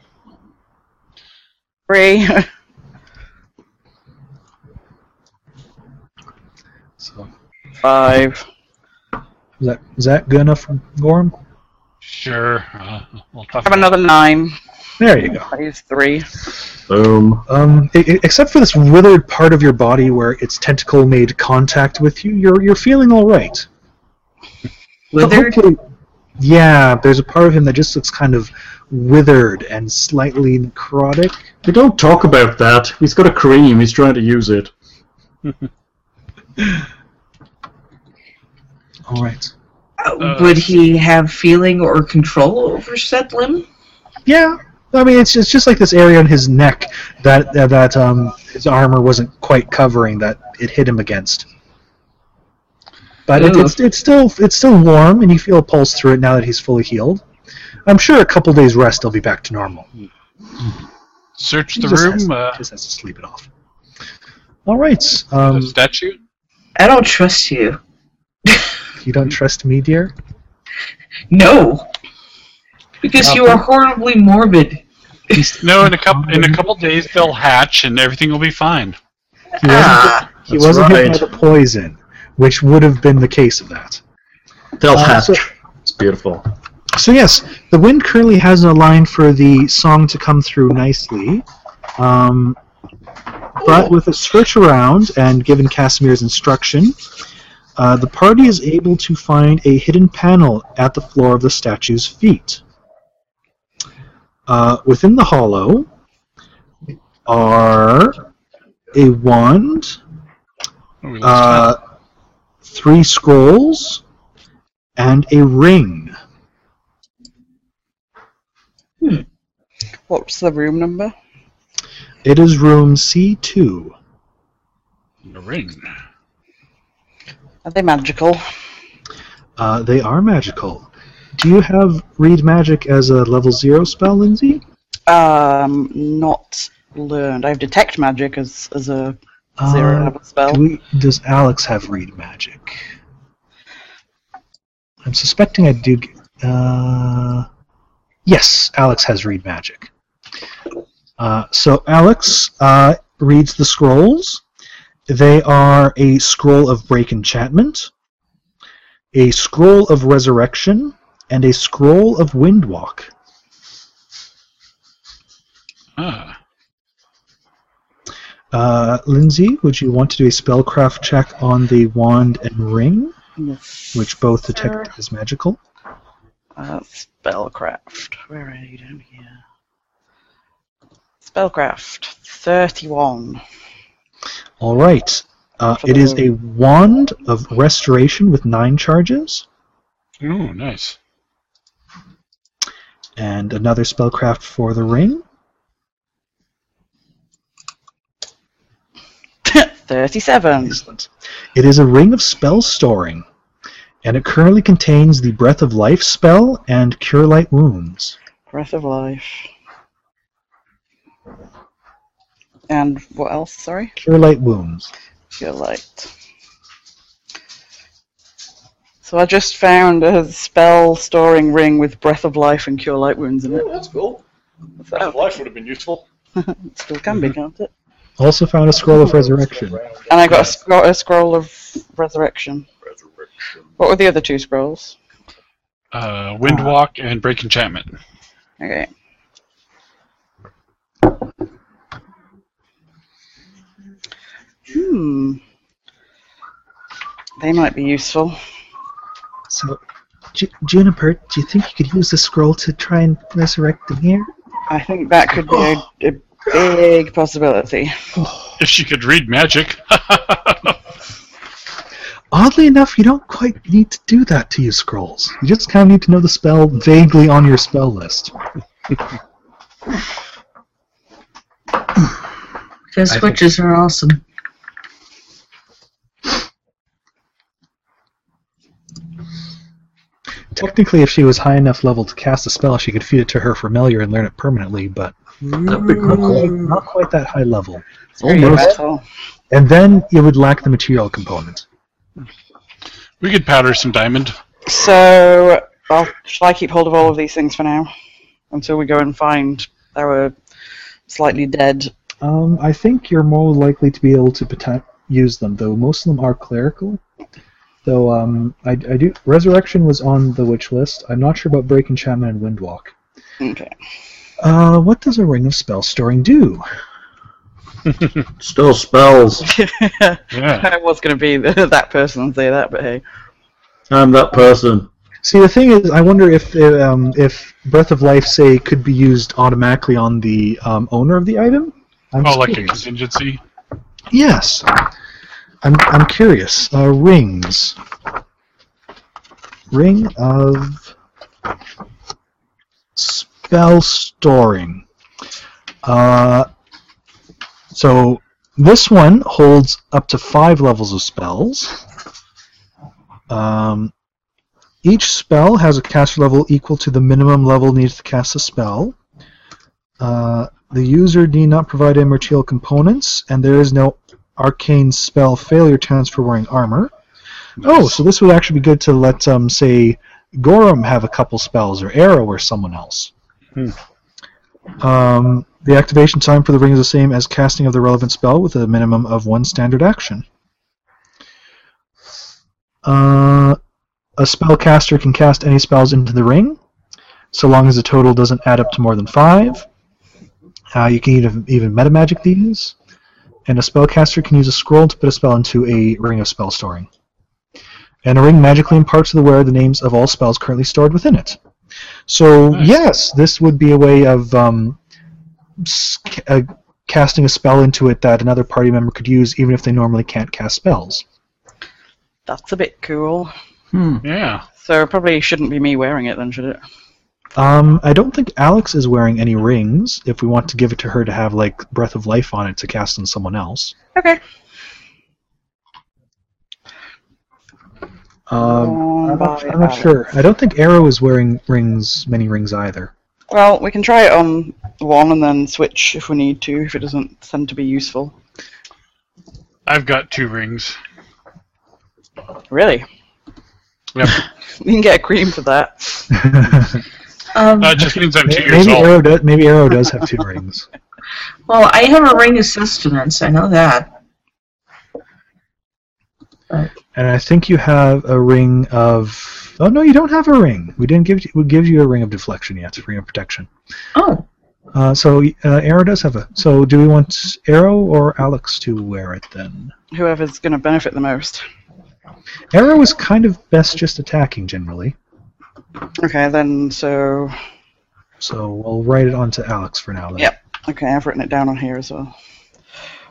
Speaker 6: Three. [LAUGHS]
Speaker 3: So
Speaker 6: Five.
Speaker 3: is that, is that good enough for Gorm?
Speaker 5: Sure. Uh, well, tough
Speaker 6: I have another nine.
Speaker 3: There you go.
Speaker 6: I use three.
Speaker 2: Boom.
Speaker 3: Um, e- e- except for this withered part of your body where its tentacle made contact with you, you're, you're feeling all right. But
Speaker 7: Withered?
Speaker 3: hopefully- Yeah, there's a part of him that just looks kind of withered and slightly necrotic.
Speaker 2: They don't talk about that. He's got a cream. He's trying to use it.
Speaker 3: All right.
Speaker 5: Uh,
Speaker 4: Oh, Would he have feeling or control over said limb?
Speaker 3: Yeah, I mean it's it's just like this area on his neck that that, that um his armor wasn't quite covering that it hit him against. But it,
Speaker 4: Ooh.
Speaker 3: it's it's still it's still warm, and you feel a pulse through it now that he's fully healed. I'm sure a couple days rest he'll be back to normal.
Speaker 5: Search
Speaker 3: He
Speaker 5: the
Speaker 3: just has-
Speaker 5: room. Uh,
Speaker 3: just has to sleep it off. All right, um,
Speaker 5: the statue.
Speaker 4: I don't trust you.
Speaker 3: you don't trust me, dear.
Speaker 4: No. Because you are horribly morbid.
Speaker 5: No, in a couple in a couple days they'll hatch and everything will be fine.
Speaker 3: He wasn't,
Speaker 4: Ah,
Speaker 3: he
Speaker 2: That's
Speaker 3: wasn't hit
Speaker 2: right.
Speaker 3: by the poison, which would have been the case of that.
Speaker 2: They'll
Speaker 3: Uh,
Speaker 2: hatch.
Speaker 3: so-
Speaker 2: it's beautiful.
Speaker 3: So yes, the wind currently has a line for the song to come through nicely, um, but with a search around and given Casimir's instruction, uh, the party is able to find a hidden panel at the floor of the statue's feet. Uh, within the hollow are a wand,
Speaker 5: Oh, we lost
Speaker 3: uh, three scrolls, and a ring.
Speaker 6: What's the room number?
Speaker 3: It is room C2.
Speaker 5: the ring.
Speaker 6: Are they magical?
Speaker 3: Uh, they are magical. Do you have read magic as a level zero spell, Lindsay?
Speaker 6: Um, not learned. I have detect magic as as a zero
Speaker 3: Uh,
Speaker 6: level spell.
Speaker 3: do we, does Alex have read magic? I'm suspecting I do. g- Uh, yes, Alex has read magic. Uh, so Alex uh, reads the scrolls. They are a scroll of break enchantment, a scroll of resurrection, and a scroll of windwalk.
Speaker 5: Ah,
Speaker 3: Uh, Lindsay, would you want to do a spellcraft check on the wand and ring,
Speaker 6: Yes.
Speaker 3: which both detect as magical?
Speaker 6: Uh, spellcraft. Where are you down here? Spellcraft. [LAUGHS] 31.
Speaker 3: All right. Uh,
Speaker 6: For
Speaker 3: it
Speaker 6: the
Speaker 3: is a wand of restoration with nine charges,
Speaker 5: ooh, nice.
Speaker 3: and another spellcraft for the ring.
Speaker 6: 37.
Speaker 3: Excellent. It is a ring of spell storing, and it currently contains the Breath of Life spell and Cure Light Wounds.
Speaker 6: Breath of Life. And what else? Sorry?
Speaker 3: Cure Light Wounds.
Speaker 6: Your light. So I just found a spell storing ring with Breath of Life and Cure Light Wounds in it.
Speaker 9: Ooh, Oh, that's cool.
Speaker 6: So
Speaker 9: That life would have been useful.
Speaker 6: it [LAUGHS] still can be, can't it?
Speaker 3: Also found a Scroll of Resurrection.
Speaker 6: And I got a, scro- a scroll of resurrection.
Speaker 9: Resurrection.
Speaker 6: What were the other two scrolls?
Speaker 5: Uh, Windwalk and Break Enchantment.
Speaker 6: Okay. Hmm. They might be useful.
Speaker 3: So, J- Juniper, do you think you could use the scroll to try and resurrect the mirror?
Speaker 6: I think that could be a, a big possibility.
Speaker 5: If she could read magic. [LAUGHS]
Speaker 3: Oddly enough, you don't quite need to do that to use scrolls. You just kind of need to know the spell vaguely on your spell list.
Speaker 7: Because
Speaker 3: I think-
Speaker 7: witches are awesome.
Speaker 3: Technically, if she was high enough level to cast a spell, she could feed it to her familiar and learn it permanently, but
Speaker 2: That'd be
Speaker 3: not
Speaker 2: cool.
Speaker 3: quite, not quite that high level.
Speaker 6: That's
Speaker 3: Almost.
Speaker 6: all.
Speaker 3: And then it would lack the material component.
Speaker 5: we could powder some diamond.
Speaker 6: So, well, shall I keep hold of all of these things for now until we go and find our slightly dead?
Speaker 3: Um, I think you're more likely to be able to pota- use them, though most of them are clerical. Though um, I, I do resurrection was on the witch list. I'm not sure about break enchantment and windwalk.
Speaker 6: Okay. [LAUGHS]
Speaker 3: Uh, what does a ring of spell storing do?
Speaker 2: Still spells.
Speaker 5: Yeah.
Speaker 6: I was going to be [LAUGHS] the, that person and say that, but hey,
Speaker 2: I'm that person.
Speaker 3: See, the thing is, I wonder if um, if breath of life say could be used automatically on the um, owner of the item. I'm
Speaker 5: Oh,
Speaker 3: just
Speaker 5: like a
Speaker 3: curious.
Speaker 5: contingency.
Speaker 3: Yes. I'm, I'm curious. Uh, rings. Ring of spell storing. Uh, so this one holds up to five levels of spells. Um, each spell has a caster level equal to the minimum level needed to cast a spell. Uh, the user need not provide any material components, and there is no arcane spell failure chance for wearing armor. Oh, so this would actually be good to let, um, say, Gorum have a couple spells, or Arrow, or someone else.
Speaker 5: Hmm.
Speaker 3: Um, the activation time for the ring is the same as casting of the relevant spell with a minimum of one standard action. Uh, a spellcaster can cast any spells into the ring, so long as the total doesn't add up to more than five. Uh, you can even, even metamagic these. And a spellcaster can use a scroll to put a spell into a ring of spell storing. And a ring magically imparts to the wearer the names of all spells currently stored within it. So,
Speaker 5: Nice.
Speaker 3: yes, this would be a way of um, s- ca- uh, casting a spell into it that another party member could use even if they normally can't cast spells.
Speaker 6: that's a bit cool.
Speaker 5: Yeah.
Speaker 6: So probably shouldn't be me wearing it then, should it?
Speaker 3: Um, I don't think Alex is wearing any rings if we want to give it to her to have, like, Breath of Life on it to cast on someone else.
Speaker 6: Okay.
Speaker 3: Um, I'm not,
Speaker 6: Bye,
Speaker 3: I'm not
Speaker 6: Alex.
Speaker 3: sure. I don't think Arrow is wearing rings, many rings either. [LAUGHS]
Speaker 6: Well, we can try it on one and then switch if we need to, if it doesn't seem to be useful.
Speaker 5: I've got two rings.
Speaker 6: Really? [LAUGHS]
Speaker 5: Yep.
Speaker 6: You can get a cream for that.
Speaker 7: Um,
Speaker 5: That just means I'm two years
Speaker 3: maybe
Speaker 5: old.
Speaker 3: Arrow does. Maybe Arrow does have two rings.
Speaker 4: Well, I have a ring of sustenance. I know that.
Speaker 3: And I think you have a ring of. Oh no, you don't have a ring. We didn't give you, we give you a ring of deflection yet. It's a ring of protection.
Speaker 7: Oh,
Speaker 3: Uh, so uh, Arrow does have a. So do we want Arrow or Alex to wear it then?
Speaker 6: Whoever's going to benefit the most.
Speaker 3: Arrow is kind of best just attacking generally.
Speaker 6: Okay, then, so.
Speaker 3: So we'll write it onto Alex for now. Then.
Speaker 6: Yep. Okay, I've written it down on here as well.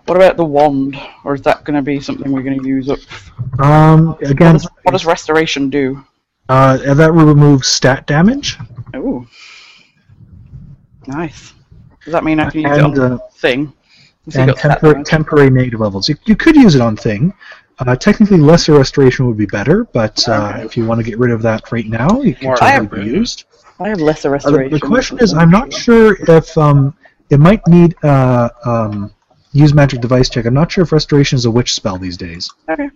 Speaker 6: What about the wand? Or is that going to be something we're going to use up?
Speaker 3: Um.
Speaker 6: What
Speaker 3: Again,
Speaker 6: does, what does restoration do?
Speaker 3: uh, and that will remove stat damage.
Speaker 6: Oh. Nice. Does that mean I can use
Speaker 3: And,
Speaker 6: it on
Speaker 3: uh,
Speaker 6: thing? Has he
Speaker 3: and
Speaker 6: got that
Speaker 3: tempor-
Speaker 6: bonus?
Speaker 3: temporary negative levels. You, you could use it on thing. Uh, technically, lesser restoration would be better, but uh, if you want to get rid of that right now, you can
Speaker 9: More
Speaker 6: I
Speaker 3: totally
Speaker 6: have-
Speaker 3: be used.
Speaker 6: I have lesser
Speaker 3: Uh, the-
Speaker 6: restoration.
Speaker 3: the question is, I'm not sure if um, it might need uh, um, use magic device check. I'm not sure if restoration is a witch spell these days.
Speaker 6: Okay.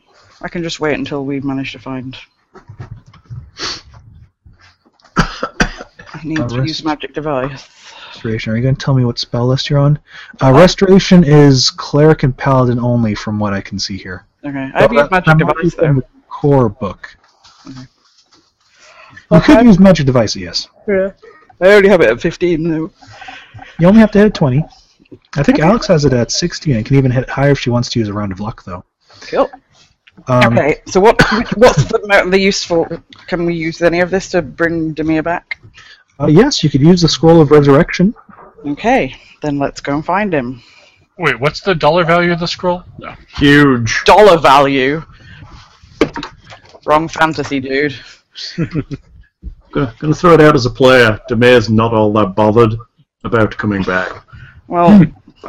Speaker 6: I can just wait until we manage to find. I need
Speaker 3: Uh,
Speaker 6: to
Speaker 3: rest-
Speaker 6: use magic device.
Speaker 3: Restoration. Are you going to tell me what spell list you're on? Uh, restoration is cleric and paladin only, from what I can see here.
Speaker 6: Okay. I have
Speaker 3: Well,
Speaker 6: used
Speaker 3: that-
Speaker 6: magic
Speaker 3: that might be
Speaker 6: device
Speaker 3: from
Speaker 6: though. Mm-hmm.
Speaker 3: the core book.
Speaker 6: Okay.
Speaker 3: You could use magic device, yes.
Speaker 6: Yeah. I already have it at 15 though.
Speaker 3: You only have to hit 20. I think Alex has it at 16 and can even hit it higher if she wants to use a round of luck, though.
Speaker 6: Cool.
Speaker 3: Um,
Speaker 6: okay. So what? What's the, mo- the useful? Can we use any of this to bring Demir back?
Speaker 3: uh, yes, you could use the Scroll of Resurrection.
Speaker 6: Okay. Then let's go and find him.
Speaker 5: Wait, what's the dollar value of the scroll? No.
Speaker 2: Huge.
Speaker 6: Dollar value. Wrong fantasy, dude.
Speaker 2: Gonna, gonna throw it out as a player. Demir's not all that bothered about coming back.
Speaker 6: Well,
Speaker 2: Hmm.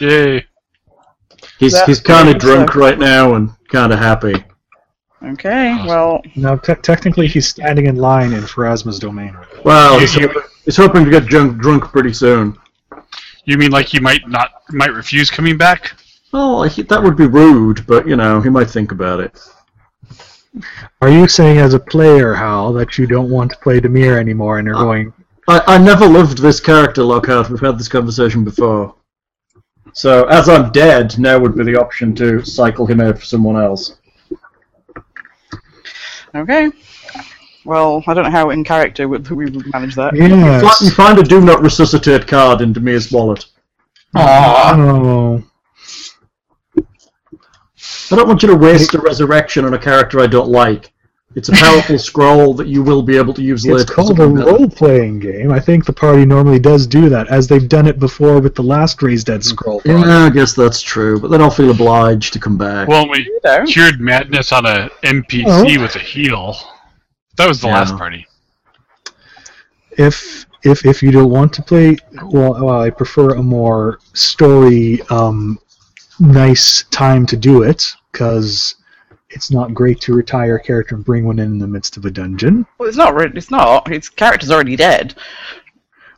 Speaker 5: Yay.
Speaker 2: He's
Speaker 6: That-
Speaker 2: he's kind
Speaker 6: yeah,
Speaker 2: of drunk
Speaker 6: so-
Speaker 2: right now and kind of happy.
Speaker 6: okay. Well,
Speaker 3: Now, te- technically, he's standing in line in Pharasma's domain. Oh,
Speaker 2: Well,
Speaker 5: You,
Speaker 2: he's,
Speaker 5: you-
Speaker 2: he's hoping to get drunk, drunk pretty soon.
Speaker 5: you mean like he might not might refuse coming back?
Speaker 2: Well, he, that would be rude, but you know he might think about it.
Speaker 3: Are you saying, as a player, Hal, that you don't want to play Demir anymore and you're going,
Speaker 2: I, I never loved this character, Lockhart. We've had this conversation before. So, as I'm dead, now would be the option to cycle him out for someone else.
Speaker 6: okay. Well, I don't know how in character we, we would
Speaker 2: [LAUGHS]
Speaker 6: manage that.
Speaker 2: Flat You
Speaker 3: yes.
Speaker 2: find a do not resuscitate card in Demir's wallet.
Speaker 3: Oh.
Speaker 2: I don't want you to waste a resurrection on a character I don't like. It's a powerful scroll that you will be able to use later.
Speaker 3: It's
Speaker 2: for
Speaker 3: called a
Speaker 2: something better.
Speaker 3: role playing game. I think the party normally does do that, as they've done it before with the last Raised Dead Scroll. project.
Speaker 2: Yeah, I guess that's true, but then I'll feel obliged to come back.
Speaker 5: Well, we
Speaker 6: You know.
Speaker 5: cured madness on a NPC
Speaker 3: Oh.
Speaker 5: with a heal. That was the
Speaker 2: Yeah.
Speaker 5: last party.
Speaker 3: if if if you don't want to play well, well I prefer a more story um, nice time to do it because it's not great to retire a character and bring one in in the midst of a dungeon.
Speaker 6: Well, it's not. Really, it's not. His character's already dead.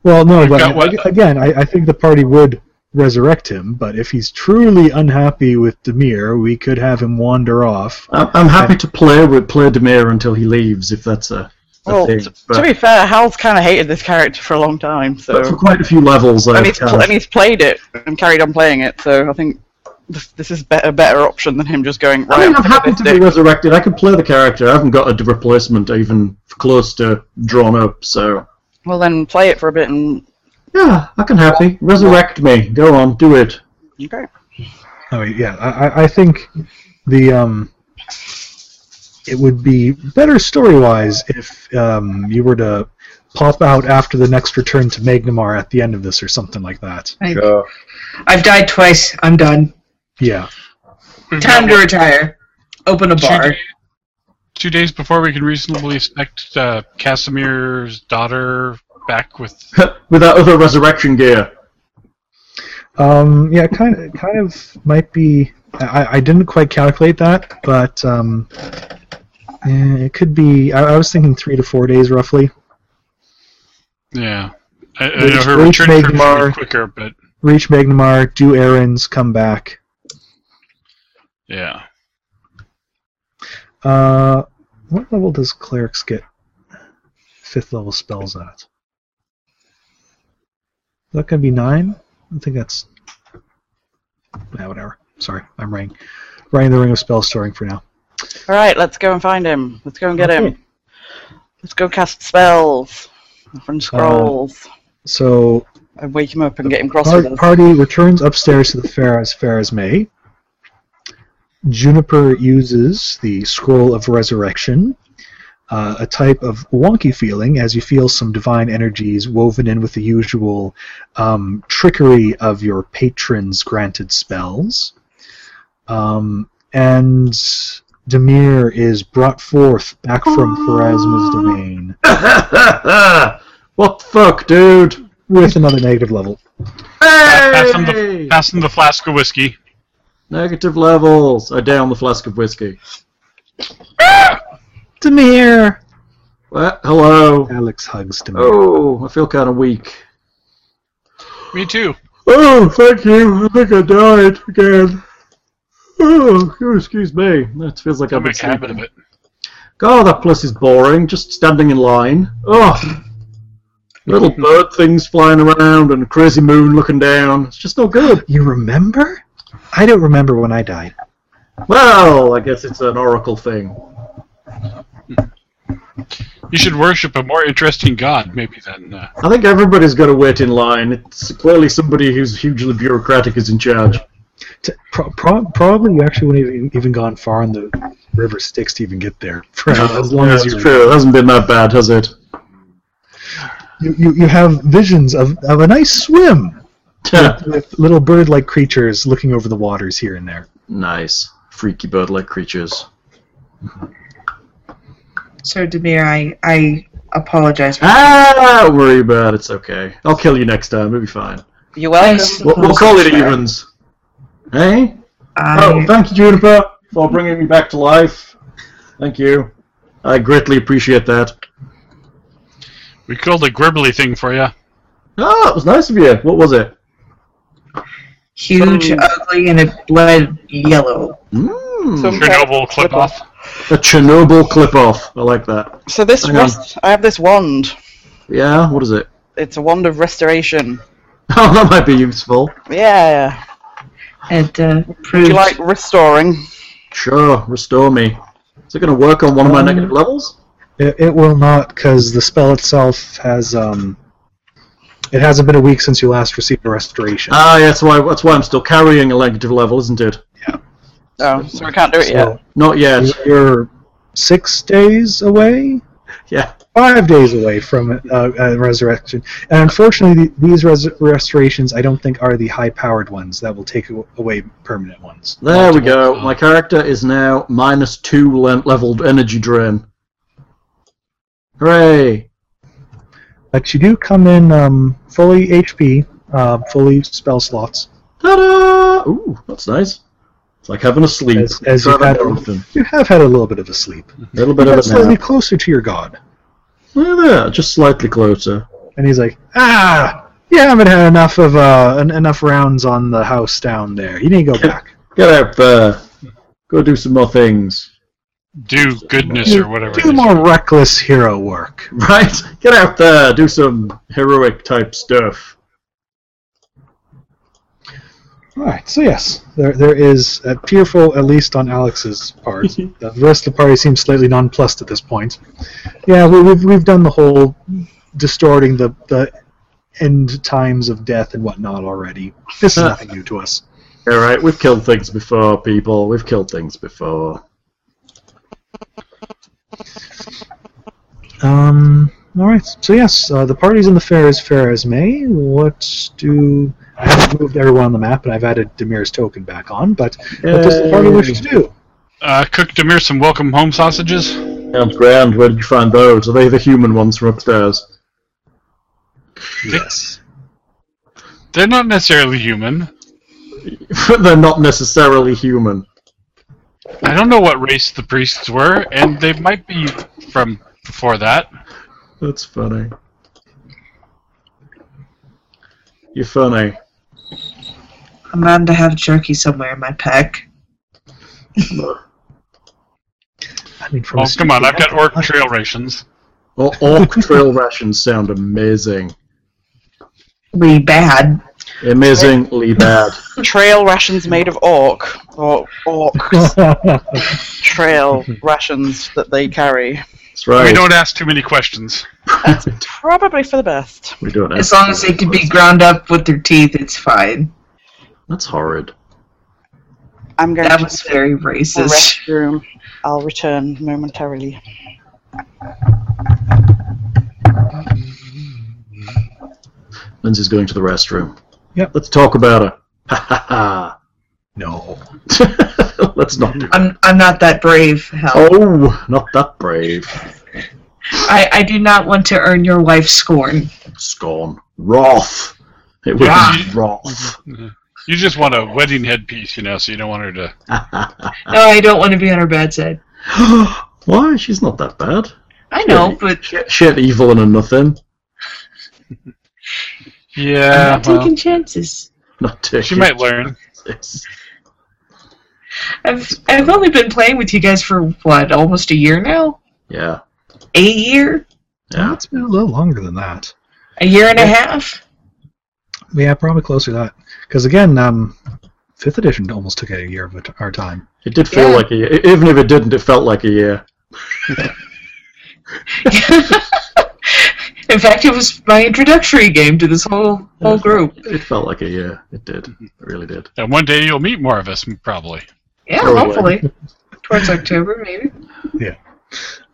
Speaker 3: Well, no, but
Speaker 5: got what-
Speaker 3: again, I, I think the party would resurrect him. But if he's truly unhappy with Demir, we could have him wander off.
Speaker 2: I'm, I'm happy to play with play Demir until he leaves, if that's a, a
Speaker 6: Well,
Speaker 2: thing.
Speaker 6: t-
Speaker 2: But,
Speaker 6: to be fair, Hal's kind of hated this character for a long time. So.
Speaker 2: but for quite a few levels,
Speaker 6: and
Speaker 2: I've
Speaker 6: he's,
Speaker 2: kind
Speaker 6: pl-
Speaker 2: of-
Speaker 6: and he's played it and carried on playing it, so I think this, this is be- a better option than him just going right.
Speaker 2: I mean, I'm
Speaker 6: up
Speaker 2: happy
Speaker 6: this
Speaker 2: to be
Speaker 6: dick."
Speaker 2: resurrected. I can play the character. I haven't got a d- replacement even close to drawn up, so.
Speaker 6: Well, then play it for a bit and
Speaker 2: Yeah, I can happy. Resurrect me. Go on, do it. [LAUGHS]
Speaker 6: okay.
Speaker 3: I mean, yeah, I, I- I think the um, it would be better story wise if um, you were to pop out after the next return to Magnamar at the end of this or something like that.
Speaker 2: Sure.
Speaker 4: I've died twice. I'm done.
Speaker 3: Yeah.
Speaker 5: We've
Speaker 4: Time
Speaker 5: got,
Speaker 4: to
Speaker 5: what,
Speaker 4: retire. Open a
Speaker 5: two
Speaker 4: bar.
Speaker 5: da- Two days before we can reasonably expect uh, Casimir's daughter back with.
Speaker 2: With that other resurrection gear. [LAUGHS]
Speaker 3: Um, yeah, kind of, kind of might be. I, I didn't quite calculate that, but um, eh, it could be. I, I was thinking three to four days roughly.
Speaker 5: Yeah. I, I
Speaker 3: Which-
Speaker 5: know her
Speaker 3: which
Speaker 5: return
Speaker 3: made
Speaker 5: trip should
Speaker 3: Mar-
Speaker 5: be quicker, but
Speaker 3: Reach Magnamar, do errands, come back.
Speaker 5: yeah.
Speaker 3: Uh, what level does clerics get fifth level spells at? Is that gonna be nine? I think that's. Nah, whatever. Sorry, I'm writing, writing the ring of spell storing for now.
Speaker 6: All right, let's go and find him. Let's go and get
Speaker 3: Okay.
Speaker 6: him. Let's go cast spells from scrolls
Speaker 3: So
Speaker 6: and wake him up and get him crossed
Speaker 3: Par-
Speaker 6: with us.
Speaker 3: party returns upstairs to the fair as fair as may. Juniper uses the scroll of resurrection, uh, a type of wonky feeling as you feel some divine energies woven in with the usual um, trickery of your patron's granted spells. Um, and Demir is brought forth back from Pharasma's domain
Speaker 2: what the fuck, dude?
Speaker 3: with another negative level.
Speaker 5: Pass him the,
Speaker 2: Hey!
Speaker 5: pass him the flask of whiskey.
Speaker 2: [LAUGHS] Negative levels. I down the flask of [LAUGHS] whiskey.
Speaker 3: Demir!
Speaker 2: What? Hello.
Speaker 3: Alex hugs Demir.
Speaker 2: Oh, I feel kind of weak.
Speaker 5: Me too.
Speaker 2: Oh, thank you. I think I died again. Oh, excuse me. That feels like
Speaker 5: I'll
Speaker 2: I've been
Speaker 5: make a habit
Speaker 2: sleeping.
Speaker 5: of it.
Speaker 2: God, that place is boring. Just standing in line. Oh, little bird things flying around and a crazy moon looking down. It's just no good.
Speaker 3: You remember? I don't remember when I died.
Speaker 2: Well, I guess it's an oracle thing.
Speaker 5: You should worship a more interesting god, maybe, than. Uh,
Speaker 2: I think everybody's got to wait in line. It's clearly somebody who's hugely bureaucratic is in charge.
Speaker 3: T- pro- pro- probably you actually wouldn't even, even gone far on the river Styx to even get there. [LAUGHS] For as long
Speaker 2: Yeah,
Speaker 3: as
Speaker 2: it's
Speaker 3: you,
Speaker 2: true. It hasn't been that bad, has it? [LAUGHS]
Speaker 3: you, you you have visions of, of a nice swim with little bird-like creatures looking over the waters here and there.
Speaker 2: nice. Freaky bird-like creatures.
Speaker 4: So, Demir, I, I apologize.
Speaker 2: Ah, don't worry about it. It's okay. I'll kill you next time. It'll be fine.
Speaker 6: You're
Speaker 4: I
Speaker 6: welcome.
Speaker 4: suppose
Speaker 2: We'll, we'll call it
Speaker 4: that's fair. Um,
Speaker 2: evens. Hey? Oh,
Speaker 4: I,
Speaker 2: thank you, Juniper, for bringing me back to life. Thank you. I greatly appreciate that.
Speaker 5: we killed a gribbly thing for you.
Speaker 2: Oh, it was nice of you. What was it?
Speaker 4: huge, ugly, and it bled yellow.
Speaker 2: Mm,
Speaker 6: So- Okay.
Speaker 5: Chernobyl clip
Speaker 6: Clip off.
Speaker 5: off.
Speaker 2: a Chernobyl clip-off. I like that.
Speaker 6: So this
Speaker 2: Hang on.
Speaker 6: rest, I have this wand.
Speaker 2: Yeah, what is it? [LAUGHS]
Speaker 6: It's a wand of restoration.
Speaker 2: Oh, that might be useful.
Speaker 6: Yeah.
Speaker 4: It uh,
Speaker 6: Do
Speaker 4: proved.
Speaker 6: you like restoring?
Speaker 2: Sure, restore me. Is it going to work on one of my
Speaker 3: Um,
Speaker 2: negative levels?
Speaker 3: It, it will not because the spell itself has um, it hasn't been a week since you last received a restoration.
Speaker 2: Ah, yeah, that's why. That's why I'm still carrying a negative level, isn't it?
Speaker 6: No, so we can't do it yet.
Speaker 3: so
Speaker 2: Not yet.
Speaker 3: you're six days away.
Speaker 2: Yeah.
Speaker 3: five days away from uh, uh, resurrection. And unfortunately, the, these res- restorations I don't think are the high-powered ones that will take aw- away permanent ones.
Speaker 2: There we go.
Speaker 5: Multiple.
Speaker 2: My character is now minus two le- leveled energy drain. Hooray!
Speaker 3: But you do come in um, fully HP, uh, fully spell slots.
Speaker 2: Ta-da! Ooh, that's nice. It's like having a sleep.
Speaker 3: As- as
Speaker 2: Try
Speaker 3: you've
Speaker 2: that
Speaker 3: had-
Speaker 2: more often.
Speaker 3: You have had a little bit of a sleep,
Speaker 2: A little bit of
Speaker 3: You're
Speaker 2: it now.
Speaker 3: slightly closer to your god.
Speaker 2: Yeah, there, just slightly closer.
Speaker 3: And he's like, ah, you haven't had enough of uh, en- enough rounds on the house down there. You need to go back.
Speaker 2: Get out there. Go do some more things. [LAUGHS]
Speaker 5: Do goodness or whatever. it
Speaker 3: Do
Speaker 5: is.
Speaker 3: more reckless hero work.
Speaker 2: Right? Get out there. Do some heroic type stuff.
Speaker 3: All right, so yes, there there is uh, fearful, at least on Alex's part. the rest of the party seems slightly nonplussed at this point. Yeah, we, we've we've done the whole distorting the the end times of death and whatnot already. This is nothing new to us.
Speaker 2: All right, we've killed things before, people. We've killed things before.
Speaker 3: Um, all right, so yes, uh, the party's in the fair as fair as may. What do I haven't moved everyone on the map, and I've added Demir's token back on. But what does the party wish to do?
Speaker 5: Uh, cook Demir some welcome home sausages.
Speaker 2: Sounds grand. Where did you find those? Are they the human ones from upstairs?
Speaker 3: Yes.
Speaker 5: They're not necessarily human.
Speaker 2: [LAUGHS] They're not necessarily human.
Speaker 5: I don't know what race the priests were, and they might be from before that.
Speaker 2: That's funny. You're funny.
Speaker 4: I'm bound to have jerky somewhere in my pack.
Speaker 3: I mean, from
Speaker 5: Oh,
Speaker 3: a
Speaker 5: come on, I've got
Speaker 3: stupid-
Speaker 5: orc trail rations.
Speaker 4: [LAUGHS]
Speaker 2: Or orc trail rations sound amazing.
Speaker 4: We bad.
Speaker 2: Amazingly bad.
Speaker 6: Trail rations made of orc or
Speaker 3: [LAUGHS]
Speaker 6: orcs trail rations that they carry.
Speaker 2: That's right.
Speaker 5: We don't ask too many questions.
Speaker 6: That's probably for the best.
Speaker 2: [LAUGHS] We don't ask
Speaker 4: As long as they can be ground up with their teeth, it's fine.
Speaker 2: That's horrid.
Speaker 6: I'm going
Speaker 4: That
Speaker 6: to
Speaker 4: was very
Speaker 6: the
Speaker 4: racist.
Speaker 6: restroom. I'll return momentarily.
Speaker 2: Lindsay's going to the restroom.
Speaker 3: Yep.
Speaker 2: Let's talk about her. Ha ha ha.
Speaker 3: No.
Speaker 2: [LAUGHS] Let's not do
Speaker 4: I'm, I'm not that brave, Hal.
Speaker 2: Oh, not that brave.
Speaker 4: I, I do not want to earn your wife's scorn.
Speaker 2: Scorn. Wrath. It would be
Speaker 5: Yeah.
Speaker 2: wrath. [LAUGHS]
Speaker 5: You just want a wedding headpiece, you know, so you don't want her to.
Speaker 4: No, I don't want to be on her bad side.
Speaker 2: Why? She's not that bad.
Speaker 4: I know, but
Speaker 2: She, she ain't evil and a nothing. [LAUGHS]
Speaker 5: Yeah,
Speaker 4: I'm
Speaker 5: Uh,
Speaker 4: taking chances.
Speaker 2: Not taking
Speaker 5: she might learn.
Speaker 2: chances.
Speaker 4: I've I've only been playing with you guys for what, almost a year now?
Speaker 2: Yeah.
Speaker 4: A year?
Speaker 2: Yeah.
Speaker 3: It's been a little longer than that.
Speaker 4: A year and a half?
Speaker 3: Yeah, probably closer to that. Because again, um, fifth edition almost took a year of it- our time.
Speaker 2: It did feel
Speaker 4: Yeah.
Speaker 2: like a year. Even if it didn't, it felt like a year.
Speaker 4: [LAUGHS] In fact, it was my introductory game to this whole whole group.
Speaker 2: It felt like a year. It did.
Speaker 5: [LAUGHS]
Speaker 2: It really did.
Speaker 5: And one day you'll meet more of us, probably.
Speaker 4: Yeah,
Speaker 2: Totally.
Speaker 4: hopefully. [LAUGHS] Towards October, maybe.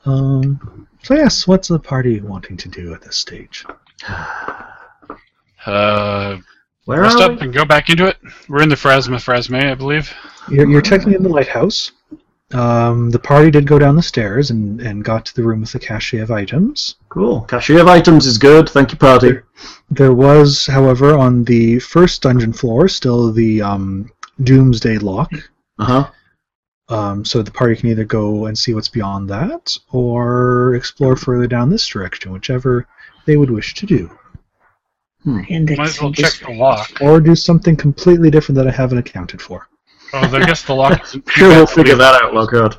Speaker 3: Um, so yes, what's the party wanting to do at this stage?
Speaker 5: Uh,
Speaker 2: Where
Speaker 5: rest
Speaker 2: are
Speaker 5: up
Speaker 2: we?
Speaker 5: and go back into it. We're in the Phrasma Phrasme, I believe.
Speaker 3: You're, you're technically in the lighthouse. Um, the party did go down the stairs and, and got to the room with the cache of items.
Speaker 2: Cool. Cashier of items is good. Thank you, party.
Speaker 3: There was, however, on the first dungeon floor still the um, Doomsday lock.
Speaker 2: Uh huh.
Speaker 3: Um, so the party can either go and see what's beyond that or explore further down this direction, whichever they would wish to do.
Speaker 4: And
Speaker 5: Might as well check the lock.
Speaker 3: Or do something completely different that I haven't accounted for.
Speaker 5: Oh, I guess the lock. isn't too
Speaker 2: Sure,
Speaker 5: bad
Speaker 2: we'll
Speaker 5: to
Speaker 2: figure
Speaker 5: leave-
Speaker 2: that out, Lockhart.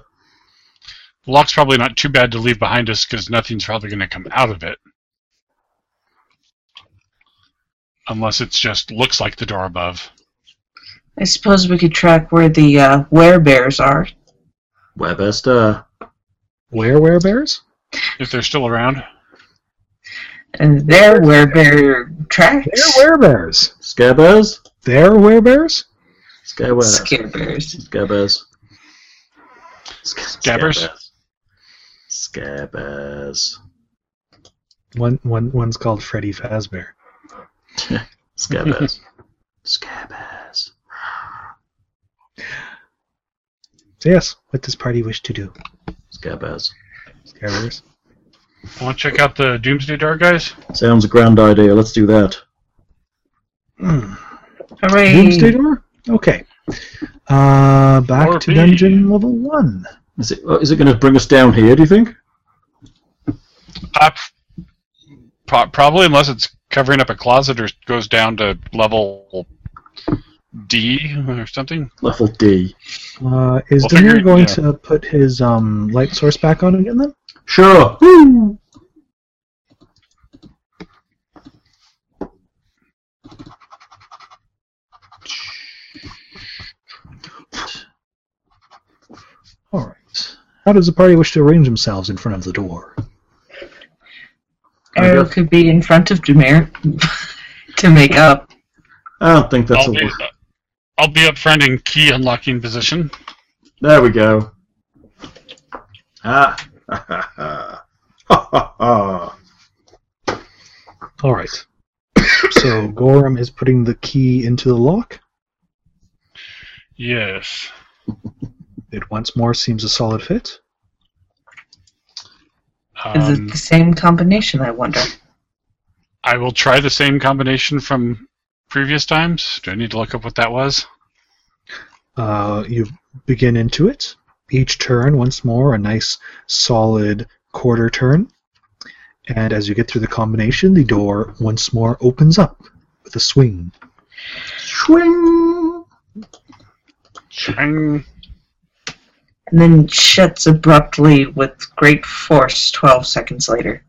Speaker 5: The lock's probably not too bad to leave behind us because nothing's probably going to come out of it. Unless it's just looks like the door above.
Speaker 4: I suppose we could track where the uh, werebears are.
Speaker 2: Where best? Uh,
Speaker 3: Where werebears?
Speaker 5: If they're still around,
Speaker 4: And their werebear tracks.
Speaker 3: They're werebears.
Speaker 2: scare bears?
Speaker 3: They're werebears?
Speaker 4: [LAUGHS]
Speaker 2: Scare bears.
Speaker 4: Scarebears.
Speaker 2: Scare bears. Sc-
Speaker 5: Scabbers?
Speaker 2: Scare bears. Scare bears.
Speaker 3: One, one, one's called Freddy Fazbear.
Speaker 2: Scare bears.
Speaker 5: [LAUGHS]
Speaker 2: Scare bears.
Speaker 3: So yes, what does party wish to do?
Speaker 2: Scare bears.
Speaker 3: Scarers.
Speaker 5: want to check out the Doomsday Door, guys?
Speaker 2: Sounds a grand idea. Let's do that.
Speaker 3: Doomsday
Speaker 4: Hooray.
Speaker 3: door? Hmm. Okay. Uh, back
Speaker 5: Or
Speaker 3: to
Speaker 5: B.
Speaker 3: dungeon level one.
Speaker 2: Is it? oh, Is it going to bring us down here? Do you think?
Speaker 5: Uh, pro- probably, unless it's covering up a closet or goes down to level D or something.
Speaker 2: Level D.
Speaker 3: Uh, is
Speaker 5: We'll figure
Speaker 3: Demir
Speaker 5: it-
Speaker 3: going
Speaker 5: yeah.
Speaker 3: to put his um, light source back on again then?
Speaker 2: Sure.
Speaker 3: All right. How does the party wish to arrange themselves in front of the door?
Speaker 4: Arrow could be in front of Demir [LAUGHS] to make up.
Speaker 2: I don't think that's
Speaker 5: I'll
Speaker 2: a.
Speaker 5: be, I'll be up front in key unlocking position.
Speaker 2: There we go. Ah. [LAUGHS] Ha ha ha. Ha ha ha.
Speaker 3: All right. [COUGHS] so Gorham is putting the key into the lock.
Speaker 5: Yes.
Speaker 3: It once more seems a solid fit.
Speaker 4: Is
Speaker 5: Um,
Speaker 4: it the same combination, I wonder?
Speaker 5: I will try the same combination from previous times. Do I need to look up what that was?
Speaker 3: Uh, you begin into it. Each turn, once more, a nice solid quarter turn. And as you get through the combination, the door once more opens up with a swing.
Speaker 2: Swing.
Speaker 5: Chang.
Speaker 4: And then shuts abruptly with great force 12 seconds later.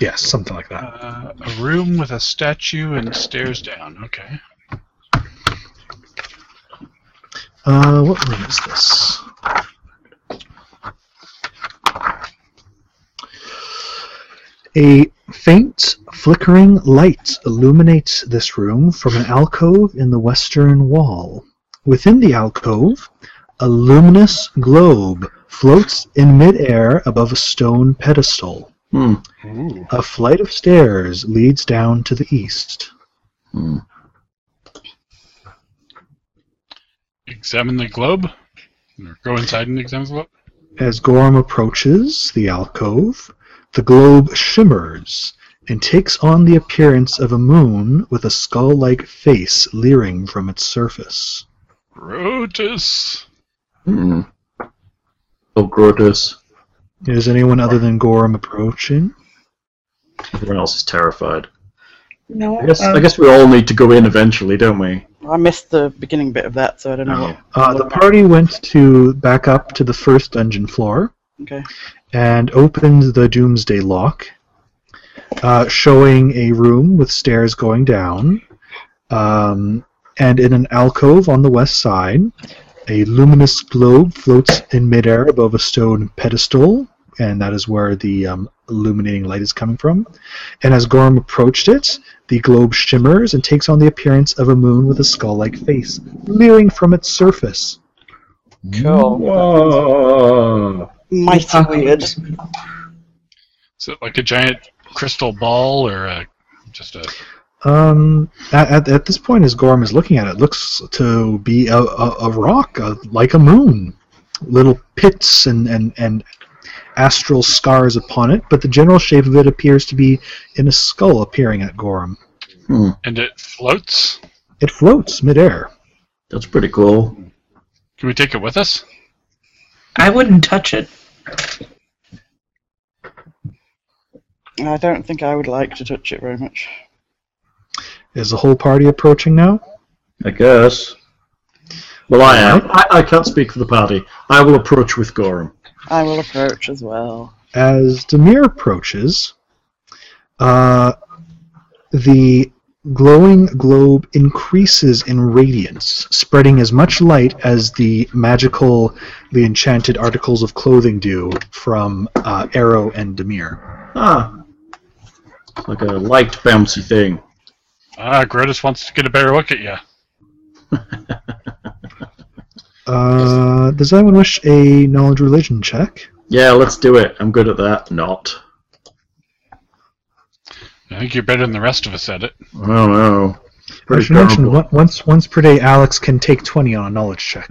Speaker 3: Yes, something like that.
Speaker 5: Uh, a room with a statue and stairs down. Okay.
Speaker 3: Uh, what room is this? A faint flickering light illuminates this room from an alcove in the western wall. Within the alcove, a luminous globe floats in midair above a stone pedestal.
Speaker 2: Hmm.
Speaker 3: A flight of stairs leads down to the east.
Speaker 5: Examine the globe. Or go inside and examine the globe.
Speaker 3: As Gorham approaches the alcove, the globe shimmers and takes on the appearance of a moon with a skull like face leering from its surface.
Speaker 5: Rotus.
Speaker 2: Hmm. Oh, Grotus.
Speaker 3: Is anyone other than Gorham approaching?
Speaker 2: Everyone else is terrified.
Speaker 4: No.
Speaker 2: I guess,
Speaker 4: um,
Speaker 2: I guess we all need to go in eventually, don't we?
Speaker 6: I missed the beginning bit of that, so I don't
Speaker 5: Oh,
Speaker 6: know. what-
Speaker 3: Uh, the party went to back up to the first dungeon floor
Speaker 6: Okay.
Speaker 3: and opened the Doomsday Lock, uh, showing a room with stairs going down, um, and in an alcove on the west side, a luminous globe floats in midair above a stone pedestal, and that is where the um, illuminating light is coming from. And as Gorm approached it, the globe shimmers and takes on the appearance of a moon with a skull-like face, leering from its surface.
Speaker 6: Cool.
Speaker 2: Whoa.
Speaker 6: Mighty weird.
Speaker 5: Is it like a giant crystal ball or a, just a?
Speaker 3: Um, at, at, at this point, as Gorm is looking at it, looks to be a, a, a rock, a, like a moon. Little pits and, and, and astral scars upon it, but the general shape of it appears to be in a skull appearing at Gorm.
Speaker 5: And it floats.
Speaker 3: It floats midair.
Speaker 2: That's pretty cool.
Speaker 5: Can we take it with us?
Speaker 4: I wouldn't touch it.
Speaker 6: I don't think I would like to touch it very much.
Speaker 3: Is the whole party approaching now?
Speaker 2: I guess. Well, I am. I, I can't speak for the party. I will approach with Gorham.
Speaker 6: I will approach as well.
Speaker 3: As Demir approaches, uh, the glowing globe increases in radiance, spreading as much light as the magical, the enchanted articles of clothing do from uh, Arrow and Demir.
Speaker 2: Ah. Like a light, bouncy thing.
Speaker 5: Ah, Grotus wants to get a better look at you.
Speaker 3: Uh, does anyone wish a knowledge religion check?
Speaker 2: Yeah, let's do it. I'm good at that. Not.
Speaker 5: I think you're better than the rest of us at it.
Speaker 2: I don't know.
Speaker 3: I
Speaker 2: Pretty
Speaker 3: should mention
Speaker 2: terrible.
Speaker 3: on- once once per day, Alex can take twenty on a knowledge check,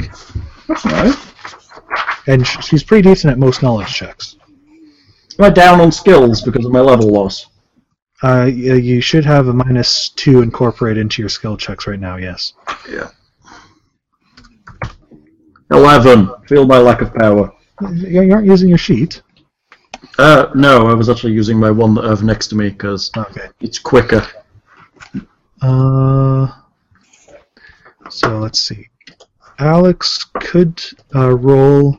Speaker 2: That's nice.
Speaker 3: and sh- she's pretty decent at most knowledge checks.
Speaker 2: Am I down on skills because of my level loss?
Speaker 3: Uh, y- you should have a minus two incorporated into your skill checks right now. Yes.
Speaker 2: Eleven. Feel my lack of power.
Speaker 3: You you aren't using your sheet.
Speaker 2: Uh, no, I was actually using my one that I have next to me because
Speaker 3: Okay.
Speaker 2: it's quicker.
Speaker 3: Uh, so let's see. Alex could uh, roll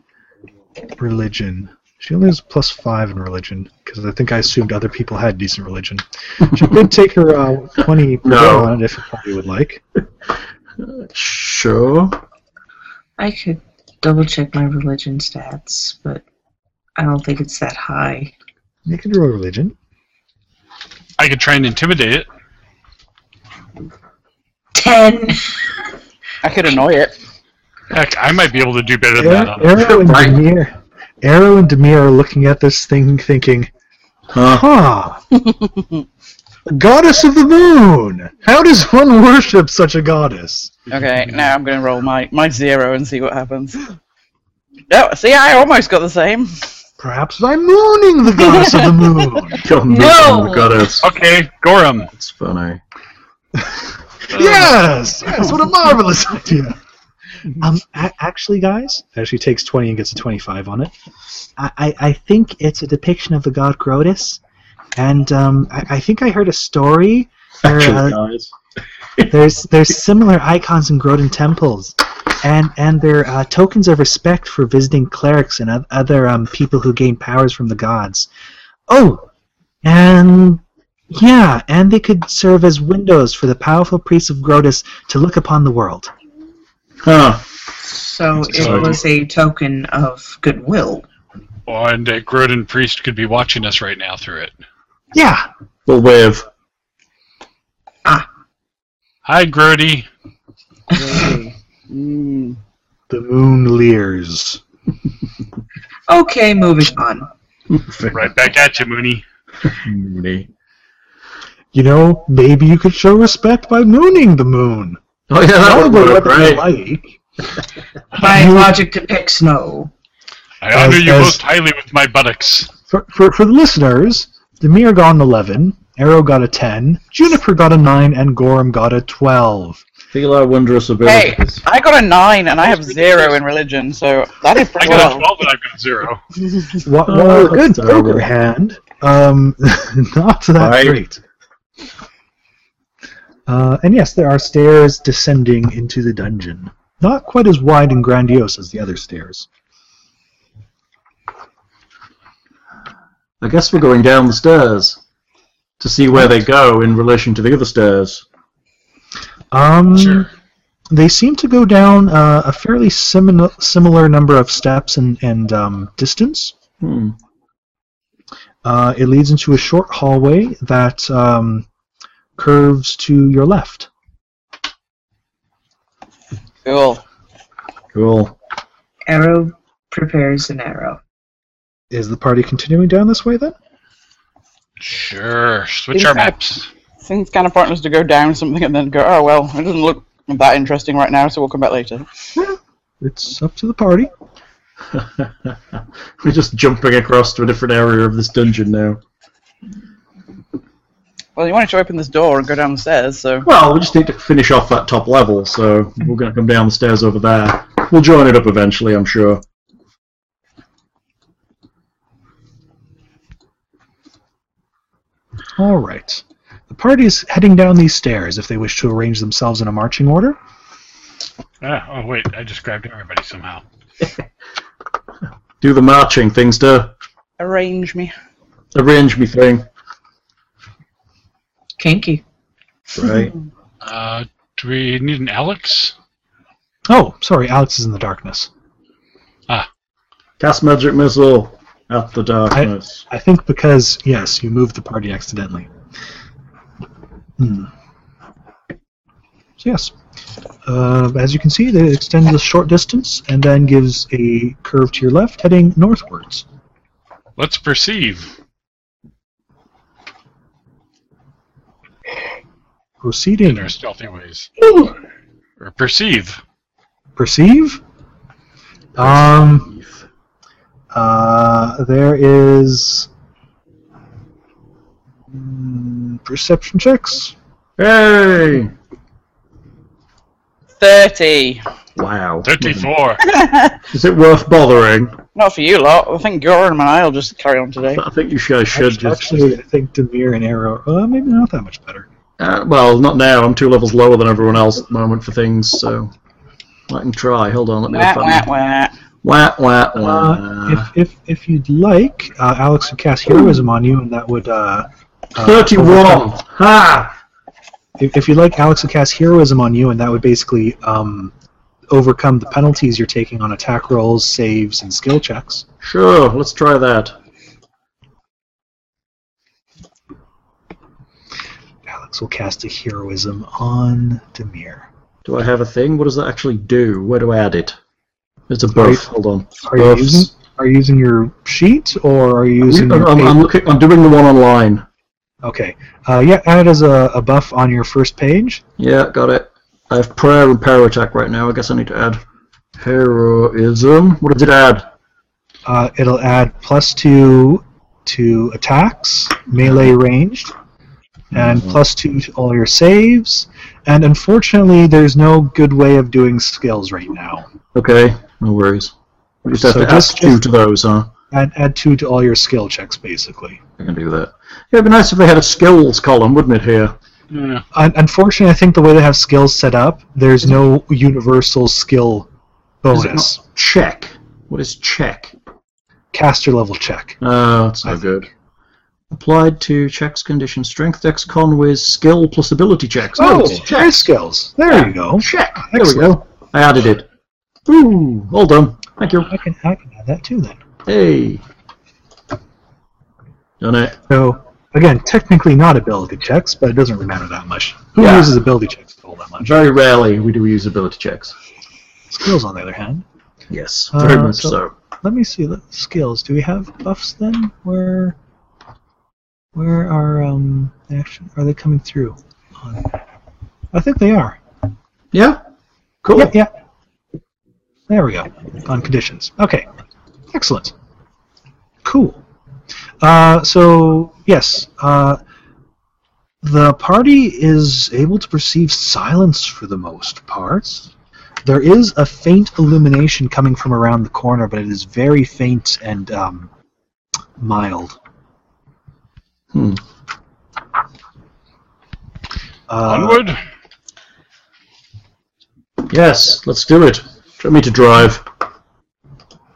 Speaker 3: religion. She only has plus five in religion because I think I assumed other people had decent religion. [LAUGHS] She could take her uh, twenty per day
Speaker 2: No.
Speaker 3: on it if you probably would like.
Speaker 2: Sure.
Speaker 4: I could double check my religion stats, but I don't think it's that high.
Speaker 3: You could roll religion.
Speaker 5: I could try and intimidate it.
Speaker 4: Ten.
Speaker 6: I could annoy it.
Speaker 5: Heck, I might be able to do better than that.
Speaker 3: Arrow,
Speaker 5: on it.
Speaker 3: Arrow and
Speaker 2: [LAUGHS] Right.
Speaker 3: Demir. Arrow and Demir are looking at this thing, thinking,
Speaker 2: Huh?
Speaker 3: "Ah, goddess of the moon. How does one worship such a goddess?"
Speaker 5: [LAUGHS]
Speaker 6: Okay, now I'm going to roll my, my zero and see what happens. No, see, I almost got the same.
Speaker 3: Perhaps by mooning the goddess
Speaker 2: [LAUGHS]
Speaker 3: of the moon.
Speaker 2: You're moving
Speaker 7: No!
Speaker 2: the goddess.
Speaker 5: Okay, Gorham.
Speaker 2: It's funny.
Speaker 3: yes, yes, what a marvelous idea. Um, a- actually, guys, as she takes twenty and gets a twenty-five on it, I, I, I think it's a depiction of the god Grotus, and um, I, I think I heard a story where
Speaker 2: Actually,
Speaker 3: uh,
Speaker 2: guys.
Speaker 3: there's there's similar icons in Groton temples, and and they're uh, tokens of respect for visiting clerics and oth- other um, people who gain powers from the gods. Oh, and yeah, and they could serve as windows for the powerful priests of Grotus to look upon the world.
Speaker 2: Huh.
Speaker 4: So
Speaker 5: So-
Speaker 4: it was a token of goodwill.
Speaker 5: Oh, and a Grodin priest could be watching us right now through it.
Speaker 3: Yeah.
Speaker 2: We'll wave.
Speaker 5: Hi, Grody.
Speaker 6: Mm.
Speaker 3: The moon leers.
Speaker 4: Okay, moving on.
Speaker 5: Right back at you, Mooney.
Speaker 2: Moony.
Speaker 3: You know, maybe you could show respect by mooning the moon.
Speaker 2: Oh yeah,
Speaker 3: Not
Speaker 2: that would
Speaker 3: about
Speaker 2: work
Speaker 3: what they
Speaker 2: great.
Speaker 3: like.
Speaker 4: My logic depicts snow.
Speaker 5: I honor
Speaker 3: As-
Speaker 5: you
Speaker 3: as-
Speaker 5: most highly with my buttocks.
Speaker 3: For, for, for the listeners, Demir got an 11, Arrow got a 10, Juniper got a 9, and Gorham got a 12.
Speaker 2: Feel our wondrous
Speaker 6: Hey,
Speaker 2: abilities.
Speaker 6: I got a nine and I have zero in religion, so that is
Speaker 5: I
Speaker 6: pretty
Speaker 5: got a
Speaker 6: well.
Speaker 5: 12 and I've got zero.
Speaker 3: While,
Speaker 2: Oh,
Speaker 3: while
Speaker 2: good
Speaker 3: on the other
Speaker 2: program.
Speaker 3: hand, um, [LAUGHS] not that
Speaker 2: Right.
Speaker 3: great. Uh, and yes, there are stairs descending into the dungeon. Not quite as wide and grandiose as the other stairs.
Speaker 2: I guess we're going down the stairs to see where they go in relation to the other stairs.
Speaker 3: Um, They seem to go down uh, a fairly similar similar number of steps and and um, distance.
Speaker 2: Hmm.
Speaker 3: Uh, it leads into a short hallway that um, curves to your left.
Speaker 6: Cool.
Speaker 2: Cool.
Speaker 4: Arrow prepares an arrow.
Speaker 3: Is the party continuing down this way then?
Speaker 5: Sure. Switch our maps.
Speaker 6: Seems kind of pointless to go down something and then go, oh, well, it doesn't look that interesting right now, so we'll come back later.
Speaker 3: It's up to the party.
Speaker 2: We're just jumping across to a different area of this dungeon now.
Speaker 6: Well, you wanted to open this door and go down the stairs, so.
Speaker 2: Well, we just need to finish off that top level, so we're going to come down the stairs over there. We'll join it up eventually, I'm sure.
Speaker 3: All right. The party is heading down these stairs if they wish to arrange themselves in a marching order.
Speaker 5: Ah, oh, wait. I just grabbed everybody somehow.
Speaker 2: Do the marching things to
Speaker 6: Arrange me.
Speaker 2: arrange me thing.
Speaker 4: Kinky.
Speaker 2: Right.
Speaker 5: Uh, do we need an Alex?
Speaker 3: Oh, sorry, Alex is in the darkness.
Speaker 2: Cast magic missile at the darkness.
Speaker 3: I think because yes, you moved the party accidentally. Hmm. So yes, uh, as you can see, it extends a short distance and then gives a curve to your left, heading northwards.
Speaker 5: Let's perceive.
Speaker 3: Proceeding,
Speaker 6: Hmm.
Speaker 5: in our stealthy ways. Or perceive.
Speaker 3: perceive. Um, uh, there is Hmm, perception checks.
Speaker 2: Hey!
Speaker 6: 30.
Speaker 2: Wow.
Speaker 6: [LAUGHS]
Speaker 5: 34.
Speaker 2: Is it worth bothering?
Speaker 6: Not for you lot. I think Gorham and I will just carry on today.
Speaker 2: I think you guys should
Speaker 3: Actually,
Speaker 2: just.
Speaker 3: actually, I think Demir and Arrow. Uh, maybe not that much better.
Speaker 2: Uh, well, not now. I'm two levels lower than everyone else at the moment for things, so I can try. Hold on, let me
Speaker 6: Wah, wah,
Speaker 2: find.
Speaker 6: wah.
Speaker 2: Wah wah
Speaker 3: Uh,
Speaker 2: wah.
Speaker 3: if, if, if you'd like, uh, Alex would cast heroism on you, and that would. Uh,
Speaker 2: Ah.
Speaker 3: uh,
Speaker 2: Thirty-one.
Speaker 3: overcome-
Speaker 2: Ha!
Speaker 3: If, if you'd like, Alex would cast heroism on you, and that would basically um, overcome the penalties you're taking on attack rolls, saves, and skill checks.
Speaker 2: Sure. Let's try that.
Speaker 3: Alex will cast a heroism on Demir.
Speaker 2: Do I have a thing? What does that actually do? Where do I add it? It's a buff. Hold on.
Speaker 3: Are you
Speaker 2: Buffs.
Speaker 3: using are you using your sheet or are you using
Speaker 2: Uh, I'm,
Speaker 3: your
Speaker 2: I'm,
Speaker 3: page?
Speaker 2: I'm looking. I'm doing the one online.
Speaker 3: Okay. Uh, yeah, add it as a, a buff on your first page.
Speaker 2: Yeah, got it. I have prayer and power attack right now. I guess I need to add heroism. What did it add?
Speaker 3: Uh, it'll add plus two to attacks, melee ranged, and
Speaker 2: Mm-hmm.
Speaker 3: plus two to all your saves. And unfortunately, there's no good way of doing skills right now.
Speaker 2: Okay, no worries. We just have
Speaker 3: So
Speaker 2: to
Speaker 3: just-
Speaker 2: ask two to those, huh?
Speaker 3: Add, add two to all your skill checks, basically.
Speaker 2: I can do that. Yeah, it'd be nice if they had a skills column, wouldn't it, here?
Speaker 5: Yeah.
Speaker 3: Un- unfortunately, I think the way they have skills set up, there's no universal skill
Speaker 2: Is it
Speaker 3: bonus.
Speaker 2: not- Check. What is check?
Speaker 3: Caster level check.
Speaker 2: Oh, that's
Speaker 3: I
Speaker 2: not
Speaker 3: think.
Speaker 2: good. Applied to checks, condition, strength, dex, con, whiz, skill, plus ability checks.
Speaker 3: Oh,
Speaker 2: Nice.
Speaker 3: there's skills. There you go.
Speaker 2: Oh, Check. There we
Speaker 3: Excellent.
Speaker 2: go. I added it. Ooh, well done. Thank you.
Speaker 3: I can I can add that too then.
Speaker 2: Hey. Done it.
Speaker 3: So again, technically not ability checks, but it doesn't really matter that much. Who
Speaker 2: Yeah.
Speaker 3: uses ability checks all that much?
Speaker 2: Very rarely we do usability checks.
Speaker 3: Skills, on the other hand.
Speaker 2: Yes,
Speaker 3: Uh,
Speaker 2: very much
Speaker 3: so-
Speaker 2: so.
Speaker 3: Let me see the skills. Do we have buffs then? Where where are um the action are they coming through? on- I think they are.
Speaker 2: Yeah. Cool.
Speaker 3: Yep, yep. There we go. On conditions. Okay. Excellent. Cool. Uh, so, yes, uh, the party is able to perceive silence for the most part. There is a faint illumination coming from around the corner, but it is very faint and um, mild.
Speaker 2: Hmm.
Speaker 3: Uh,
Speaker 5: Onward.
Speaker 2: Yes, let's do it. Try me to drive.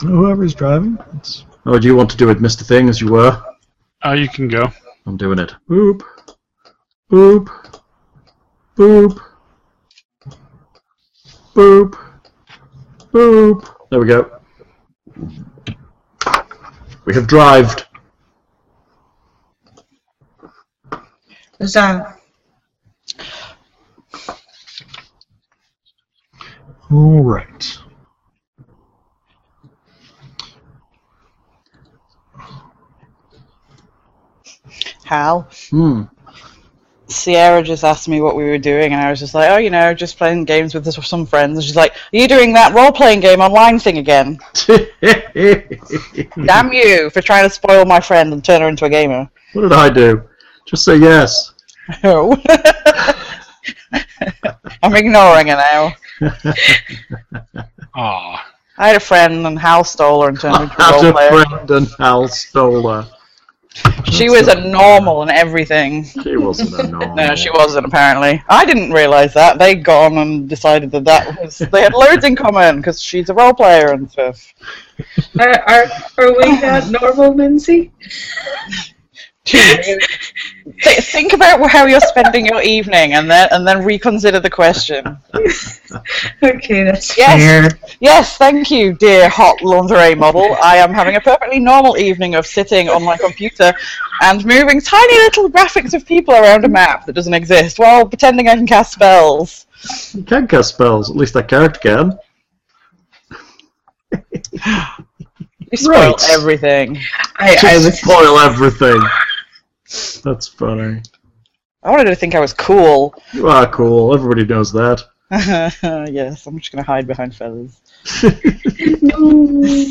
Speaker 3: whoever's driving, it's
Speaker 2: Or do you want to do it, Mr. Thing, as you were?
Speaker 5: Uh, you can go.
Speaker 2: I'm doing it. Boop. Boop. Boop. Boop. Boop. There we go. We have drived.
Speaker 4: Is that
Speaker 3: All right.
Speaker 6: Hal,
Speaker 2: Hmm. [LAUGHS]
Speaker 6: Sierra just asked me what we were doing, and I was just like, oh, you know, just playing games with some friends. And she's like, are you doing that role playing game online
Speaker 2: [LAUGHS]
Speaker 6: thing again?
Speaker 2: what
Speaker 6: Damn you for trying to spoil my friend and turn her into a gamer. [LAUGHS]
Speaker 2: did I do? Just say yes.
Speaker 6: No. [LAUGHS] I'm ignoring her now.
Speaker 5: Ah,
Speaker 6: I had a friend, and Hal stole her and turned her
Speaker 2: I
Speaker 6: into a
Speaker 2: [LAUGHS] had
Speaker 6: role
Speaker 2: a
Speaker 6: player.
Speaker 2: friend and Hal Stoller.
Speaker 6: She was a normal and everything.
Speaker 2: She wasn't a
Speaker 6: [LAUGHS]
Speaker 2: normal.
Speaker 6: No, she wasn't apparently. I didn't realise that. They got on and decided that that was. They had loads in common because she's a role player and stuff.
Speaker 7: Are, are, are
Speaker 4: [LAUGHS]
Speaker 7: we not normal, Lindsay?
Speaker 6: Jeez. Th- Think about how you're spending your evening, and then and then reconsider the question.
Speaker 7: Okay, that's
Speaker 6: Yes,
Speaker 3: Here.
Speaker 6: yes, thank you, dear hot lingerie model. I am having a perfectly normal evening of sitting on my computer and moving tiny little graphics of people around a map that doesn't exist while pretending I can cast spells.
Speaker 2: You can cast spells. At least that character can.
Speaker 6: You spoil
Speaker 2: Right.
Speaker 6: everything.
Speaker 7: I, I was
Speaker 2: spoil everything. That's funny.
Speaker 6: I wanted to think I was cool.
Speaker 2: You are cool. Everybody knows that.
Speaker 6: [LAUGHS] yes, I'm just gonna hide behind feathers. [LAUGHS]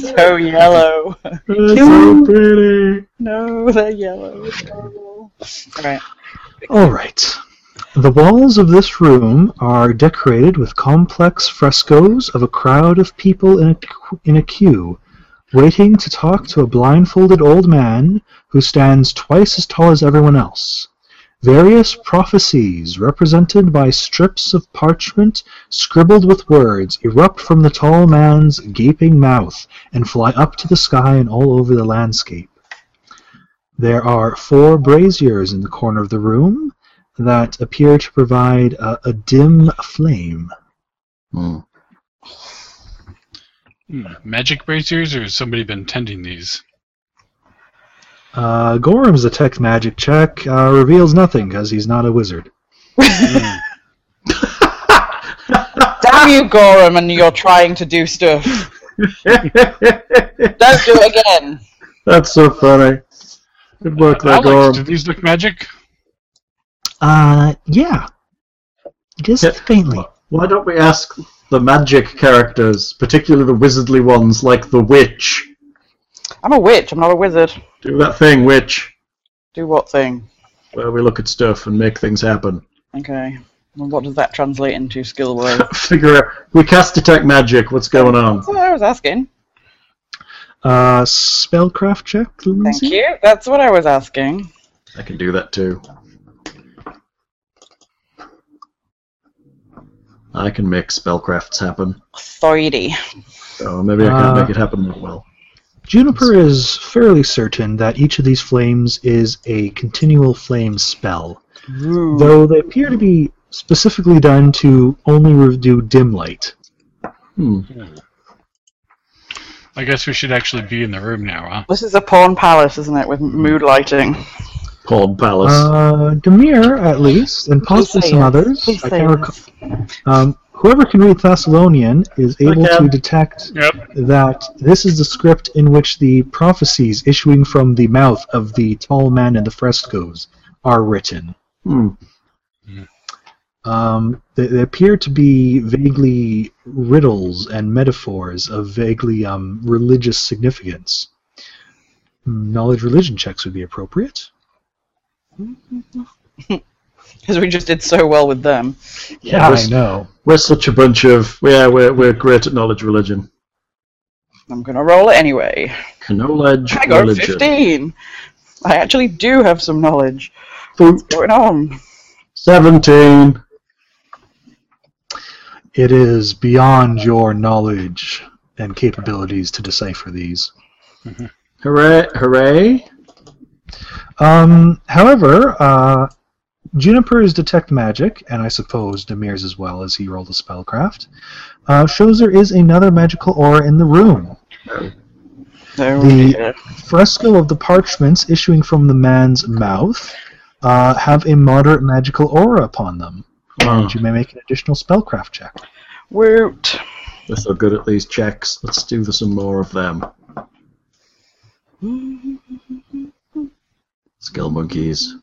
Speaker 6: So yellow. [LAUGHS]
Speaker 2: It's so pretty.
Speaker 6: No, they're yellow. It's horrible. Right.
Speaker 3: All right. The walls of this room are decorated with complex frescoes of a crowd of people in a, qu- in a queue, waiting to talk to a blindfolded old man who stands twice as tall as everyone else. Various prophecies, represented by strips of parchment scribbled with words, erupt from the tall man's gaping mouth and fly up to the sky and all over the landscape. There are four braziers in the corner of the room that appear to provide a, a dim flame.
Speaker 5: hmm, magic braziers, or has somebody been tending these?
Speaker 3: Uh, Gorham's detect magic check uh, reveals nothing because he's not a wizard.
Speaker 6: Damn you, Gorham, and you're trying to do stuff. Don't do it again.
Speaker 2: [LAUGHS] That's so funny. Good work there,
Speaker 5: Alex,
Speaker 2: Gorm.
Speaker 5: do these look magic?
Speaker 3: Uh, yeah. Just
Speaker 2: Yeah.
Speaker 3: faintly.
Speaker 2: Why don't we ask the magic characters, particularly the wizardly ones like the witch?
Speaker 6: I'm a witch. I'm not a wizard.
Speaker 2: Do that thing, witch,
Speaker 6: Do what thing?
Speaker 2: where we look at stuff and make things happen. [LAUGHS]
Speaker 6: Okay. Well, what does that translate into skill wise?
Speaker 2: Figure out. We cast detect magic. What's going on?
Speaker 6: That's what I was asking.
Speaker 3: Uh, spellcraft check,
Speaker 6: Thank
Speaker 3: Lindsay?
Speaker 6: you. That's what I was asking.
Speaker 2: I can do that too. I can make spellcrafts happen.
Speaker 6: Authority.
Speaker 2: So maybe I can't
Speaker 3: Uh,
Speaker 2: make it happen that well.
Speaker 3: Juniper is fairly certain that each of these flames is a continual flame spell. though they appear to be specifically done to only re- do dim light.
Speaker 2: Hmm.
Speaker 5: I guess we should actually be in the room now, huh?
Speaker 6: This is a porn palace, isn't it, with mood lighting?
Speaker 2: Pawn Palace.
Speaker 3: Uh, Demir, at least, and possibly
Speaker 6: say
Speaker 3: some
Speaker 6: yes.
Speaker 3: others.
Speaker 6: Please
Speaker 3: I
Speaker 6: say
Speaker 3: can't
Speaker 6: yes. [LAUGHS]
Speaker 3: recall. Um, whoever can read Thessalonian is able to
Speaker 2: can.
Speaker 3: detect
Speaker 5: Yep.
Speaker 3: that this is the script in which the prophecies issuing from the mouth of the tall man in the frescoes are written.
Speaker 2: Hmm.
Speaker 3: Um, they, they appear to be vaguely riddles and metaphors of vaguely um, religious significance. Hmm, Knowledge religion checks would be appropriate.
Speaker 6: Because we just did so well with them.
Speaker 2: Yeah,
Speaker 3: I
Speaker 2: we're,
Speaker 3: know.
Speaker 2: we're such a bunch of yeah, we're we're great at knowledge religion.
Speaker 6: I'm going to roll it anyway.
Speaker 2: Knowledge
Speaker 6: I got
Speaker 2: religion.
Speaker 6: 15! I actually do have some knowledge.
Speaker 2: Boop.
Speaker 6: What's going on?
Speaker 2: Seventeen.
Speaker 3: It is beyond your knowledge and capabilities to decipher these.
Speaker 2: Hooray! Hooray!
Speaker 3: Um, however, uh, Juniper's detect magic, and I suppose Demir's as well, as he rolled a spellcraft, uh, shows there is another magical aura in the room.
Speaker 6: No,
Speaker 3: The-
Speaker 6: dear.
Speaker 3: Fresco of the parchments issuing from the man's mouth uh, have a moderate magical aura upon them,
Speaker 2: Oh,
Speaker 3: and you may make an additional spellcraft check.
Speaker 6: Woot.
Speaker 2: we're so good at these checks. Let's do the- some more of them. Skill monkeys.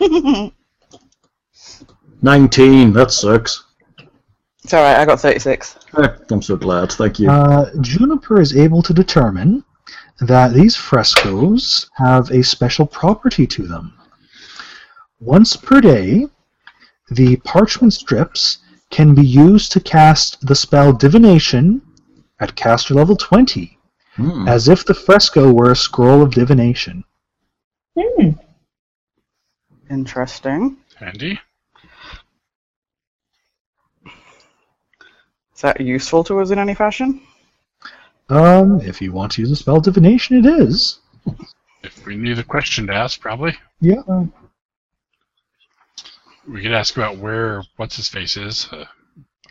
Speaker 6: it's
Speaker 2: Nineteen. That sucks.
Speaker 6: alright, I got 36.
Speaker 2: Eh, I'm so glad. Thank you.
Speaker 3: Uh, Juniper is able to determine that these frescoes have a special property to them. Once per day, the parchment strips can be used to cast the spell Divination at caster level 20,
Speaker 2: Hmm.
Speaker 3: as if the fresco were a scroll of divination.
Speaker 7: Hmm.
Speaker 6: Interesting.
Speaker 5: Andy?
Speaker 6: Is that useful to us in any fashion?
Speaker 3: Um, if you want to use the spell Divination, it is.
Speaker 5: If we need a question to ask, probably.
Speaker 3: Yeah.
Speaker 5: We could ask about where what's his face is. Uh,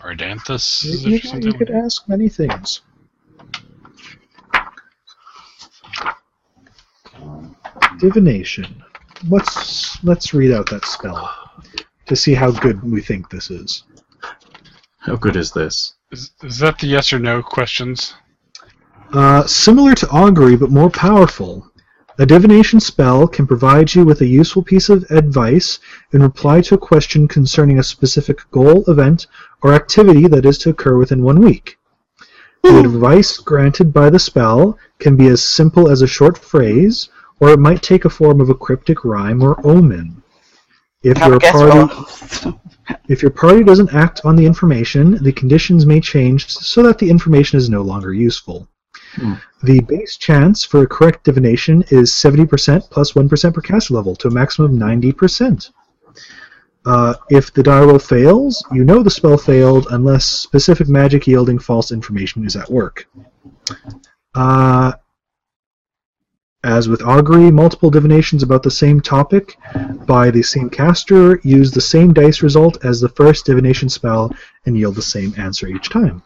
Speaker 5: Ardanthus is
Speaker 3: You,
Speaker 5: or
Speaker 3: you-
Speaker 5: something.
Speaker 3: you could ask many things. Divination. Let's let's read out that spell to see how good we think this is.
Speaker 2: How good is this?
Speaker 5: Is, is that the yes or no questions?
Speaker 3: Uh, similar to augury, but more powerful. A divination spell can provide you with a useful piece of advice in reply to a question concerning a specific goal, event, or activity that is to occur within one week.
Speaker 6: Hmm.
Speaker 3: The advice granted by the spell can be as simple as a short phrase, or it might take a form of a cryptic rhyme or omen. If
Speaker 6: Have
Speaker 3: your
Speaker 6: a guess
Speaker 3: party
Speaker 6: well.
Speaker 3: if your party doesn't act on the information, the conditions may change so that the information is no longer useful.
Speaker 2: Hmm.
Speaker 3: The base chance for a correct divination is 70% plus 1% per caster level to a maximum of 90%. Uh, if the die roll fails, you know the spell failed unless specific magic yielding false information is at work. Uh, as with augury, multiple divinations about the same topic by the same caster, use the same dice result as the first divination spell, and yield the same answer each time.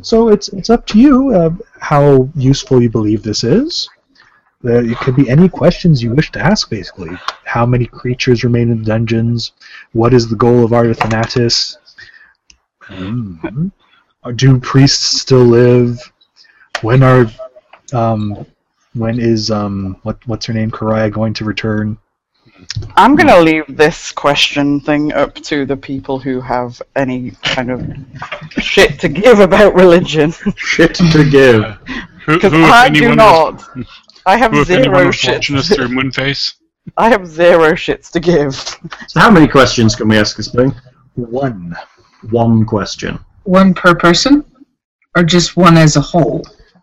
Speaker 3: So it's it's up to you uh, how useful you believe this is. There- it could be any questions you wish to ask, basically. How many creatures remain in the dungeons? What is the goal of Artathanatus? Or Do priests still live? When are um, when is um, what what's her name Karaya going to return?
Speaker 6: I'm going to leave this question thing up to the people who have any kind of shit to give
Speaker 5: [LAUGHS]
Speaker 6: about religion.
Speaker 2: Shit to give.
Speaker 3: [LAUGHS]
Speaker 5: Who,
Speaker 6: Because
Speaker 5: who, if
Speaker 6: I do
Speaker 5: anyone, was-
Speaker 6: not. I have
Speaker 5: who, if anyone
Speaker 6: zero
Speaker 5: was watching us
Speaker 6: shits.
Speaker 3: [LAUGHS]
Speaker 5: through Moonface?
Speaker 6: [LAUGHS] I have zero shits to give.
Speaker 2: So how many questions can we ask this thing?
Speaker 3: One.
Speaker 2: One question.
Speaker 4: One per person, or just one as a whole?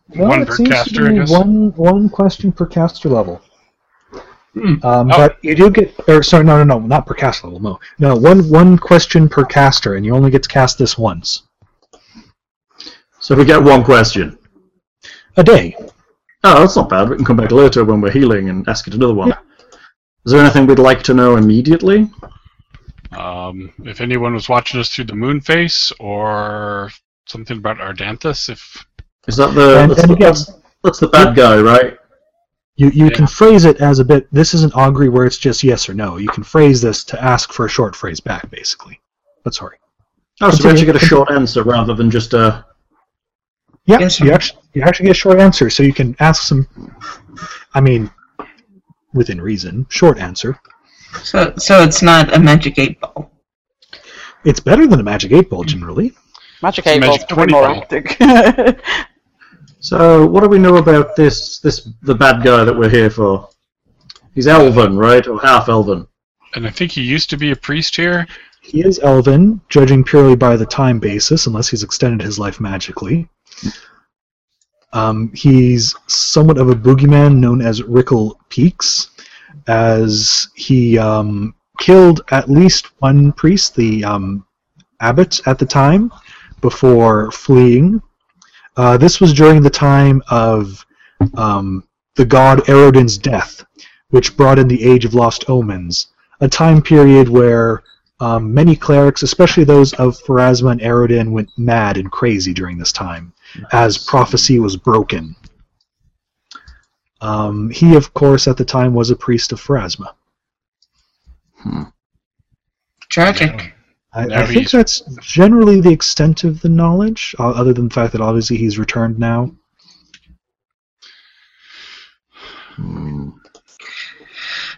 Speaker 3: Well,
Speaker 5: One
Speaker 3: it
Speaker 5: per
Speaker 3: seems to
Speaker 5: caster, I
Speaker 3: be
Speaker 5: guess.
Speaker 3: One, one question per caster level.
Speaker 5: Hmm.
Speaker 3: Um, But you do get, or sorry, no, no, no, not per caster level, no, no, one, one question per caster, and you only get to cast this once
Speaker 2: So if we get one question.
Speaker 3: a day.
Speaker 2: Oh, that's not bad. We can come back later when we're healing and ask it another one. Is there anything we'd like to know immediately?
Speaker 5: Um, if anyone was watching us through the Moonface or something about Ardanthus. If
Speaker 2: Is that the
Speaker 3: And-
Speaker 2: that's,
Speaker 3: and
Speaker 2: the-
Speaker 3: again-
Speaker 2: Uh, that's, that's the bad guy, right?
Speaker 3: You, you
Speaker 5: Yeah.
Speaker 3: can phrase it as a bit. This isn't augury where it's just yes or no. You can phrase this to ask for a short phrase back, basically. But sorry.
Speaker 2: Oh, so we
Speaker 3: Continue.
Speaker 2: actually get a short answer rather than just a.
Speaker 3: Yeah,
Speaker 4: Yes,
Speaker 3: you
Speaker 4: sir.
Speaker 3: actually you actually get a short answer, so you can ask some. I mean, within reason, short answer.
Speaker 4: So, so it's not a magic eight ball.
Speaker 3: It's better than a magic eight ball generally.
Speaker 6: Magic
Speaker 5: It's a
Speaker 6: eight ball's
Speaker 5: magic 20
Speaker 6: probably more
Speaker 5: ball.
Speaker 6: [LAUGHS] active.
Speaker 2: So what do we know about this this the bad guy that we're here for? He's elven, right, or half elven?
Speaker 5: and I think he used to be a priest here.
Speaker 3: He is elven, judging purely by the time basis, unless he's extended his life magically. Um, he's somewhat of a boogeyman known as Rickle Peaks, as he um, killed at least one priest, the um, abbot at the time, before fleeing. Uh, this was during the time of um, the god Erodin's death, which brought in the Age of Lost Omens, a time period where um, many clerics, especially those of Pharasma and Aerodin, went mad and crazy during this time, as prophecy was broken. Um, he, of course, at the time was a priest of Pharasma.
Speaker 4: Tragic.
Speaker 3: I,
Speaker 5: Now
Speaker 3: I think
Speaker 5: he's-
Speaker 3: that's generally the extent of the knowledge, o- other than the fact that obviously he's returned now.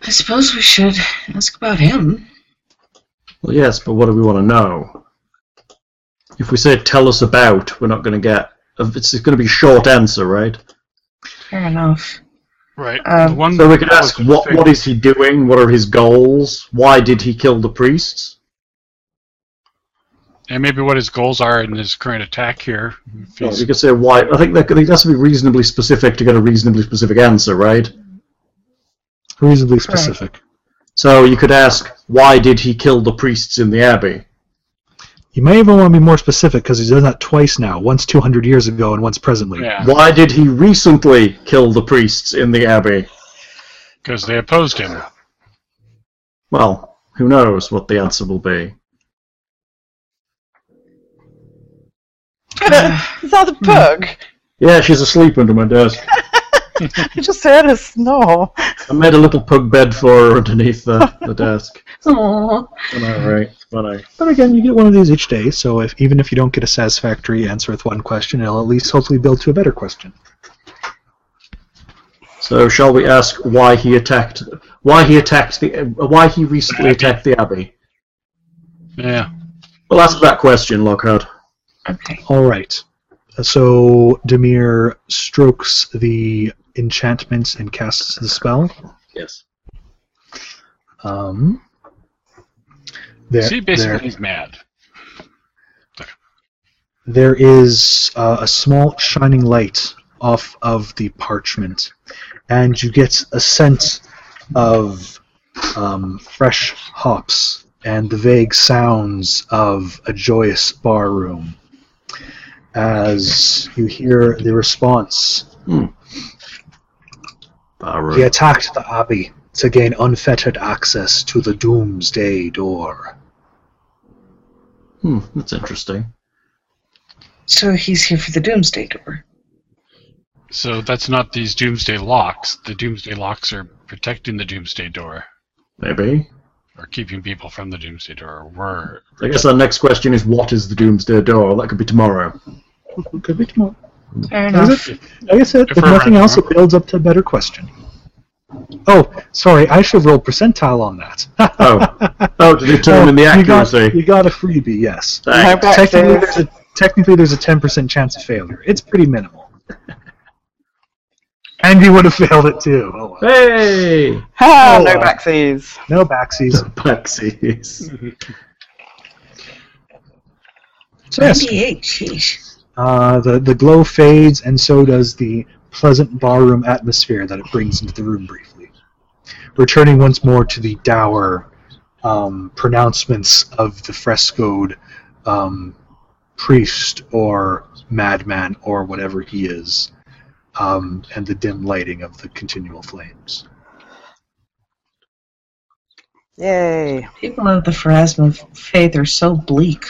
Speaker 4: I suppose we should ask about him.
Speaker 2: Well, yes, but what do we want to know? If we say tell us about, we're not going to get. It's going to be short answer, right?
Speaker 4: Fair enough.
Speaker 5: Right.
Speaker 4: Um,
Speaker 5: the
Speaker 3: Hmm.
Speaker 5: one
Speaker 2: So we could
Speaker 5: that
Speaker 2: ask
Speaker 5: was
Speaker 2: what
Speaker 5: fake-
Speaker 2: what is he doing? What are his goals? Why did he kill the priests?
Speaker 5: and maybe what his goals are in his current attack here. If
Speaker 2: Yeah,
Speaker 5: he's-
Speaker 2: we could say why. I think that that has to be reasonably specific to get a reasonably specific answer, right?
Speaker 3: Reasonably
Speaker 4: Correct.
Speaker 3: specific.
Speaker 2: So you could ask why did he kill the priests in the abbey?
Speaker 3: You may even want to be more specific because he's done that twice now, once 200 years ago and once presently.
Speaker 5: yeah,
Speaker 2: Why did he recently kill the priests in the abbey?
Speaker 5: because they opposed him.
Speaker 2: Well, who knows what the answer will be?
Speaker 6: Is that the pug?
Speaker 2: Yeah, she's asleep under my desk.
Speaker 6: I just heard her snore.
Speaker 2: I made a little pug bed for her underneath the, the desk.
Speaker 4: Aw.
Speaker 2: All right, funny.
Speaker 3: But again, you get one of these each day, so if even if you don't get a satisfactory answer with one question, it'll at least hopefully build to a better question.
Speaker 2: So shall we ask why he attacked? Why he attacked the? uh, Why he recently attacked the abbey?
Speaker 5: Yeah.
Speaker 2: Well, ask that question, Lockhart.
Speaker 4: Okay.
Speaker 3: All right. So Demir strokes the enchantments and casts the spell.
Speaker 2: Yes.
Speaker 3: Um, there,
Speaker 5: See, basically,
Speaker 3: there-
Speaker 5: he's mad.
Speaker 3: there is uh, a small shining light off of the parchment, and you get a scent of um, fresh hops and the vague sounds of a joyous bar room as you hear the response he attacked the abbey to gain unfettered access to the doomsday door
Speaker 2: Hmm, that's interesting.
Speaker 4: So he's here for the Doomsday Door.
Speaker 5: So that's not these doomsday locks. The doomsday locks are protecting the doomsday door,
Speaker 2: Maybe.
Speaker 5: or keeping people from the doomsday door, or were.
Speaker 2: I guess our next question is what is the Doomsday Door? That could be tomorrow.
Speaker 3: [LAUGHS] could be tomorrow
Speaker 4: Fair
Speaker 3: Is
Speaker 4: enough.
Speaker 3: it? Like I said,
Speaker 5: If
Speaker 3: if,
Speaker 5: we're
Speaker 3: nothing
Speaker 5: around
Speaker 3: else,
Speaker 5: tomorrow.
Speaker 3: it builds up to a better question. Oh, sorry, I should roll percentile on that. [LAUGHS]
Speaker 2: Oh, oh, to determine the
Speaker 3: Oh, you got-
Speaker 2: accuracy.
Speaker 3: You got, a freebie, yes.
Speaker 6: My
Speaker 2: Thanks.
Speaker 6: back
Speaker 3: Technically,
Speaker 6: says-
Speaker 3: there's a technically there's a ten percent chance of failure. It's pretty minimal. And you would have failed it too. Oh, well.
Speaker 2: Hey,
Speaker 6: Ah,
Speaker 3: Oh,
Speaker 6: no
Speaker 3: wow.
Speaker 6: backsies.
Speaker 3: No backsies.
Speaker 2: Paxies.
Speaker 3: So yes,
Speaker 4: 98, jeez.
Speaker 3: uh, the the glow fades, and so does the pleasant barroom atmosphere that it brings into the room briefly, returning once more to the dour um, pronouncements of the frescoed um, priest or madman or whatever he is, um, and the dim lighting of the continual flames.
Speaker 6: Yay.
Speaker 4: People of the Pharasma faith are so bleak.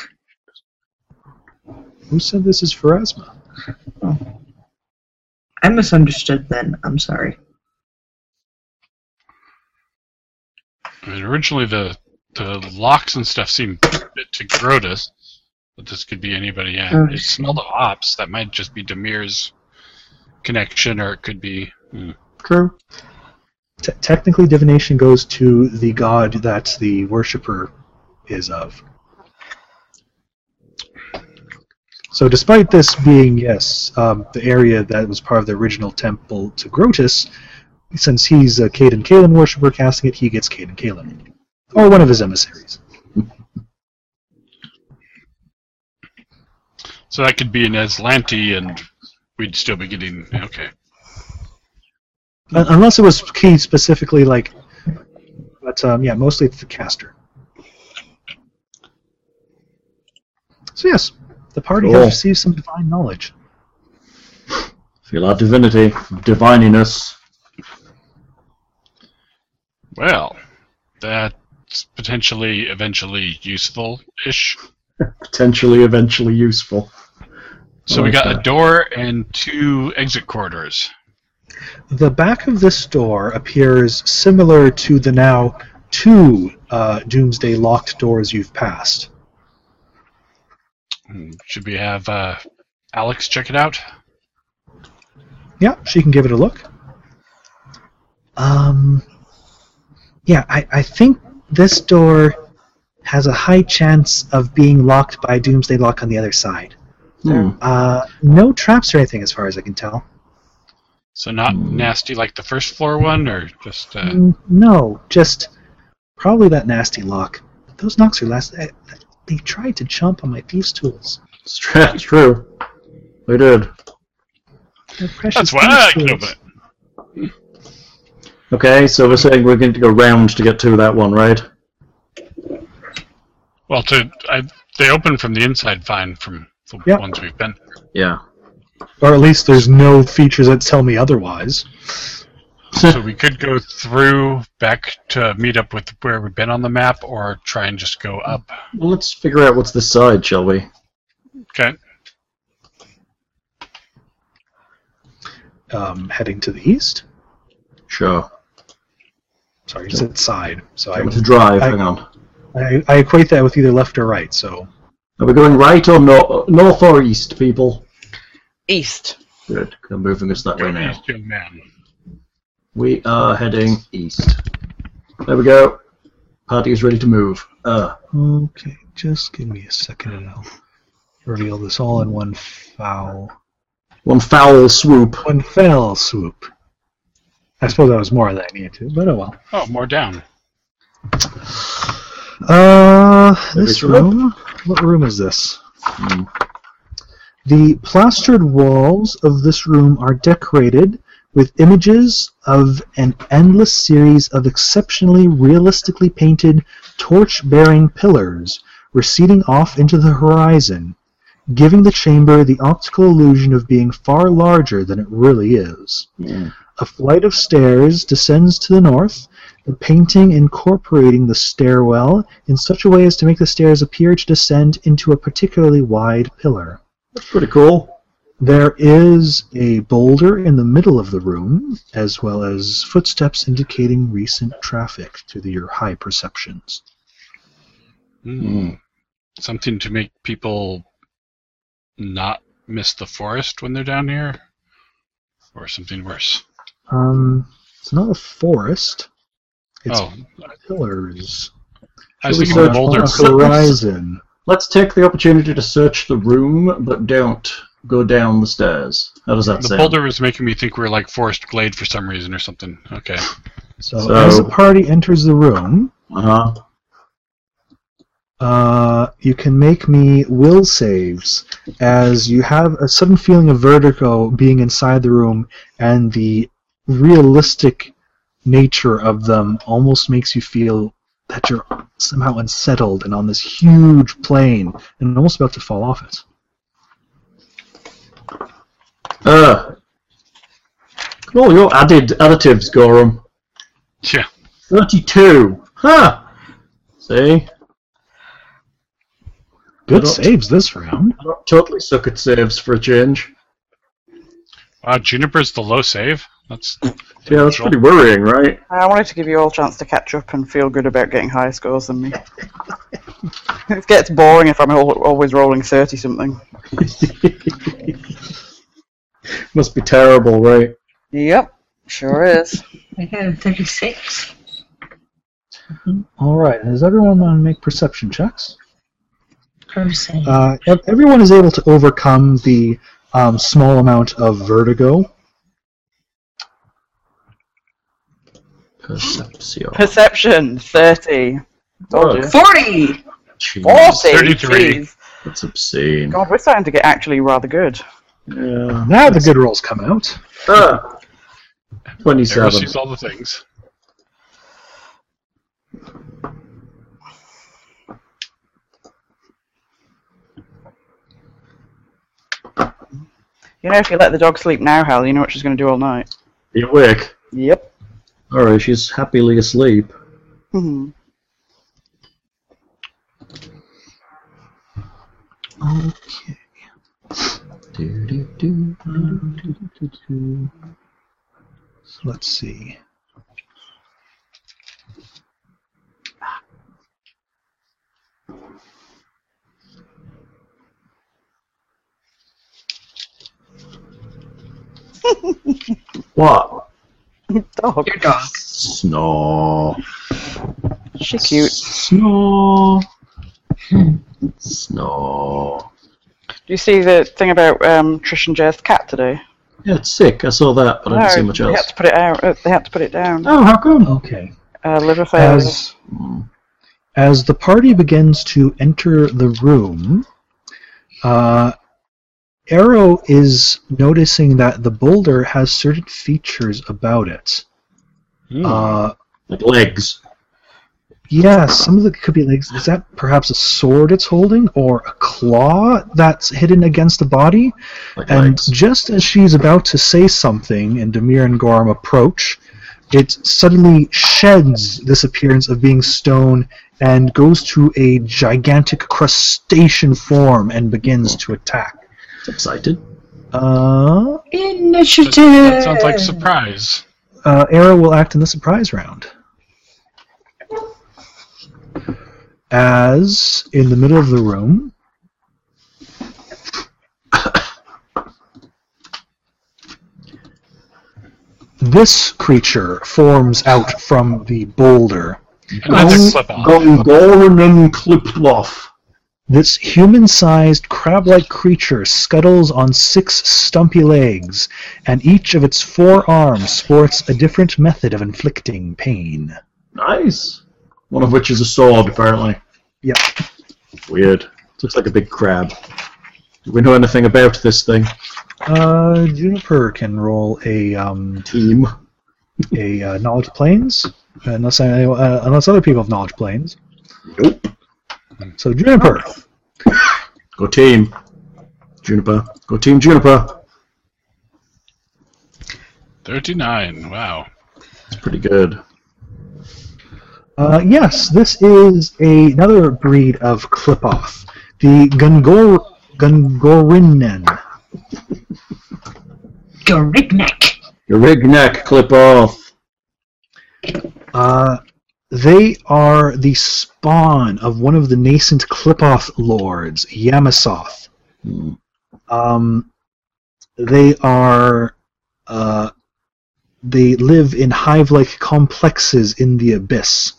Speaker 3: Who said this is Pharasma?
Speaker 4: I misunderstood then. I'm sorry.
Speaker 5: I mean, originally the the locks and stuff seemed fit to Grotus, but this could be anybody. Yeah,
Speaker 4: Oh, I
Speaker 5: it smelled of hops. That might just be Demir's connection, or it could be. hmm.
Speaker 2: True.
Speaker 3: Te- technically, divination goes to the god that the worshiper is of. So, despite this being, yes, um, the area that was part of the original temple to Grotus, since he's a Caden Kalen worshiper casting it, he gets Caden Kalen. Or one of his emissaries.
Speaker 5: So that could be an Aslanti, and we'd still be getting okay.
Speaker 3: Un- unless it was key specifically, like. But, um, yeah, mostly it's the caster. So, yes, the party
Speaker 2: Cool.
Speaker 3: has received some divine knowledge.
Speaker 2: Feel our divinity, divininess.
Speaker 5: Well, that's potentially eventually useful-ish.
Speaker 2: potentially eventually useful.
Speaker 5: So we
Speaker 2: like
Speaker 5: got
Speaker 2: that.
Speaker 5: a door and two exit corridors.
Speaker 3: The back of this door appears similar to the now two uh, Doomsday locked doors you've passed.
Speaker 5: Hmm, Should we have uh, Alex check it out?
Speaker 3: Yeah, she can give it a look. Um, yeah, I, I think this door has a high chance of being locked by Doomsday lock on the other side.
Speaker 2: Hmm.
Speaker 3: Uh, no traps or anything, as far as I can tell.
Speaker 5: So not nasty like the first floor one, or just uh,
Speaker 3: Mm, No, just probably that nasty lock. Those knocks are last. eh, They tried to chomp on my thieves' tools.
Speaker 2: It's tr- [LAUGHS] It's true. They did.
Speaker 3: They're precious
Speaker 5: that's why
Speaker 3: thieves'
Speaker 5: I can
Speaker 3: tools.
Speaker 5: open it.
Speaker 2: Okay, so we're saying we're going to go round to get to that one, right?
Speaker 5: Well, to I, they open from the inside fine from the
Speaker 3: Yep.
Speaker 5: ones we've been. through.
Speaker 2: Yeah.
Speaker 3: Or at least there's no features that tell me otherwise.
Speaker 5: so we could go through back to meet up with where we've been on the map, or try and just go up.
Speaker 2: Well, let's figure out what's this side, shall we?
Speaker 5: Okay.
Speaker 3: Um, heading to the east.
Speaker 2: Sure.
Speaker 3: Sorry, it's said side. So
Speaker 2: I'm
Speaker 3: I,
Speaker 2: to drive.
Speaker 3: I-
Speaker 2: Hang on.
Speaker 3: I, I equate that with either left or right. So
Speaker 2: Are we going right or no- north or east, people?
Speaker 6: East.
Speaker 2: Good. They're moving us that way
Speaker 5: Go
Speaker 2: now.
Speaker 5: east, young man.
Speaker 2: We are heading east. There we go. Party is ready to move. Uh,
Speaker 3: okay, just give me a second and I'll reveal this all in one foul,
Speaker 2: one foul swoop.
Speaker 3: one fell swoop. I suppose that was more than I needed to, but oh well.
Speaker 5: Oh, more down.
Speaker 3: Uh, this
Speaker 2: Every room?
Speaker 3: room. What room is this?
Speaker 2: Hmm.
Speaker 3: The plastered walls of this room are decorated with images of an endless series of exceptionally realistically painted torch bearing pillars receding off into the horizon, giving the chamber the optical illusion of being far larger than it really is. A flight of stairs descends to the north, the painting incorporating the stairwell in such a way as to make the stairs appear to descend into a particularly wide pillar.
Speaker 2: That's pretty cool.
Speaker 3: There is a boulder in the middle of the room, as well as footsteps indicating recent traffic to the, your high perceptions.
Speaker 5: Hmm. Something to make people not miss the forest when they're down here, or something worse.
Speaker 3: Um, it's not a forest. It's
Speaker 5: oh,
Speaker 3: pillars.
Speaker 5: I was
Speaker 2: should we
Speaker 5: thinking
Speaker 2: search
Speaker 5: of the boulder.
Speaker 2: forest?
Speaker 3: On the horizon.
Speaker 2: Let's take the opportunity to search the room, but don't go down the stairs. How does that
Speaker 5: The
Speaker 2: sound?
Speaker 5: boulder was making me think we were like Forest Glade for some reason or something. Okay. [LAUGHS]
Speaker 3: So,
Speaker 2: So-
Speaker 3: as the party enters the room,
Speaker 2: Uh-huh.
Speaker 3: uh, you can make me will saves, as you have a sudden feeling of vertigo being inside the room, and the realistic nature of them almost makes you feel that you're somehow unsettled and on this huge plane and almost about to fall off it.
Speaker 2: Uh. All your added additives, Gorum.
Speaker 5: Yeah.
Speaker 2: 32. Huh. See?
Speaker 3: Good saves this round.
Speaker 2: Not totally suck at saves for a change.
Speaker 5: Wow, Uh, Juniper's the low save. That's
Speaker 2: Yeah, that's pretty worrying, right?
Speaker 6: I wanted to give you all a chance to catch up and feel good about getting higher scores than me. it gets boring if I'm al- always rolling 30 something.
Speaker 2: Must be terrible, right?
Speaker 6: Yep, sure is.
Speaker 4: I had a 36.
Speaker 3: All right. Does everyone want to make perception checks?
Speaker 4: Person.
Speaker 3: Uh, ev- everyone is able to overcome the um, small amount of vertigo.
Speaker 2: Perception.
Speaker 6: Perception 30. Told you.
Speaker 4: 40!
Speaker 2: Hmm.
Speaker 5: 33.
Speaker 6: 40! jeez.
Speaker 2: That's obscene.
Speaker 6: Oh! God, we're starting to get actually rather good.
Speaker 2: Yeah.
Speaker 3: Now the good rolls come out.
Speaker 2: Ah,
Speaker 5: Sarah
Speaker 2: 27.
Speaker 5: sees all the things.
Speaker 6: You know, if you let the dog sleep now, Hal, you know what she's going to do all night.
Speaker 2: Are you awake?
Speaker 6: Yep.
Speaker 2: Alright, she's happily asleep.
Speaker 6: Mhm.
Speaker 3: So let's see.
Speaker 2: What?
Speaker 6: dog.
Speaker 4: Your dog.
Speaker 2: Snore.
Speaker 6: She cute. Hmm.
Speaker 2: Snore. Snore.
Speaker 6: Do you see the thing about um, Trish and Jer's cat today?
Speaker 2: Yeah, it's sick. I saw that, but I didn't see much
Speaker 6: They had
Speaker 2: else.
Speaker 6: to put it out. uh, They had to put it down.
Speaker 3: Oh, how come? Okay.
Speaker 6: Uh, liver failure.
Speaker 3: As as the party begins to enter the room, uh, Arrow is noticing that the boulder has certain features about it. Uh,
Speaker 2: Hmm. Like legs.
Speaker 3: yeah, some of the could be like is that perhaps a sword it's holding or a claw that's hidden against the body?
Speaker 2: Like
Speaker 3: And
Speaker 2: legs.
Speaker 3: just as she's about to say something, and Demir and Gorm approach, it suddenly sheds this appearance of being stone and goes to a gigantic crustacean form and begins to attack.
Speaker 2: Excited.
Speaker 3: Uh,
Speaker 5: That,
Speaker 4: Initiative!
Speaker 5: that sounds like surprise.
Speaker 3: uh, Era will act in the surprise round. As in the middle of the room, this creature forms out from the boulder.
Speaker 5: Another clip on.
Speaker 2: Gongorian Kliploff.
Speaker 3: This human sized crab like creature scuttles on six stumpy legs, and each of its four arms sports a different method of inflicting pain.
Speaker 2: Nice. One of which is a sword, apparently.
Speaker 3: Yep.
Speaker 2: Weird. Looks like a big crab. Do we know anything about this thing?
Speaker 3: Uh, Juniper can roll a um,
Speaker 2: Team.
Speaker 3: a uh, knowledge planes, unless I, uh, unless other people have knowledge planes.
Speaker 2: Nope.
Speaker 3: So Juniper,
Speaker 2: Go team. Juniper. Go team Juniper.
Speaker 5: 39. Wow.
Speaker 2: It's pretty good.
Speaker 3: uh, yes, this is a, another breed of clip-off, the Gungor Gungorinen.
Speaker 4: Garignac.
Speaker 2: Your rig neck clip off.
Speaker 3: Uh, they are the spawn of one of the nascent Clipoth lords, Yamasoth.
Speaker 2: Hmm.
Speaker 3: Um, they are. Uh, they live in hive like complexes in the abyss.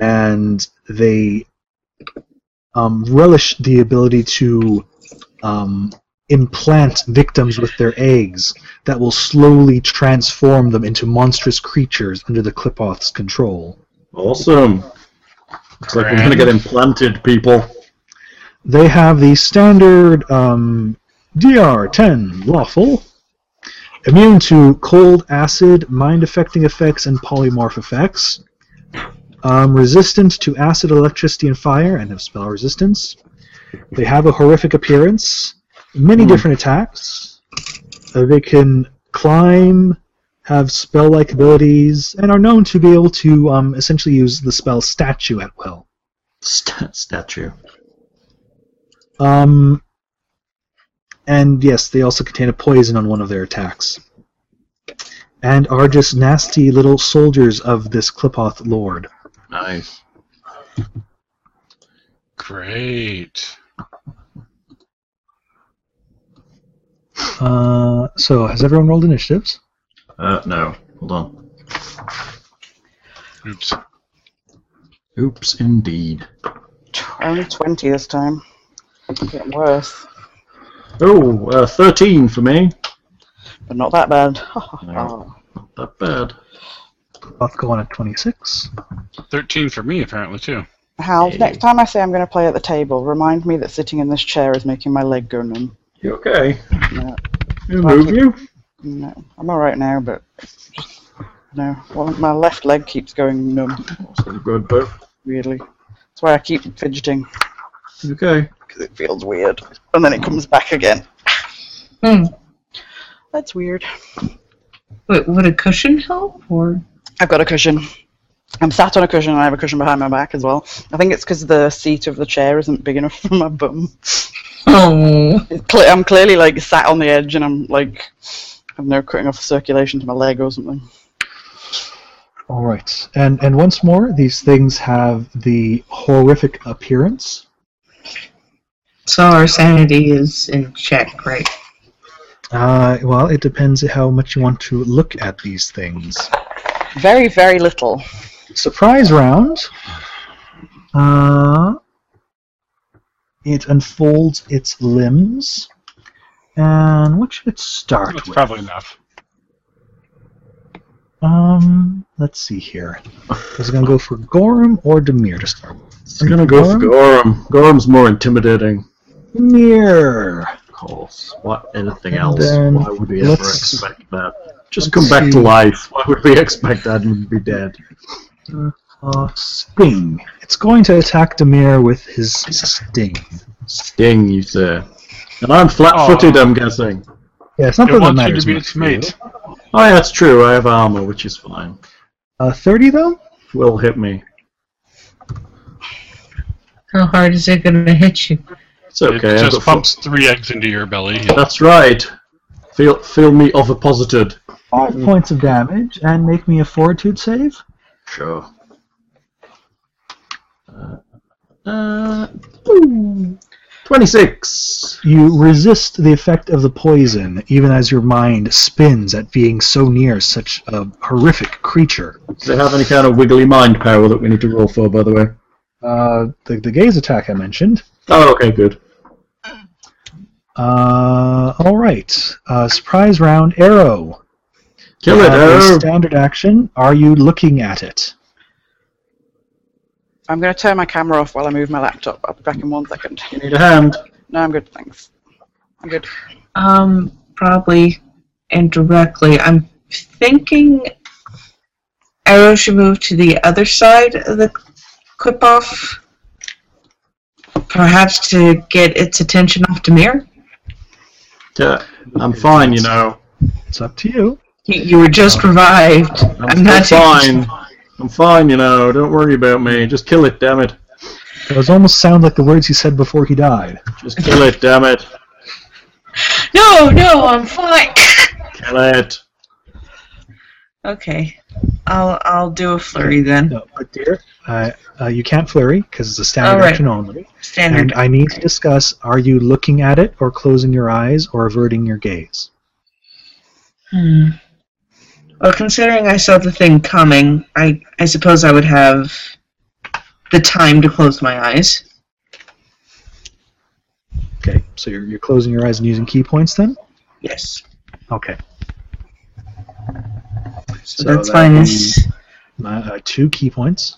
Speaker 3: And they um, relish the ability to um, implant victims with their eggs that will slowly transform them into monstrous creatures under the Clipoth's control.
Speaker 2: Awesome. Looks like we're gonna get implanted, people.
Speaker 3: They have the standard um, DR10 lawful, immune to cold, acid, mind affecting effects, and polymorph effects, um, resistant to acid, electricity, and fire, and have spell resistance. They have a horrific appearance, many
Speaker 2: Hmm.
Speaker 3: different attacks. Uh, they can climb, have spell like abilities, and are known to be able to um, essentially use the spell statue at will.
Speaker 2: Stat- statue.
Speaker 3: Um, and yes, they also contain a poison on one of their attacks. And are just nasty little soldiers of this Clipoth Lord.
Speaker 2: Nice.
Speaker 5: Great.
Speaker 3: Uh, so, has everyone rolled initiatives?
Speaker 2: Uh, no. Hold on.
Speaker 5: Oops.
Speaker 2: Oops, indeed.
Speaker 6: Only 20 this time. Getting worse,
Speaker 2: Oh, uh, 13 for me.
Speaker 6: but not that bad. [LAUGHS]
Speaker 2: No. Not that bad.
Speaker 3: Clipoth go on at 26.
Speaker 5: 13 for me, apparently, too.
Speaker 6: Hal, next time I say I'm going to play at the table, remind me that sitting in this chair is making my leg go numb.
Speaker 2: You okay?
Speaker 6: No,
Speaker 2: You move you?
Speaker 6: no, I'm alright now, but no, well, my left leg keeps going numb,
Speaker 2: That's not good, but
Speaker 6: weirdly. That's why I keep fidgeting,
Speaker 2: you okay.
Speaker 6: because it feels weird. And then it comes back again.
Speaker 7: Hmm.
Speaker 6: That's weird.
Speaker 7: Wait, would a cushion help? Or
Speaker 6: I've got a cushion. I'm sat on a cushion and I have a cushion behind my back as well. I think it's because the seat of the chair isn't big enough for my bum.
Speaker 7: oh,
Speaker 6: It's cle- I'm clearly like sat on the edge and I'm like, I'm now cutting off circulation to my leg or something.
Speaker 3: All right, and and once more, these things have the horrific appearance.
Speaker 4: So our sanity is in check, right?
Speaker 3: Uh, well, it depends how much you want to look at these things.
Speaker 6: Very, very little.
Speaker 3: Surprise round. Uh, it unfolds its limbs, and what should it start
Speaker 5: That's
Speaker 3: with?
Speaker 5: probably enough.
Speaker 3: Um, let's see here. Is it gonna go for Gorham or Demir to start with?
Speaker 2: I'm gonna go for Gorham. Gorham's more intimidating.
Speaker 3: Demir.
Speaker 2: Of course. What anything
Speaker 3: And
Speaker 2: else?
Speaker 3: then
Speaker 2: Why would we ever
Speaker 3: let's-
Speaker 2: expect that? Just
Speaker 3: let's
Speaker 2: come back
Speaker 3: see.
Speaker 2: to life. Why would we [LAUGHS] expect that and be dead?
Speaker 3: Uh, sting. It's going to attack Demir with his sting.
Speaker 2: Sting, you say. And I'm flat-footed,
Speaker 5: Aw.
Speaker 2: I'm guessing.
Speaker 3: Yeah, it's not
Speaker 5: It
Speaker 3: that that
Speaker 5: wants you
Speaker 3: matters.
Speaker 5: to be
Speaker 3: much
Speaker 5: its
Speaker 3: to you.
Speaker 5: mate.
Speaker 2: Oh, yeah, that's true. I have armor, which is fine.
Speaker 3: Uh, Thirty though.
Speaker 2: Will hit me.
Speaker 7: how hard is it gonna hit you?
Speaker 2: It's okay.
Speaker 5: it
Speaker 2: I've
Speaker 5: just
Speaker 2: got four-
Speaker 5: pumps three eggs into your
Speaker 3: [LAUGHS]
Speaker 5: belly.
Speaker 2: That's right. Feel feel me overposited.
Speaker 3: Five points of damage, and make me a Fortitude save.
Speaker 2: Sure. Uh, uh, Twenty-six.
Speaker 3: You resist the effect of the poison, even as your mind spins at being so near such a horrific creature.
Speaker 2: Do they have any kind of wiggly mind power that we need to roll for, by the way?
Speaker 3: Uh, the, the gaze attack I mentioned.
Speaker 2: Oh, okay, good.
Speaker 3: Uh, all right. Uh, surprise round arrow.
Speaker 2: Kill
Speaker 3: You
Speaker 2: it,
Speaker 3: have a
Speaker 2: arrow.
Speaker 3: Standard action. Are you looking at it?
Speaker 6: I'm going to turn my camera off while I move my laptop. I'll be back in one second.
Speaker 2: You need a hand.
Speaker 6: No, I'm good, thanks. I'm good.
Speaker 4: Um, probably indirectly. I'm thinking Arrow should move to the other side of the clip off, perhaps to get its attention off Demir.
Speaker 2: Yeah, I'm fine, you know.
Speaker 3: It's up to you.
Speaker 4: You, you were just revived.
Speaker 2: Oh. I'm,
Speaker 4: I'm
Speaker 2: still
Speaker 4: not
Speaker 2: fine. I'm fine, you know. Don't worry about me. Just kill it, damn it.
Speaker 3: Those almost sound like the words he said before he died.
Speaker 2: Just kill it, damn it.
Speaker 4: No, no, I'm fine. [LAUGHS]
Speaker 2: Kill it.
Speaker 4: okay, I'll I'll do a flurry then.
Speaker 3: No, but dear, uh, uh, you can't flurry because it's a standard
Speaker 4: All right.
Speaker 3: action only.
Speaker 4: Standard.
Speaker 3: And I need to discuss: Are you looking at it, or closing your eyes, or averting your gaze?
Speaker 4: Hmm. Well, considering I saw the thing coming, I, I suppose I would have the time to close my eyes.
Speaker 3: Okay, so you're, you're closing your eyes and using key points then.
Speaker 4: Yes.
Speaker 3: Okay,
Speaker 4: So,
Speaker 3: So
Speaker 4: that's
Speaker 3: that
Speaker 4: mine
Speaker 3: would
Speaker 4: is
Speaker 3: uh, uh, two key points,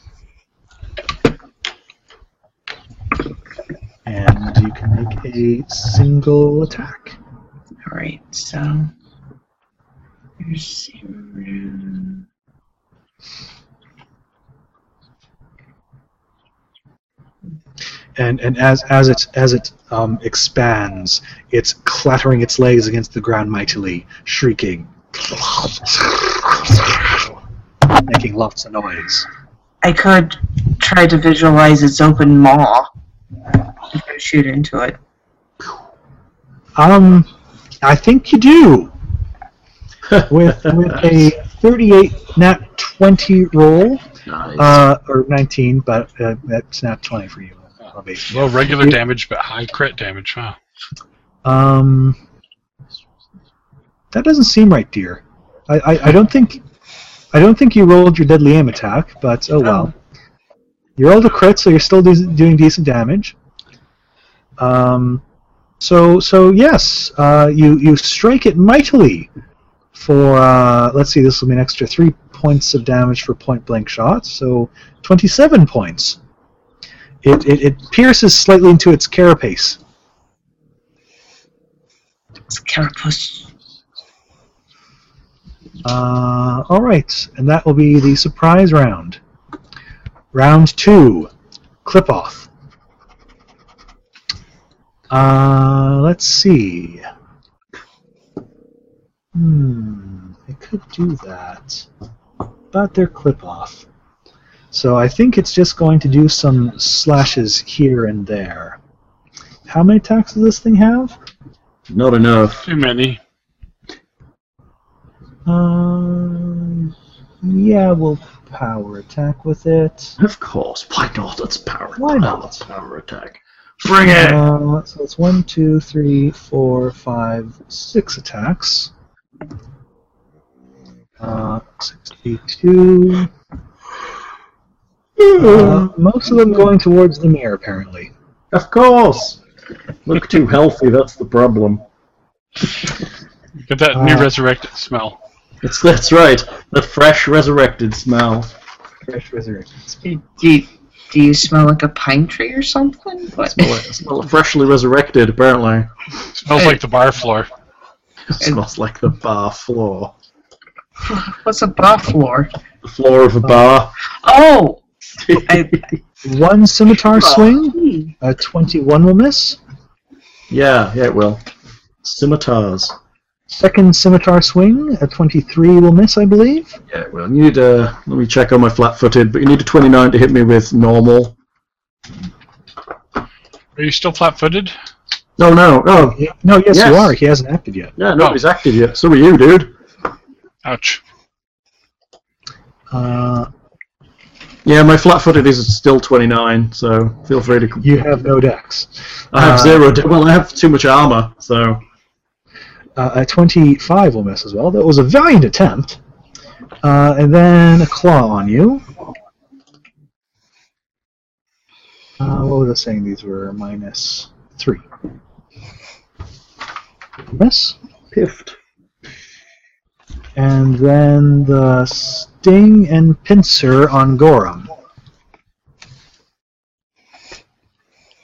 Speaker 3: and you can make a single attack.
Speaker 4: alright, so there's zero.
Speaker 3: and and as as it as it um, expands, it's clattering its legs against the ground mightily, shrieking, [LAUGHS] making lots of noise.
Speaker 4: I could try to visualize its open maw if I shoot into it.
Speaker 3: Um, I think you do. With with a 38 nat 20 roll,
Speaker 2: Nice.
Speaker 3: uh, or 19, but uh, that's not 20 for you. obviously.
Speaker 5: Well, regular
Speaker 3: Yeah.
Speaker 5: damage, but high crit damage, huh?
Speaker 3: Um, that doesn't seem right, dear. I, I, I don't think I don't think you rolled your deadly aim attack, but oh well. You rolled a crit, so you're still de- doing decent damage. Um, so so yes, uh, you you strike it mightily. For uh, let's see, this will be an extra three points of damage for point blank shots, so twenty-seven points. It, it, it pierces slightly into its carapace.
Speaker 4: It's carapace.
Speaker 3: Uh, all right, and that will be the surprise round. Round two, clip off. Uh, let's see. Hmm, I could do that, but they're clip off. So I think it's just going to do some slashes here and there. How many attacks does this thing have?
Speaker 2: Not enough.
Speaker 5: Too many.
Speaker 3: Um, yeah, we'll power attack with it.
Speaker 2: Of course. Why not? That's power.
Speaker 3: Why not?
Speaker 2: That's power attack. Bring it.
Speaker 3: Uh, so it's one, two, three, four, five, six attacks. Uh, 62. Uh, most of them going towards the mirror, apparently.
Speaker 2: Of course. Look too healthy. That's the problem.
Speaker 5: Get that new
Speaker 3: Uh.
Speaker 5: resurrected smell.
Speaker 2: It's that's right. The fresh resurrected smell.
Speaker 3: Fresh resurrection.
Speaker 4: Do you, do you smell like a pine tree or something? What?
Speaker 2: Smell it. Smell it freshly resurrected. Apparently,
Speaker 5: Smells
Speaker 4: Hey.
Speaker 5: like the bar floor.
Speaker 2: smells like the bar floor.
Speaker 4: What's a bar floor?
Speaker 2: The floor of a bar.
Speaker 4: Oh, I,
Speaker 3: One scimitar swing.
Speaker 4: hmm.
Speaker 3: A 21 will miss.
Speaker 2: [LAUGHS] yeah, yeah, it will. Scimitars.
Speaker 3: Second scimitar swing. A 23 will miss, I believe.
Speaker 2: Yeah, it will. You need a. Let me check on my flat-footed, but you need a 29 to hit me with normal.
Speaker 5: Are you still flat-footed?
Speaker 2: No, no, no.
Speaker 3: No, yes,
Speaker 2: Yes.
Speaker 3: you are. He hasn't acted yet.
Speaker 2: Yeah, nobody's active yet. So are you, dude.
Speaker 5: Ouch.
Speaker 3: Uh,
Speaker 2: Yeah, my flat-footed is still 29, so feel free to.
Speaker 3: you have no dex.
Speaker 2: I have
Speaker 3: uh,
Speaker 2: zero. da- Well, I have too much armor, so
Speaker 3: Uh, a 25 will miss as well. That was a valiant attempt. Uh, and then a claw on you. Uh, what was I saying? These were minus 3. Miss.
Speaker 2: piffed.
Speaker 3: And then the sting and pincer on Gorum.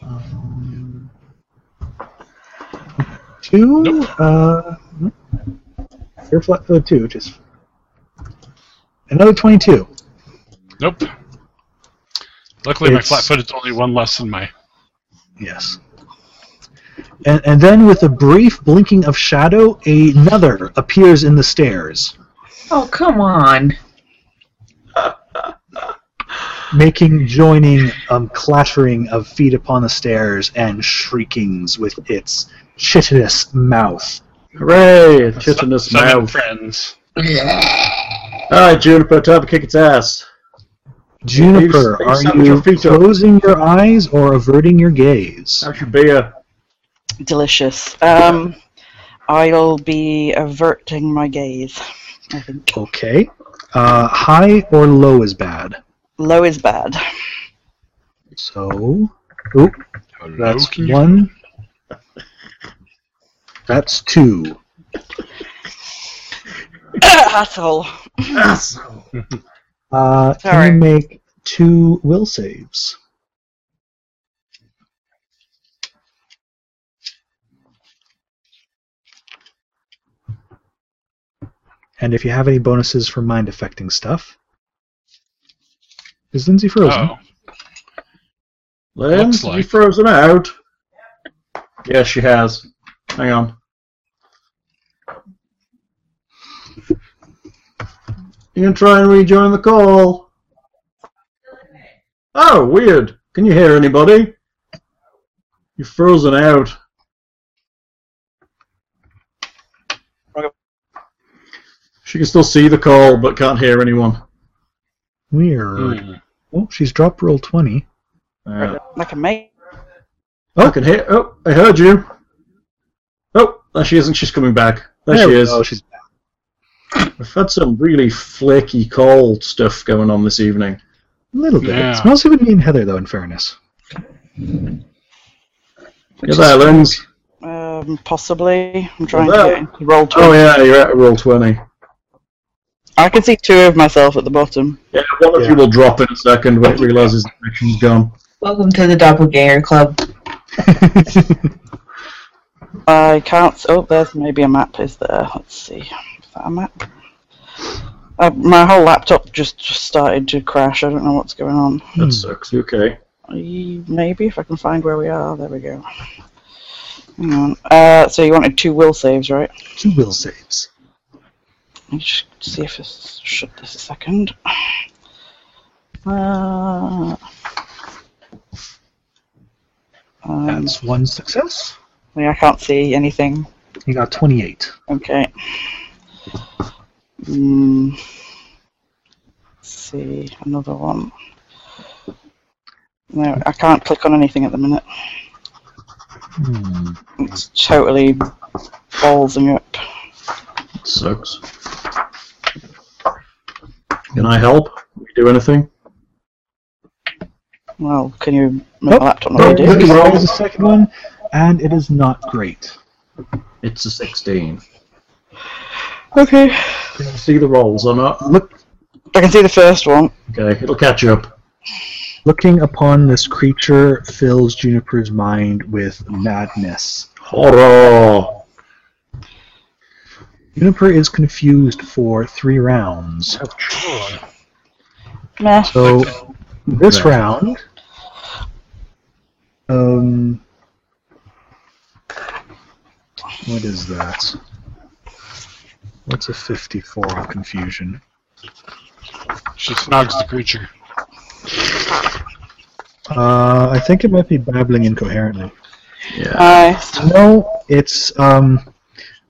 Speaker 3: Um, two. Uh, your flat foot two. Just another twenty-two.
Speaker 5: Nope. Luckily, my
Speaker 3: It's-
Speaker 5: flat-footed's only one less than my.
Speaker 3: Yes. And, and then, with a brief blinking of shadow, another appears in the stairs,
Speaker 4: oh, come on.
Speaker 3: making joining um, clattering of feet upon the stairs and shriekings with its chitinous mouth.
Speaker 2: Hooray! Chitinous
Speaker 5: seven
Speaker 2: mouth.
Speaker 5: friends.
Speaker 2: Alright, Juniper, time to kick its ass.
Speaker 3: Juniper,
Speaker 2: Face-
Speaker 3: are
Speaker 2: face up with your
Speaker 3: you
Speaker 2: feet up.
Speaker 3: closing your eyes or averting your gaze?
Speaker 2: That should be a.
Speaker 6: Delicious. Um, I'll be averting my gaze. I think
Speaker 3: Okay. Uh, high or low is bad.
Speaker 6: low is bad. [COUGHS]
Speaker 3: So, oop,
Speaker 5: Hello,
Speaker 3: that's
Speaker 5: can you-
Speaker 3: one.
Speaker 2: [LAUGHS]
Speaker 3: That's two.
Speaker 6: Asshole.
Speaker 3: Uh,
Speaker 6: Sorry.
Speaker 3: can you make two will saves? And if you have any bonuses for mind affecting stuff, is Lindsay frozen?
Speaker 5: Oh,
Speaker 2: Lynn,
Speaker 5: Looks
Speaker 2: have you
Speaker 5: like.
Speaker 2: frozen out? Yes, she has. Hang on. You can try and rejoin the call. Oh, weird. Can you hear anybody? You've frozen out. She can still see the call, but can't hear anyone.
Speaker 3: Weird.
Speaker 5: Hmm.
Speaker 3: Oh, she's dropped roll 20.
Speaker 2: Yeah.
Speaker 6: Like a mate.
Speaker 2: Oh, I can hear. Oh, I heard you. Oh, there she isn't. She's coming back. There, she
Speaker 3: we
Speaker 2: is.
Speaker 3: go, Oh, She's
Speaker 2: We've had some really flaky call stuff going on this evening.
Speaker 3: a little bit.
Speaker 5: Yeah.
Speaker 3: It's mostly with me and Heather, though, in fairness.
Speaker 2: You're there, Lens.
Speaker 6: Um, possibly. I'm trying
Speaker 2: Well,
Speaker 6: to get roll twenty.
Speaker 2: Oh yeah, you're at roll twenty.
Speaker 6: I can see two of myself at the bottom.
Speaker 2: Yeah, one of
Speaker 3: Yeah.
Speaker 2: you will drop in a second when it realizes the connection's gone.
Speaker 7: Welcome to the Doppelganger Club.
Speaker 6: I can't. s- Oh, there's maybe a map. Is there? Let's see. Is that a map? Uh, my whole laptop just, just started to crash. I don't know what's going on.
Speaker 2: That sucks. Okay.
Speaker 6: Ye- Maybe if I can find where we are. There we go. Hang on. Uh, so you wanted two will saves, right?
Speaker 3: Two will saves.
Speaker 6: Let me just see if this should this a second. Uh, um,
Speaker 3: That's one success.
Speaker 6: I mean, I can't see anything.
Speaker 3: You got 28.
Speaker 6: Okay. Mm. Let's see another one. No, I can't click on anything at the minute.
Speaker 3: Hmm.
Speaker 6: It's totally ballsing up.
Speaker 2: That sucks. Can I help? Can we do anything?
Speaker 6: Well, can you make
Speaker 3: Nope.
Speaker 6: my laptop
Speaker 2: Oh,
Speaker 6: not
Speaker 2: look
Speaker 6: redo?
Speaker 2: at- roll.
Speaker 3: There's a second one, and it is not great.
Speaker 2: It's a sixteen.
Speaker 6: Okay.
Speaker 2: Can you see the rolls or not?
Speaker 3: Look,
Speaker 6: I can see the first one.
Speaker 2: Okay, it'll catch you up.
Speaker 3: looking upon this creature fills Juniper's mind with madness.
Speaker 2: Horror.
Speaker 3: Juniper is confused for three rounds.
Speaker 6: Meh.
Speaker 5: Hmm.
Speaker 3: So this
Speaker 2: Okay.
Speaker 3: round, um, what is that? What's a 54 of confusion?
Speaker 5: She snogs the creature.
Speaker 3: Uh, I think it might be babbling incoherently.
Speaker 2: Yeah. [LAUGHS]
Speaker 6: Nice.
Speaker 3: No, it's um,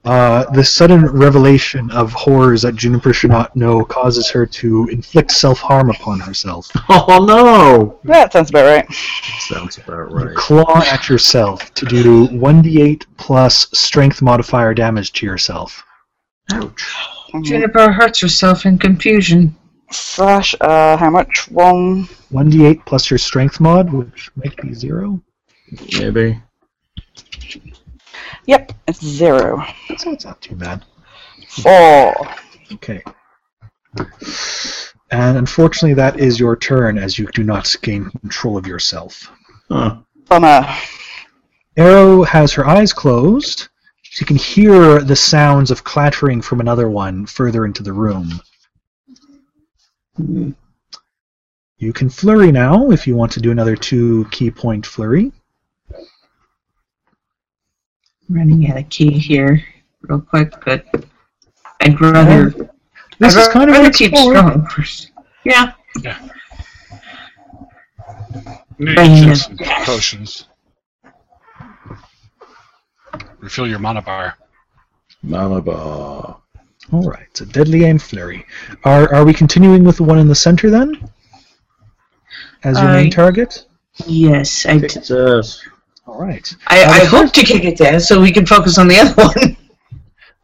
Speaker 3: uh, the sudden revelation of horrors that Juniper should not know causes her to inflict self harm upon herself.
Speaker 2: Oh no.
Speaker 6: That sounds about right.
Speaker 2: Sounds about
Speaker 3: You claw at yourself to do 1d8 plus strength modifier damage to yourself.
Speaker 2: Ouch.
Speaker 6: Mhm.
Speaker 4: Juniper hurts herself in confusion.
Speaker 6: Slash, uh, how much? One.
Speaker 3: 1d8 plus your strength mod, which might be zero.
Speaker 2: Maybe.
Speaker 6: Yep, it's zero.
Speaker 3: That's that's not too bad.
Speaker 6: Four.
Speaker 3: Okay. And unfortunately, that is your turn as you do not gain control of yourself.
Speaker 2: Huh.
Speaker 6: Bummer.
Speaker 3: Arrow has her eyes closed. She can hear the sounds of clattering from another one further into the room. You can flurry now if you want to do another two key point flurry.
Speaker 4: Running out of key here, real quick, but I'd rather.
Speaker 3: This
Speaker 4: I'd
Speaker 3: is kind of
Speaker 4: rather
Speaker 3: an
Speaker 4: uh, keep
Speaker 3: explore.
Speaker 4: strong first. Yeah. Bring
Speaker 5: Need
Speaker 4: it.
Speaker 5: to get some potions. Refill your mana bar.
Speaker 2: Manabar.
Speaker 3: All right, so deadly aim flurry. Are are we continuing with the one in the center then? As your
Speaker 4: I-
Speaker 3: main target.
Speaker 4: Yes, I,
Speaker 2: Success.
Speaker 3: All right.
Speaker 4: I, I hope to kick it there so we can focus on the other
Speaker 2: [LAUGHS]
Speaker 4: one.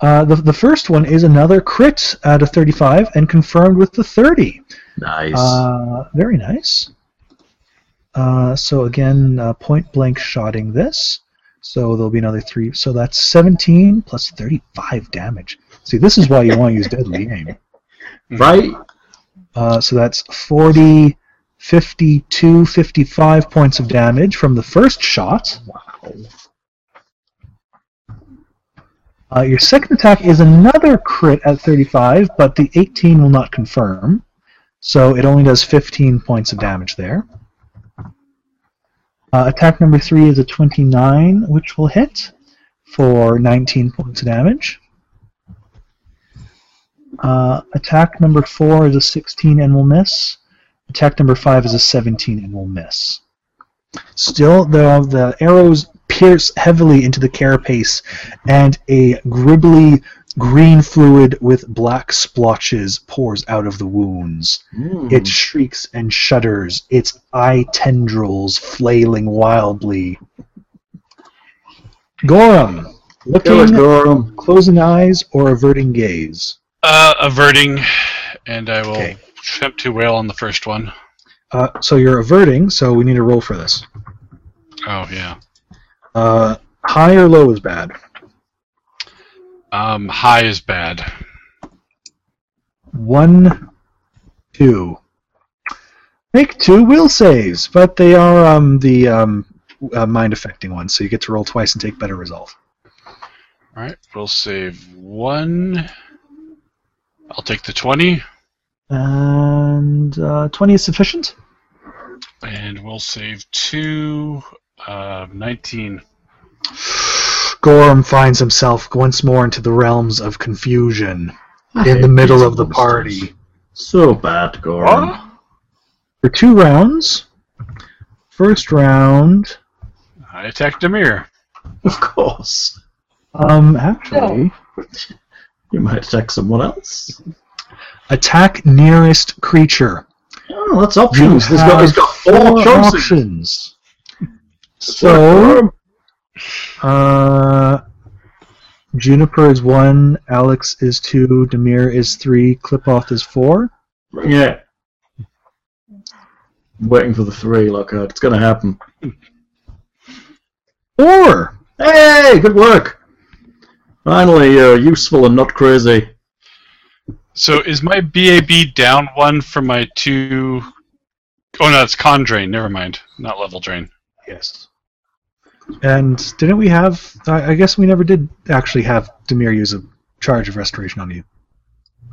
Speaker 3: Uh, the the first one is another crit out of 35 and confirmed with the 30.
Speaker 2: Nice.
Speaker 3: Uh, very nice. Uh, so again, uh, point blank shotting this. So there'll be another three. So that's 17 plus 35 damage. See, this is why you want to use deadly aim.
Speaker 2: right?
Speaker 3: Uh, so that's 40, 52, 55 points of damage from the first shot. Wow. Uh, your second attack is another crit at 35, but the 18 will not confirm. So it only does 15 points of damage there. Uh, attack number 3 is a 29, which will hit for 19 points of damage. Uh, attack number four is a 16 and will miss. Attack number five is a 17 and will miss. Still, though, the arrows pierce heavily into the carapace, and a gribbly Green fluid with black splotches pours out of the wounds.
Speaker 2: Hmm.
Speaker 3: It shrieks and shudders, its eye tendrils flailing wildly. Gorham,
Speaker 2: Kill it,
Speaker 3: looking,
Speaker 2: Gorham.
Speaker 3: closing eyes, or averting gaze.
Speaker 5: Uh, averting, and I will
Speaker 3: Okay.
Speaker 5: attempt to wail on the first one.
Speaker 3: Uh, so you're averting, so we need a roll for this.
Speaker 5: Oh yeah.
Speaker 3: Uh, high or low is bad.
Speaker 5: Um, high is bad.
Speaker 3: One, two. Make two will saves, but they are um, the um, uh, mind affecting ones, so you get to roll twice and take better resolve.
Speaker 5: All right, we'll save one. I'll take the twenty,
Speaker 3: And uh, 20 is sufficient. [SIGHS]
Speaker 5: and we'll save two. Uh, Nineteen.
Speaker 3: Gorham finds himself once more into the realms of confusion in the middle of the party.
Speaker 2: So bad, Gorham.
Speaker 3: For two rounds. First round,
Speaker 5: I attacked Demir.
Speaker 2: Of course.
Speaker 3: um, actually,
Speaker 2: You might attack someone else.
Speaker 3: attack nearest creature.
Speaker 2: Oh, that's
Speaker 3: You
Speaker 2: options. He's got, he's got four
Speaker 3: have
Speaker 2: choices.
Speaker 3: options. So, uh, Juniper is one, Alex is two, Demir is three, Clipoth is four.
Speaker 2: Yeah. I'm waiting for the three, Lockhart. It's going to happen.
Speaker 3: Four!
Speaker 2: Hey, good work. Finally, uh, useful and not crazy.
Speaker 5: So is my BAB down one for my two oh no, it's con drain. Never mind. Not level drain.
Speaker 3: Yes. And didn't we have? I I guess we never did actually have Demir use a charge of restoration on you.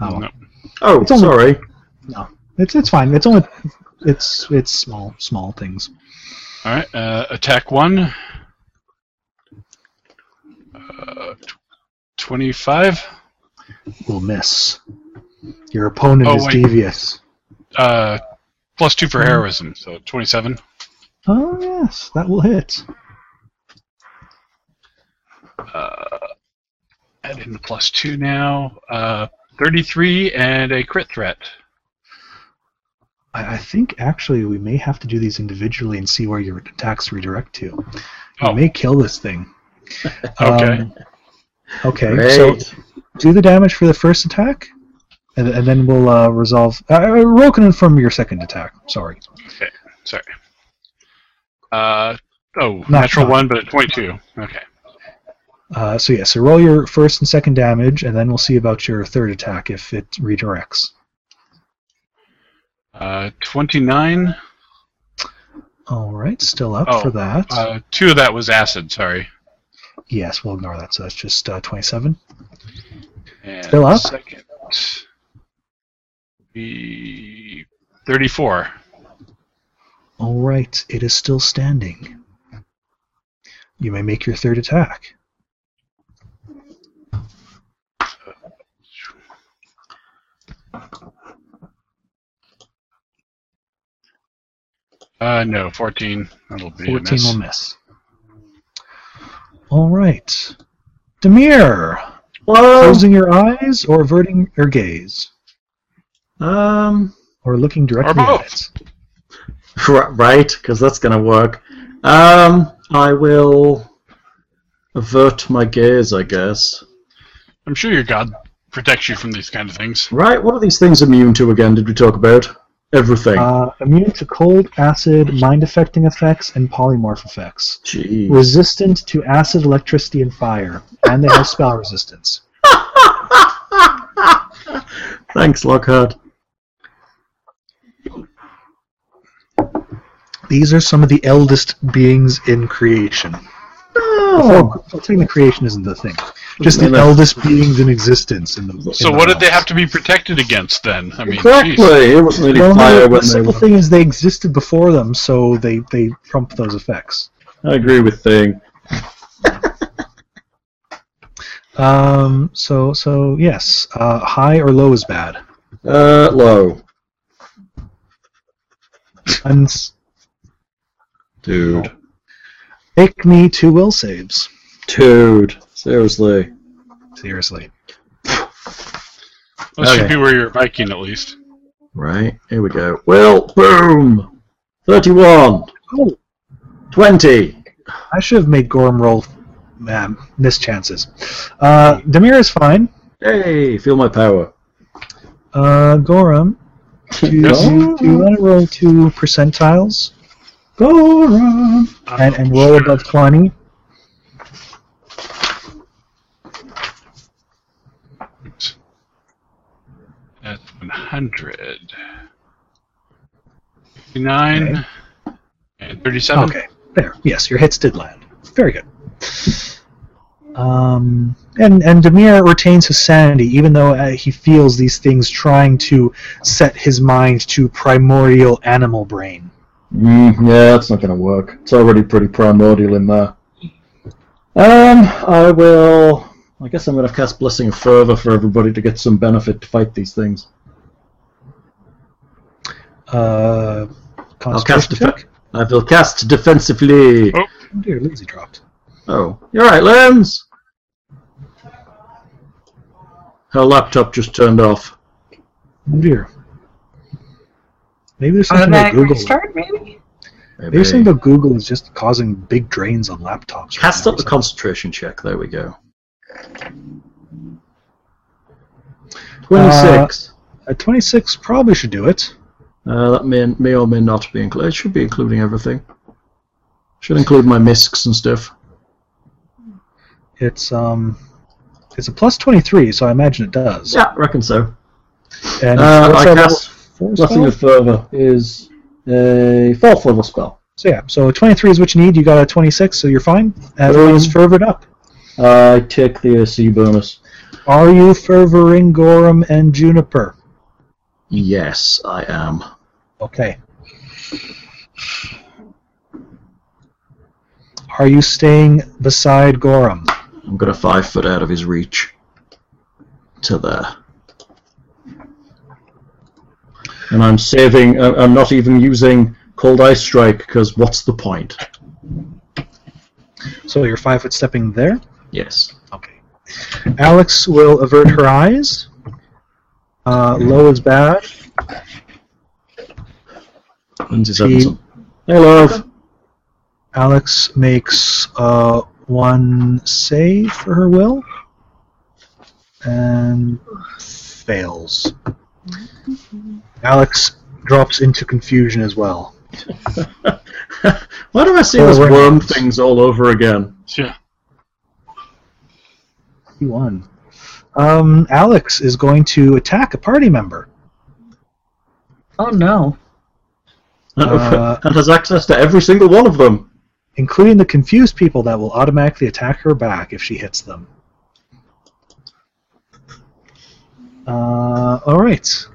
Speaker 3: Oh, well.
Speaker 5: No.
Speaker 2: Oh,
Speaker 3: It's only-
Speaker 2: sorry.
Speaker 3: it's it's fine. It's only it's it's small small things.
Speaker 5: All right. Uh, attack one. Uh, tw- Twenty-five.
Speaker 3: Will miss. Your opponent
Speaker 5: Oh,
Speaker 3: is
Speaker 5: wait.
Speaker 3: devious.
Speaker 5: Uh, plus two for heroism, so twenty-seven.
Speaker 3: Oh yes, that will hit.
Speaker 5: Uh, add in the plus two now. Uh, Thirty-three and a crit threat.
Speaker 3: I, I think actually we may have to do these individually and see where your attacks redirect to. You
Speaker 5: Oh.
Speaker 3: may kill this
Speaker 5: [LAUGHS]
Speaker 3: thing.
Speaker 5: Okay.
Speaker 3: Um, okay. So
Speaker 2: Great.
Speaker 3: do the damage for the first attack, and, and then we'll uh, resolve. Uh, uh, roll can inform your second attack. Sorry.
Speaker 5: Sorry. Uh, oh,
Speaker 3: No,
Speaker 5: natural
Speaker 3: no.
Speaker 5: one, but a twenty-two. Okay.
Speaker 3: Uh, so yeah, so roll your first and second damage, and then we'll see about your third attack if it redirects.
Speaker 5: Uh, Twenty-nine.
Speaker 3: All right, still up
Speaker 5: Oh,
Speaker 3: for that.
Speaker 5: Uh, two of that was acid. Sorry.
Speaker 3: yes, we'll ignore that. So that's just uh, 27.
Speaker 5: And
Speaker 3: Still up?
Speaker 5: Second. The 34.
Speaker 3: All right, it is still standing. You may make your third attack.
Speaker 5: Uh, no, 14. That'll be 14 a
Speaker 3: 14
Speaker 5: miss.
Speaker 3: will miss. All right. Demir,
Speaker 2: Hello.
Speaker 3: closing your eyes or averting your gaze
Speaker 2: Um,
Speaker 3: or looking directly at
Speaker 5: both.
Speaker 3: it.
Speaker 2: r- right, because that's going to work. Um, I will avert my gaze, I guess.
Speaker 5: I'm sure your god protects you from these kind of things.
Speaker 2: Right, what are these things immune to again? Did we talk about everything?
Speaker 3: Uh, immune to cold, acid, mind affecting effects, and polymorph effects.
Speaker 5: Hmm.
Speaker 2: Jeez.
Speaker 3: Resistant to acid, electricity, and fire. And they have spell resistance.
Speaker 2: Thanks, Lockhart.
Speaker 3: These are some of the eldest beings in creation.
Speaker 2: Oh,
Speaker 3: Well, well, technically, creation isn't the thing. Just the
Speaker 2: Really?
Speaker 3: eldest beings in existence. In the,
Speaker 5: So,
Speaker 3: in the
Speaker 5: what did they
Speaker 3: realms.
Speaker 5: have to be protected against then? I mean,
Speaker 2: exactly.
Speaker 5: geez.
Speaker 2: It wasn't really
Speaker 3: Well, no,
Speaker 2: fire
Speaker 3: the
Speaker 2: when they
Speaker 3: simple
Speaker 2: were-
Speaker 3: thing is they existed before them, so they they trump those effects.
Speaker 2: I agree with Thing.
Speaker 3: Um, so so yes, uh, high or low is bad.
Speaker 2: Uh, low.
Speaker 3: Uns-
Speaker 2: Dude.
Speaker 3: take me two will saves.
Speaker 2: Dude. Seriously.
Speaker 3: Seriously,
Speaker 5: That should
Speaker 2: Okay.
Speaker 5: be where you're biking at least.
Speaker 2: Right, here we go. Will, boom! 31,
Speaker 3: Oh,
Speaker 2: 20.
Speaker 3: I should have made Gorm roll. Man, missed chances. Uh, Demir is fine.
Speaker 2: Hey, feel my power.
Speaker 3: Uh, Gorm, do you,
Speaker 5: Yes.
Speaker 3: do you want to roll two percentiles? Gorm! And, and roll above 20.
Speaker 5: Oops. That's 100. 59 and 37.
Speaker 3: Okay, there. Yes, your hits did land. Very good. Um, and and Demir retains his sanity, even though uh, he feels these things trying to set his mind to primordial animal brain.
Speaker 2: Mm, yeah, that's not going to work. It's already pretty primordial in there. Um, I will. I guess I'm going to cast Blessing of Fervor for everybody to get some benefit to fight these things.
Speaker 3: Uh,
Speaker 2: I'll cast.
Speaker 3: concentration
Speaker 2: Def-
Speaker 3: check?
Speaker 2: I will cast defensively.
Speaker 5: Oh.
Speaker 3: Oh dear, Lindsay dropped.
Speaker 2: Oh, you're right, Lens. Her laptop just turned off.
Speaker 3: Oh dear. Maybe there's something about
Speaker 4: Automatic
Speaker 3: Google.
Speaker 4: restart, maybe?
Speaker 3: Maybe there's something about Google is just causing big drains on laptops. right
Speaker 2: Cast
Speaker 3: now.
Speaker 2: up the concentration check. There we go. Twenty-six.
Speaker 3: Uh, 26 probably should do it.
Speaker 2: Uh, that may, may or may not be included. It should be including everything. Should include my misks and stuff.
Speaker 3: It's um, it's a plus 23, so I imagine it does.
Speaker 2: Yeah, I reckon so.
Speaker 3: And
Speaker 2: Uh,
Speaker 3: what's
Speaker 2: I
Speaker 3: our
Speaker 2: cast
Speaker 3: level four
Speaker 2: Blessing
Speaker 3: spell?
Speaker 2: of Fervor is a fourth level spell.
Speaker 3: So yeah, so 23 is what you need. You got a 26, so you're fine. Everyone's
Speaker 2: Boom.
Speaker 3: fervored up.
Speaker 2: I take the AC bonus.
Speaker 3: Are you fervoring Gorham and Juniper?
Speaker 2: Yes, I am.
Speaker 3: Okay. Are you staying beside Gorham?
Speaker 2: I'm gonna five foot out of his reach. To there. And I'm saving. I- I'm not even using cold ice strike because what's the point?
Speaker 3: So you're five foot stepping there.
Speaker 2: Yes.
Speaker 3: Okay. Alex will avert her eyes. Uh, low is bad.
Speaker 2: Lindsay's
Speaker 3: He-
Speaker 2: having some. Hey, love.
Speaker 3: Alex makes uh, one save for her will and fails. Alex drops into confusion as well.
Speaker 2: Why do I see
Speaker 3: Oh,
Speaker 2: those
Speaker 3: we're-
Speaker 2: worm things all over again?
Speaker 5: Yeah.
Speaker 3: He won. Um, Alex is going to attack a party member.
Speaker 4: Oh no.
Speaker 2: [LAUGHS]
Speaker 3: Uh,
Speaker 2: and has access to every single one of them.
Speaker 3: including the confused people that will automatically attack her back if she hits them. Uh, all right.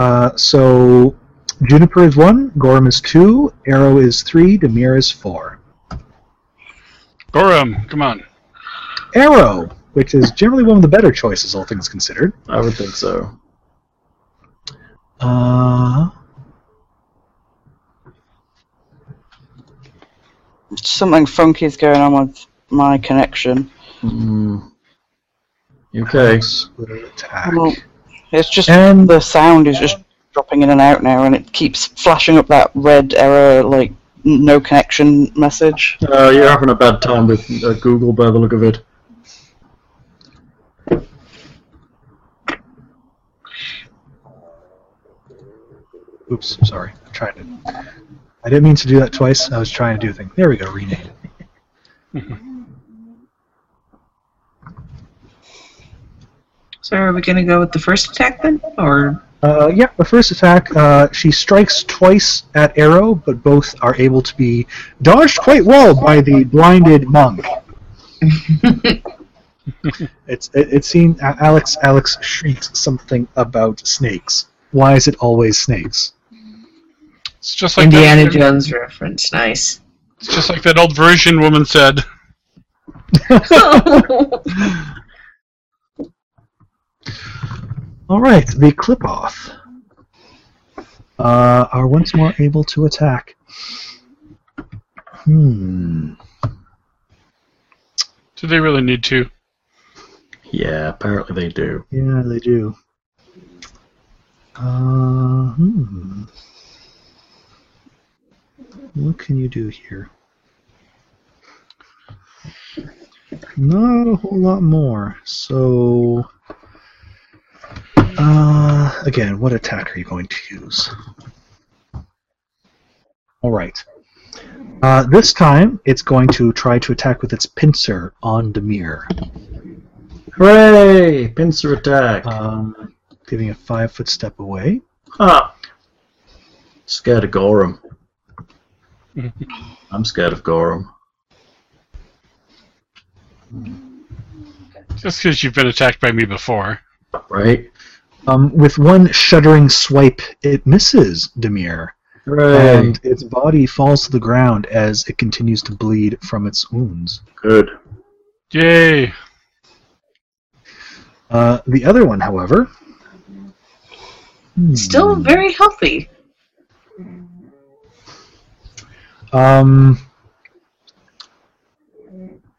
Speaker 3: Uh, so Juniper is one, Gorm is two, Arrow is three, Demir is four.
Speaker 5: Gorham, come on.
Speaker 3: Arrow, which is generally one of the better choices, all things considered.
Speaker 2: I would think so.
Speaker 3: Uh,
Speaker 6: Something funky is going on with my connection.
Speaker 2: Mm. Okay.
Speaker 3: will attack.
Speaker 6: Well, it's just
Speaker 3: And-
Speaker 6: the sound is just dropping in and out now, and it keeps flashing up that red error, like n- no connection message.
Speaker 2: Uh, you're having a bad time with uh, Google by the look of it.
Speaker 3: Oops, sorry. I tried to. I didn't mean to do that twice. I was trying to do a thing. There we go. Rename.
Speaker 4: So are we gonna go with the first attack then? Or
Speaker 3: Uh, yeah, the first attack, uh, she strikes twice at arrow, but both are able to be dodged quite well by the blinded monk. it's it, it seems A- Alex Alex shrieks something about snakes. Why is it always snakes?
Speaker 5: It's just like
Speaker 7: Indiana
Speaker 5: that,
Speaker 7: Jones reference. Nice.
Speaker 5: It's just like that old Virgin woman said.
Speaker 3: All right, the clip off uh, are once more able to attack. Hmm.
Speaker 5: Do they really need to?
Speaker 2: Yeah, apparently they do.
Speaker 3: Yeah, they do. Uh, hmm. What can you do here? Not a whole lot more. So, uh, again, what attack are you going to use? All right. Uh, this time, it's going to try to attack with its pincer on Demir.
Speaker 2: Hooray! Pincer attack.
Speaker 3: Um, giving a five foot step away.
Speaker 2: ah. Scared of Gorham.
Speaker 3: [LAUGHS]
Speaker 2: I'm scared of Gorham.
Speaker 5: Just because you've been attacked by me before.
Speaker 2: Right?
Speaker 3: Um, with one shuddering swipe, it misses Demir,
Speaker 2: Hooray!
Speaker 3: and its body falls to the ground as it continues to bleed from its wounds.
Speaker 2: Good.
Speaker 5: Yay!
Speaker 3: Uh, the other one, however, hmm,
Speaker 4: [LAUGHS] Still very healthy.
Speaker 3: um,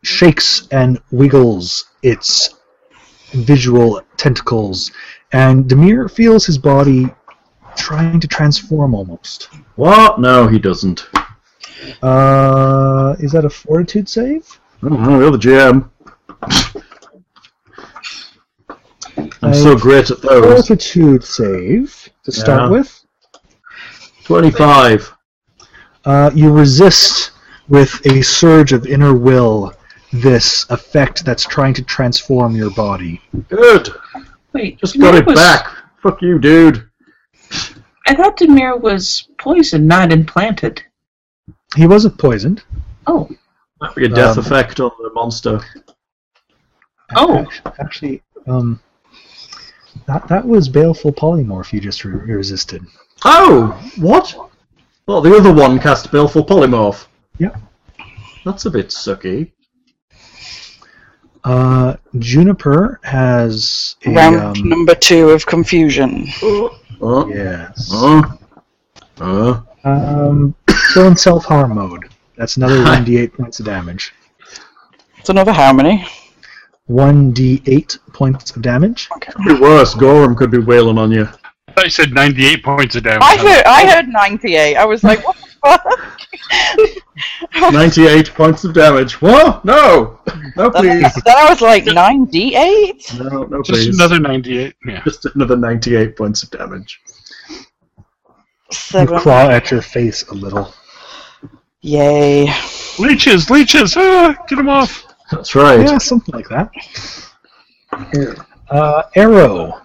Speaker 3: shakes and wiggles its visual tentacles, and Demir feels his body trying to transform almost.
Speaker 2: What? No, he doesn't. Oh,
Speaker 3: Uh, is that a fortitude save?
Speaker 2: I don't know, you're the GM. I'm so great at those.
Speaker 3: Fortitude save to start
Speaker 2: Yeah.
Speaker 3: with.
Speaker 2: 25.
Speaker 3: Uh, you resist with a surge of inner will this effect that's trying to transform your body.
Speaker 2: Good.
Speaker 4: Wait,
Speaker 2: Just
Speaker 4: Demir
Speaker 2: got it
Speaker 4: was-
Speaker 2: back. Fuck you, dude.
Speaker 4: I thought Demir was poisoned, not implanted.
Speaker 3: He wasn't poisoned.
Speaker 4: Oh,
Speaker 2: That'd be a death
Speaker 3: Um,
Speaker 2: effect on the monster.
Speaker 4: Oh.
Speaker 3: actually, um, that that was baleful polymorph. You just re- resisted.
Speaker 2: Oh, what? Well, the other one cast Baleful Polymorph.
Speaker 3: Yep.
Speaker 2: That's a bit sucky.
Speaker 3: Uh, Juniper has a
Speaker 6: Round
Speaker 3: um,
Speaker 6: number two of confusion.
Speaker 2: Oh,
Speaker 3: yes.
Speaker 2: oh, oh.
Speaker 3: Um, still in self harm mode. That's another 1d8 points of damage.
Speaker 6: It's another how many?
Speaker 3: 1d8 points of damage.
Speaker 2: Could be worse. Gorham could be wailing on you.
Speaker 5: I thought you said 98 points of damage.
Speaker 6: I heard, I heard 98. I was like, what the fuck?
Speaker 2: 98 points of damage. What? No! No,
Speaker 6: then,
Speaker 2: please.
Speaker 6: then I was like, 98?
Speaker 2: No, no,
Speaker 5: Just
Speaker 2: please.
Speaker 5: another 98. Yeah.
Speaker 2: Just another 98 points of damage.
Speaker 3: You
Speaker 6: Seven.
Speaker 3: claw at your face a little.
Speaker 6: Yay.
Speaker 5: Leeches, leeches! Ah, get them off!
Speaker 2: That's right.
Speaker 3: Yeah, something like that. Uh, arrow.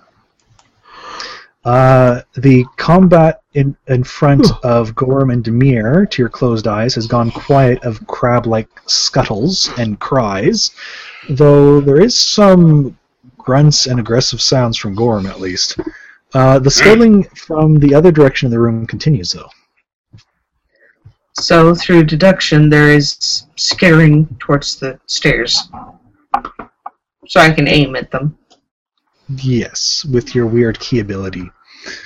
Speaker 3: Uh, the combat in, in front of Gorm and Demir to your closed eyes has gone quiet of crab like scuttles and cries, though there is some grunts and aggressive sounds from Gorm at least. Uh, the scuttling from the other direction of the room continues, though.
Speaker 4: so through deduction, there is scaring towards the stairs. So I can aim at them.
Speaker 3: Yes, with your weird key ability.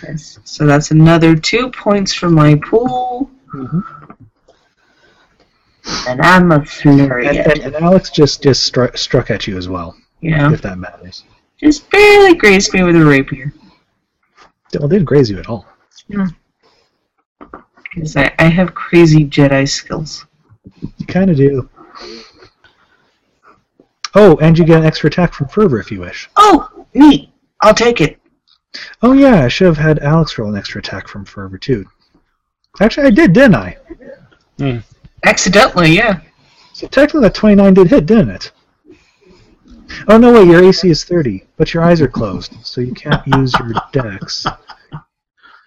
Speaker 4: Yes. So that's another two points for my pool. And I'm a flurry.
Speaker 3: And, and, and Alex just, just stru- struck at you as well,
Speaker 4: you know,
Speaker 3: if that matters.
Speaker 4: just barely grazed me with a rapier.
Speaker 3: Well, they didn't graze you at all.
Speaker 4: Because I, I have crazy Jedi skills.
Speaker 3: You kind of do. Oh, and you get an extra attack from Fervor if you wish.
Speaker 4: Oh, neat. I'll take it.
Speaker 3: Oh, yeah, I should have had Alex roll an extra attack from Fervor, too. Actually, I did, didn't I?
Speaker 4: Accidentally, yeah.
Speaker 3: So technically, that 29 did hit, didn't it? Oh, no, wait, your AC is 30, but your eyes are closed, so you can't use your dex.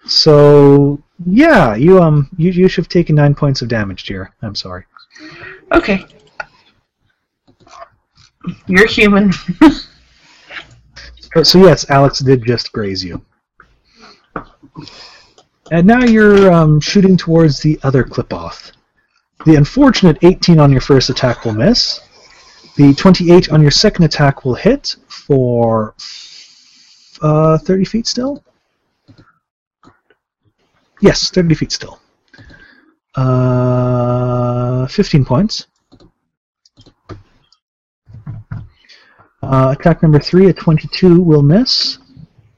Speaker 3: So, yeah, you um, you, you should have taken 9 points of damage, dear. I'm sorry.
Speaker 4: Okay. You're human.
Speaker 3: Uh, So yes, Alex did just graze you. And now you're um, shooting towards the other clip-off. The unfortunate 18 on your first attack will miss. The 28 on your second attack will hit for uh, 30 feet still. Yes, 30 feet still. Uh, 15 points. Uh, attack number 3, a 22 will miss.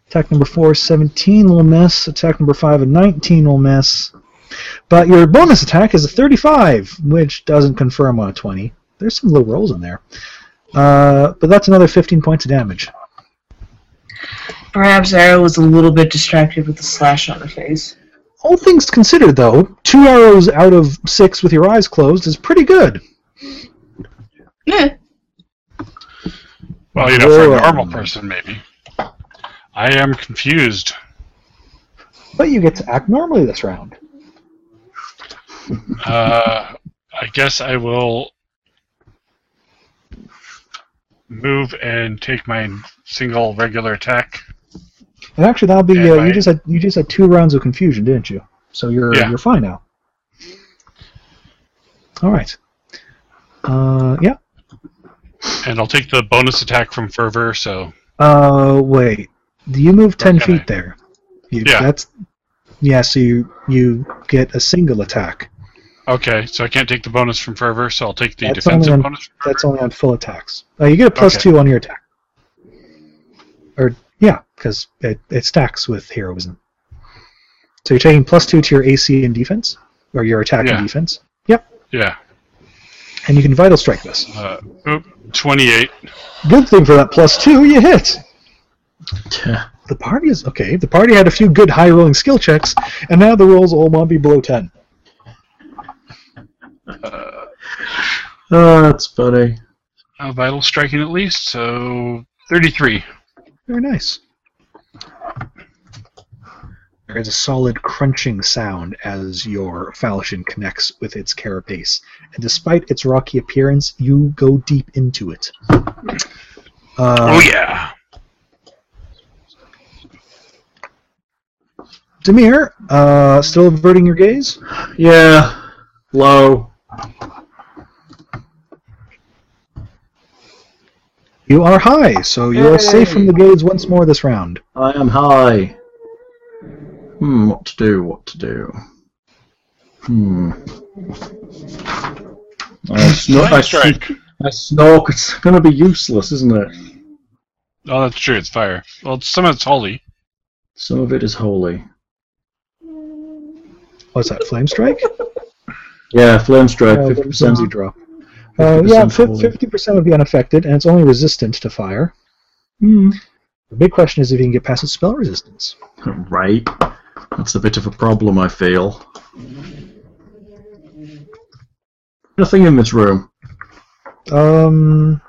Speaker 3: Attack number 4, 17 will miss. Attack number 5, a 19 will miss. But your bonus attack is a 35, which doesn't confirm on a 20. There's some low rolls in there. Uh, but that's another 15 points of damage.
Speaker 7: Perhaps Arrow was a little bit distracted with the slash on her face.
Speaker 3: All things considered, though, two arrows out of six with your eyes closed is pretty good.
Speaker 7: Yeah.
Speaker 5: Well, you know, for
Speaker 3: Well,
Speaker 5: a normal
Speaker 3: um,
Speaker 5: person, maybe. I am confused.
Speaker 3: But you get to act normally this round.
Speaker 5: Uh, I guess I will move and take my single regular attack.
Speaker 3: And actually, that'll be
Speaker 5: Yeah,
Speaker 3: uh, you
Speaker 5: right.
Speaker 3: just had you just had two rounds of confusion, didn't you? So you're
Speaker 5: Yeah.
Speaker 3: you're fine now. All right. Uh, yeah.
Speaker 5: And I'll take the bonus attack from Fervor, so
Speaker 3: Uh, wait. Do you move ten
Speaker 5: Okay.
Speaker 3: feet there? You,
Speaker 5: Yeah.
Speaker 3: That's yeah. So you you get a single attack.
Speaker 5: okay, so I can't take the bonus from Fervor, so I'll take the
Speaker 3: That's only
Speaker 5: defensive
Speaker 3: on-
Speaker 5: bonus. From
Speaker 3: That's only on full attacks. Uh, you get a plus
Speaker 5: Okay.
Speaker 3: two on your attack. Or yeah, because it, it stacks with heroism. So you're taking plus two to your AC and defense, or your attack
Speaker 5: Yeah.
Speaker 3: and defense,
Speaker 5: yeah,
Speaker 3: and you can vital strike this.
Speaker 5: uh, oop, 28.
Speaker 3: Good thing for that plus two, you hit.
Speaker 2: Yeah.
Speaker 3: The party is okay. The party had a few good high rolling skill checks, and now the rolls all might be below ten.
Speaker 2: Oh, that's funny.
Speaker 5: Uh, vital striking at least, so 33.
Speaker 3: Very nice. There is a solid crunching sound as your falchion connects with its carapace, and despite its rocky appearance, you go deep into it. Uh,
Speaker 5: oh yeah.
Speaker 3: Demir, uh, still averting your gaze?
Speaker 2: Yeah. Low.
Speaker 3: You are high, so you are safe from the gaze once more this round.
Speaker 2: I am high. Hmm, what to do, what to do. Hmm. I, snor- I,
Speaker 5: Flank
Speaker 2: sn-
Speaker 5: strike.
Speaker 2: I snork. It's going to be useless, isn't it?
Speaker 5: Oh, that's true. It's fire. Well, some of it's holy.
Speaker 2: Some of it is holy.
Speaker 3: What's that, flame strike?
Speaker 2: Yeah, flame strike,
Speaker 3: Uh, what
Speaker 2: fifty
Speaker 3: percentage
Speaker 2: percent.
Speaker 3: you drop? Uh, yeah,
Speaker 2: 50% holy.
Speaker 3: fifty percent would be unaffected, and it's only resistant to fire. The big question is if you can get past its spell resistance.
Speaker 2: [LAUGHS] Right. That's a bit of a problem, I feel. Nothing in this room.
Speaker 3: Um,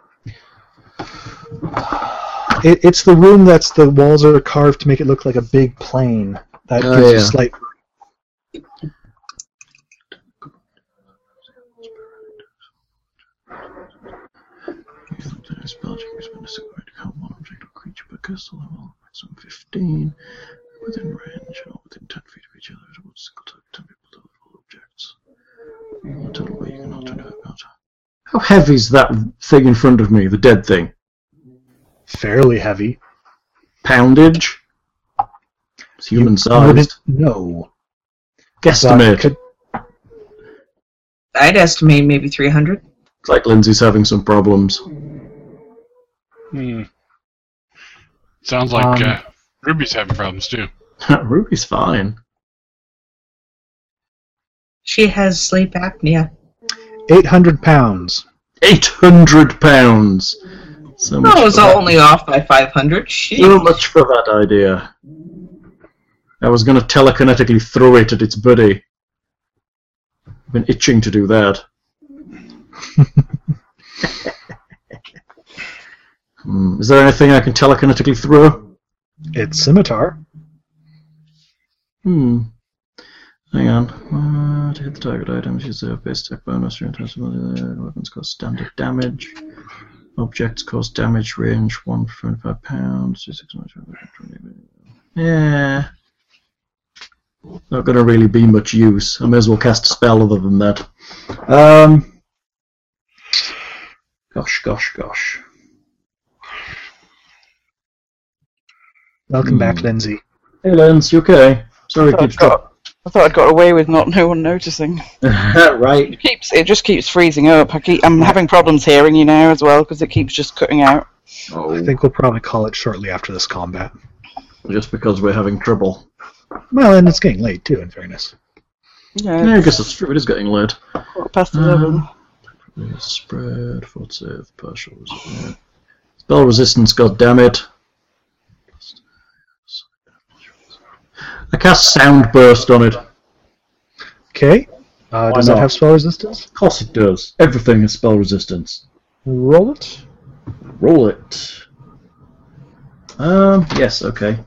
Speaker 3: it, it's the room that's the walls are carved to make it look like a big plane. That
Speaker 2: Oh,
Speaker 3: gives you
Speaker 2: yeah.
Speaker 3: slight.
Speaker 2: Spell check is when a secret count one object or creature per curse level maximum 15 within range or within 10 feet of each other at one single time 10 people level objects. Or total weight you cannot do anything about. How heavy is that thing in front of me, the dead thing?
Speaker 3: Fairly heavy.
Speaker 2: Poundage? Oh, It's human sized.
Speaker 3: No.
Speaker 2: Guesstimate.
Speaker 3: could-
Speaker 7: I'd estimate maybe 300.
Speaker 2: It's like Lindsay's having some problems. [LAUGHS]
Speaker 5: Hmm. Sounds like
Speaker 3: Um,
Speaker 5: uh, Ruby's having problems too.
Speaker 2: Ruby's fine.
Speaker 7: She has sleep apnea.
Speaker 3: 800 pounds.
Speaker 2: 800 pounds! So
Speaker 4: Oh,
Speaker 2: much
Speaker 7: I was
Speaker 2: for that.
Speaker 7: only off by 500. She,
Speaker 2: So much for that idea. I was going to telekinetically throw it at its buddy. I've been itching to do that. [LAUGHS] Hmm, Is there anything I can telekinetically throw?
Speaker 3: It's scimitar.
Speaker 2: Hmm. Hang on. Uh, to hit the target items, use the base attack bonus or intensibility. The weapons cause standard damage. Objects cause damage range 1 for 25 pounds. two six nine, seven, eight, twenty, eight. Yeah. Not going to really be much use. I may as well cast a spell other than that. Um. Gosh, gosh, gosh.
Speaker 3: Welcome back,
Speaker 2: Hmm.
Speaker 3: Lindsay.
Speaker 2: Hey, Lens, you okay? Sorry,
Speaker 6: I
Speaker 2: it
Speaker 6: thought,
Speaker 2: keeps
Speaker 6: I'd got, I thought I'd got away with not no one noticing.
Speaker 2: dropping. right.
Speaker 6: It keeps. It just keeps freezing up. I keep. I'm having problems hearing you now as well because it keeps just cutting out.
Speaker 3: I
Speaker 2: Oh,
Speaker 3: think we'll probably call it shortly after this combat.
Speaker 2: just because we're having trouble.
Speaker 3: Well, and it's getting late too. In fairness,
Speaker 2: Yeah,
Speaker 6: Yeah,
Speaker 2: Mm-hmm. I guess it's true. It is getting late.
Speaker 6: quarter past eleven.
Speaker 2: Spread, fort save, partial resist- yeah. Spell resistance, god damn it. I cast sound burst on it. Of
Speaker 3: okay. Uh,
Speaker 2: Why
Speaker 3: does that
Speaker 2: not?
Speaker 3: have spell resistance?
Speaker 2: course it does. Everything is spell resistance.
Speaker 3: Roll it.
Speaker 2: Roll it. Um, yes, okay.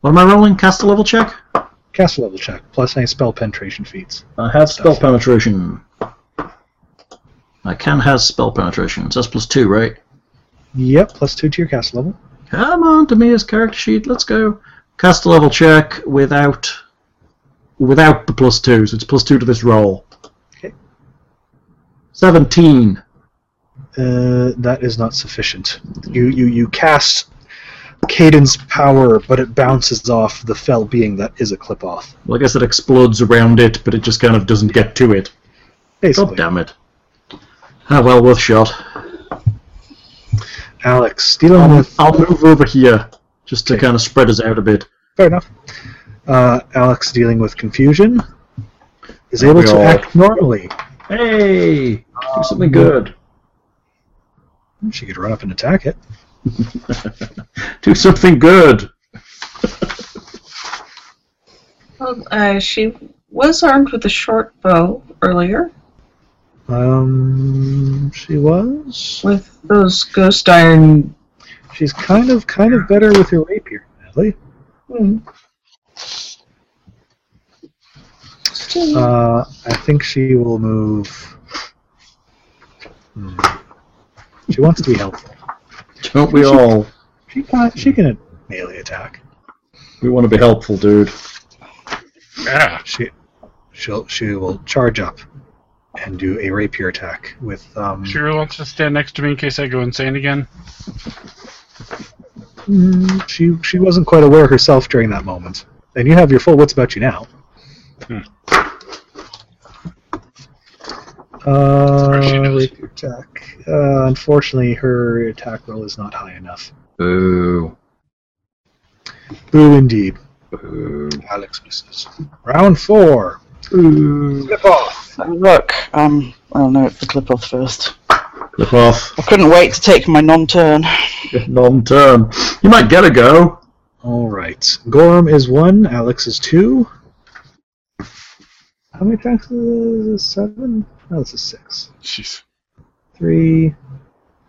Speaker 2: What am I rolling? Cast a level check?
Speaker 3: Cast a level check plus any spell penetration feats.
Speaker 2: I have spell penetration. I can have spell penetration. So that's plus two, right?
Speaker 3: Yep, plus two to your cast level.
Speaker 2: Come on, Tamiya's character sheet. Let's go. Cast a level check without without the plus two, so it's plus two to this roll.
Speaker 3: Okay.
Speaker 2: Seventeen.
Speaker 3: Uh, that is not sufficient. You you you cast Caden's power, but it bounces off the fell being that is a clip off.
Speaker 2: Well, I guess it explodes around it, but it just kind of doesn't get to it.
Speaker 3: Basically,
Speaker 2: God damn it. Ah, well worth shot.
Speaker 3: Alex dealing
Speaker 2: I'll,
Speaker 3: with
Speaker 2: I'll move over here just to
Speaker 3: Okay.
Speaker 2: kind of spread us out a bit.
Speaker 3: Fair enough. Uh, Alex dealing with confusion is able
Speaker 2: We
Speaker 3: to
Speaker 2: all-
Speaker 3: act normally.
Speaker 2: Hey, do something good.
Speaker 3: She could run up and attack it.
Speaker 2: Do something good.
Speaker 4: Well, uh, she was armed with a short bow earlier
Speaker 3: Um, she was.
Speaker 4: with those ghost iron.
Speaker 3: She's kind of kind of better with her rapier, Natalie.
Speaker 4: Hmm.
Speaker 3: Uh, I think she will move. Hmm. She wants to be helpful.
Speaker 2: Don't [LAUGHS] we all?
Speaker 3: She can she can melee attack.
Speaker 2: We want to be helpful, dude.
Speaker 5: Yeah.
Speaker 3: She she'll she will charge up and do a rapier attack with um.
Speaker 5: She really wants to stand next to me in case I go insane again.
Speaker 3: Mm, she she wasn't quite aware herself during that moment. And you have your full wits about you now.
Speaker 5: Hmm.
Speaker 3: Uh,
Speaker 5: She knows.
Speaker 3: rapier attack. Uh, unfortunately, her attack roll is not high enough.
Speaker 2: Boo.
Speaker 3: Boo, indeed.
Speaker 2: Boo.
Speaker 3: Alex misses. Round four. Flip off.
Speaker 6: So, Look, um, well, no, it's the clip off first.
Speaker 2: Flip off.
Speaker 6: I couldn't wait to take my non-turn.
Speaker 2: Non turn. You might get a go. [LAUGHS]
Speaker 3: All right. Gorm is one. Alex is two. How many attacks is this? Seven? No, this is six.
Speaker 5: Jeez.
Speaker 3: three,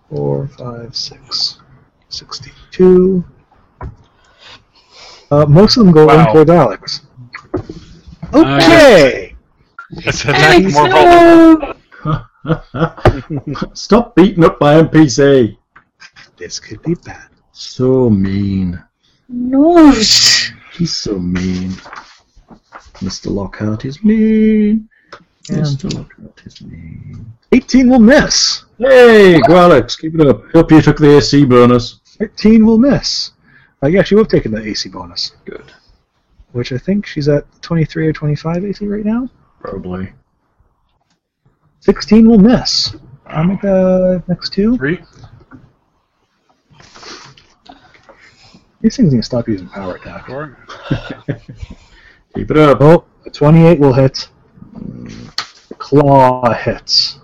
Speaker 3: four, five, six, sixty-two. Uh, most of them go
Speaker 5: Wow.
Speaker 3: in toward Alex.
Speaker 5: Uh, [LAUGHS]
Speaker 3: Okay.
Speaker 5: Let's attack more vulnerable.
Speaker 4: no!
Speaker 2: Stop beating up my NPC.
Speaker 3: this could be bad.
Speaker 2: So mean.
Speaker 4: No!
Speaker 2: He's so mean. Mr. Lockhart is mean.
Speaker 3: Yeah.
Speaker 2: Mr. Lockhart is mean.
Speaker 3: Eighteen will miss.
Speaker 2: Hey, go Alex, keep it up. Hope you took the AC bonus.
Speaker 3: Thirteen will miss. Uh, yeah, she would have taken the AC bonus,
Speaker 2: Good.
Speaker 3: which I think she's at twenty-three or twenty-five AC right now.
Speaker 2: Probably.
Speaker 3: Sixteen will miss. I'll make the next two.
Speaker 5: Three.
Speaker 3: These things need to stop using power attack.
Speaker 5: Four.
Speaker 2: Keep it up.
Speaker 3: Oh, a 28 will hit. Claw hits.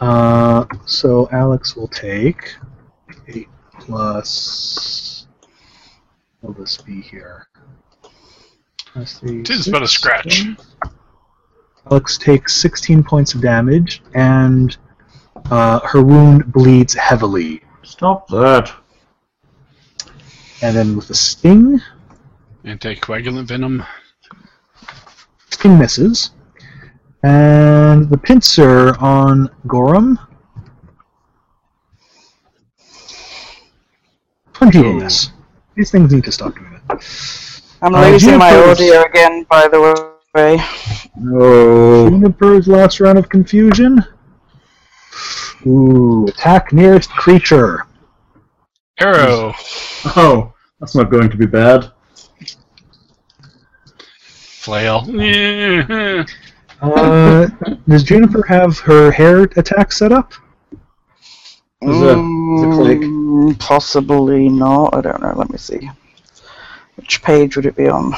Speaker 3: Uh, so Alex will take 8 plus. Will this be here? Plus 3.
Speaker 5: Tis but a
Speaker 3: six,
Speaker 5: scratch.
Speaker 3: seven. Alex takes 16 points of damage, and uh, her wound bleeds heavily.
Speaker 2: Stop that.
Speaker 3: And then with a sting,
Speaker 5: Anticoagulant venom.
Speaker 3: sting misses. And the pincer on Gorum. 20 will miss. These things need to stop doing it.
Speaker 6: I'm
Speaker 3: Uh,
Speaker 6: losing my
Speaker 3: Juniper's-
Speaker 6: audio again, by the way.
Speaker 2: No.
Speaker 3: Juniper's last round of confusion. Ooh, attack nearest creature.
Speaker 5: Arrow.
Speaker 2: Oh, that's not going to be bad.
Speaker 5: Flail. Yeah. [LAUGHS]
Speaker 3: Uh, does Juniper have her hair attack set up?
Speaker 2: There's a-
Speaker 6: Mm,
Speaker 2: click?
Speaker 6: Mm, possibly not. I don't know. Let me see. Which page would it be on?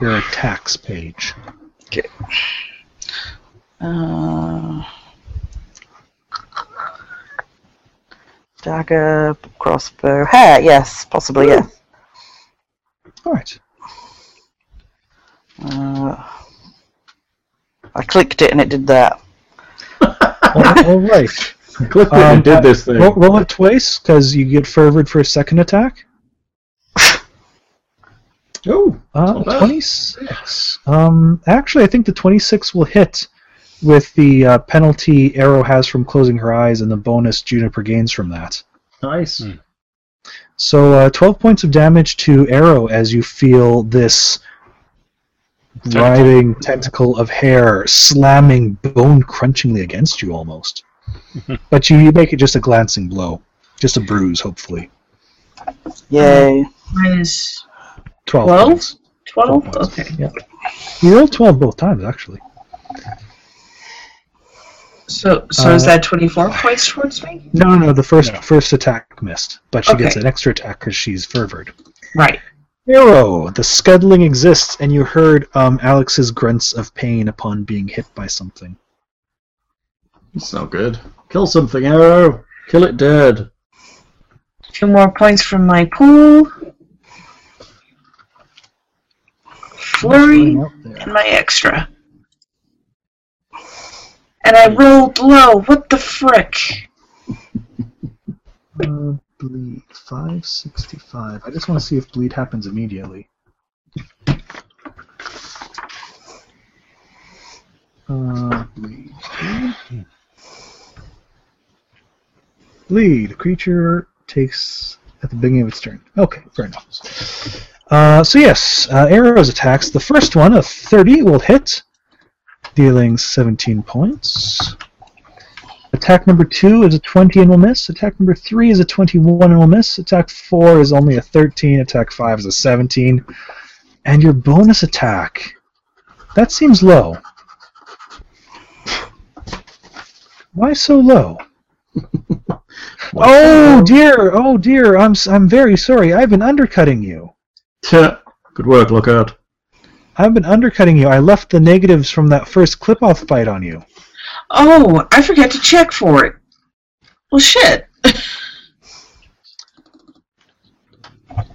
Speaker 3: Your tax page.
Speaker 6: Uh, dagger, crossbow, hair. Yes, possibly. Yes.
Speaker 3: All right.
Speaker 6: Uh, I clicked it and it did that.
Speaker 3: All- all right.
Speaker 2: Click when
Speaker 3: Um,
Speaker 2: you did this thing.
Speaker 3: Roll, roll it twice because you get favored for a second
Speaker 2: [SIGHS]
Speaker 3: attack.
Speaker 2: Oh,
Speaker 3: Uh,
Speaker 2: Not bad.
Speaker 3: 26. Um, actually, I think the 26 will hit with the uh, penalty Arrow has from closing her eyes and the bonus Juniper gains from that.
Speaker 2: nice.
Speaker 5: Hmm.
Speaker 3: So uh, 12 points of damage to Arrow as you feel this
Speaker 5: Tentacle.
Speaker 3: writhing tentacle of hair slamming bone crunchingly against you
Speaker 2: [LAUGHS]
Speaker 3: almost. but you, you make it just a glancing blow, just a bruise, hopefully.
Speaker 6: Yay.
Speaker 4: Minus
Speaker 3: 12
Speaker 7: Twelve?
Speaker 3: points.
Speaker 7: 12? Okay.
Speaker 3: You rolled 12 both times, actually.
Speaker 4: so so is
Speaker 3: Uh,
Speaker 4: that twenty four points towards me?
Speaker 3: No, no, no. The first
Speaker 5: No.
Speaker 3: first attack missed, but she gets
Speaker 4: Okay.
Speaker 3: an extra attack because she's fervored.
Speaker 4: Right.
Speaker 3: Arrow. The scuttling exists, and you heard um, Alex's grunts of pain upon being hit by something.
Speaker 2: It's not good. Kill something, arrow. Kill it dead.
Speaker 4: Two more points from my pool. Flurry
Speaker 3: Going out there.
Speaker 4: and my extra. And I rolled low. What the frick?
Speaker 3: Uh, bleed five sixty-five. I just want to see if bleed happens immediately. Uh, bleed. Bleed. A creature takes at the beginning of its turn. Okay, fair enough. Uh, so yes, uh, arrows attacks. The first one, a thirty, will hit, dealing seventeen points. Attack number two is a 20 and will miss. Attack number three is a 21 and will miss. Attack four is only a 13. Attack five is a 17. And your bonus attack. That seems low. Why so low? oh dear! Oh dear! I'm s- I'm very sorry. I've been undercutting you.
Speaker 2: Tch. Good work, look out.
Speaker 3: I've been undercutting you. I left the negatives from that first clip-off fight on you.
Speaker 4: Oh, I forgot to check for it. Well, shit.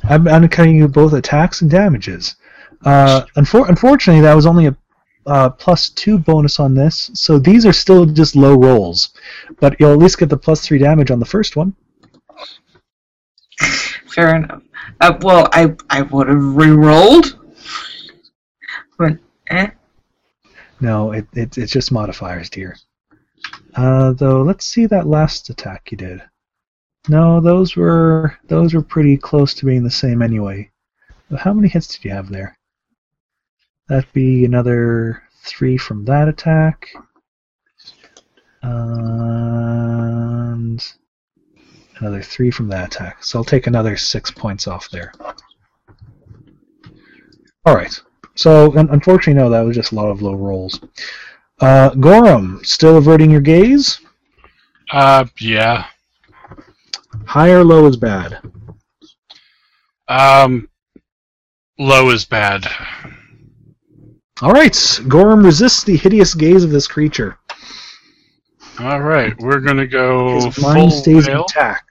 Speaker 3: I'm undercutting you both attacks and damages. Uh, unfor- unfortunately, that was only a uh, plus two bonus on this, so these are still just low rolls. But you'll at least get the plus three damage on the first one.
Speaker 4: Fair enough. Uh, well, I I would have re-rolled. But eh,
Speaker 3: No, it, it, it's just modifiers, dear. Uh, though, let's see that last attack you did. No, those were those were pretty close to being the same anyway. How many hits did you have there? That'd be another three from that attack. And another three from that attack. So I'll take another six points off there. All right. So, un- unfortunately, no, that was just a lot of low rolls. Uh, Gorham, still averting your gaze?
Speaker 5: Uh, yeah.
Speaker 3: High or low is bad.
Speaker 5: Um, low is bad.
Speaker 3: All right, Gorham resists the hideous gaze of this creature.
Speaker 5: All right, we're gonna go
Speaker 3: His
Speaker 5: Oh, full
Speaker 3: mind stays
Speaker 5: veil.
Speaker 3: intact.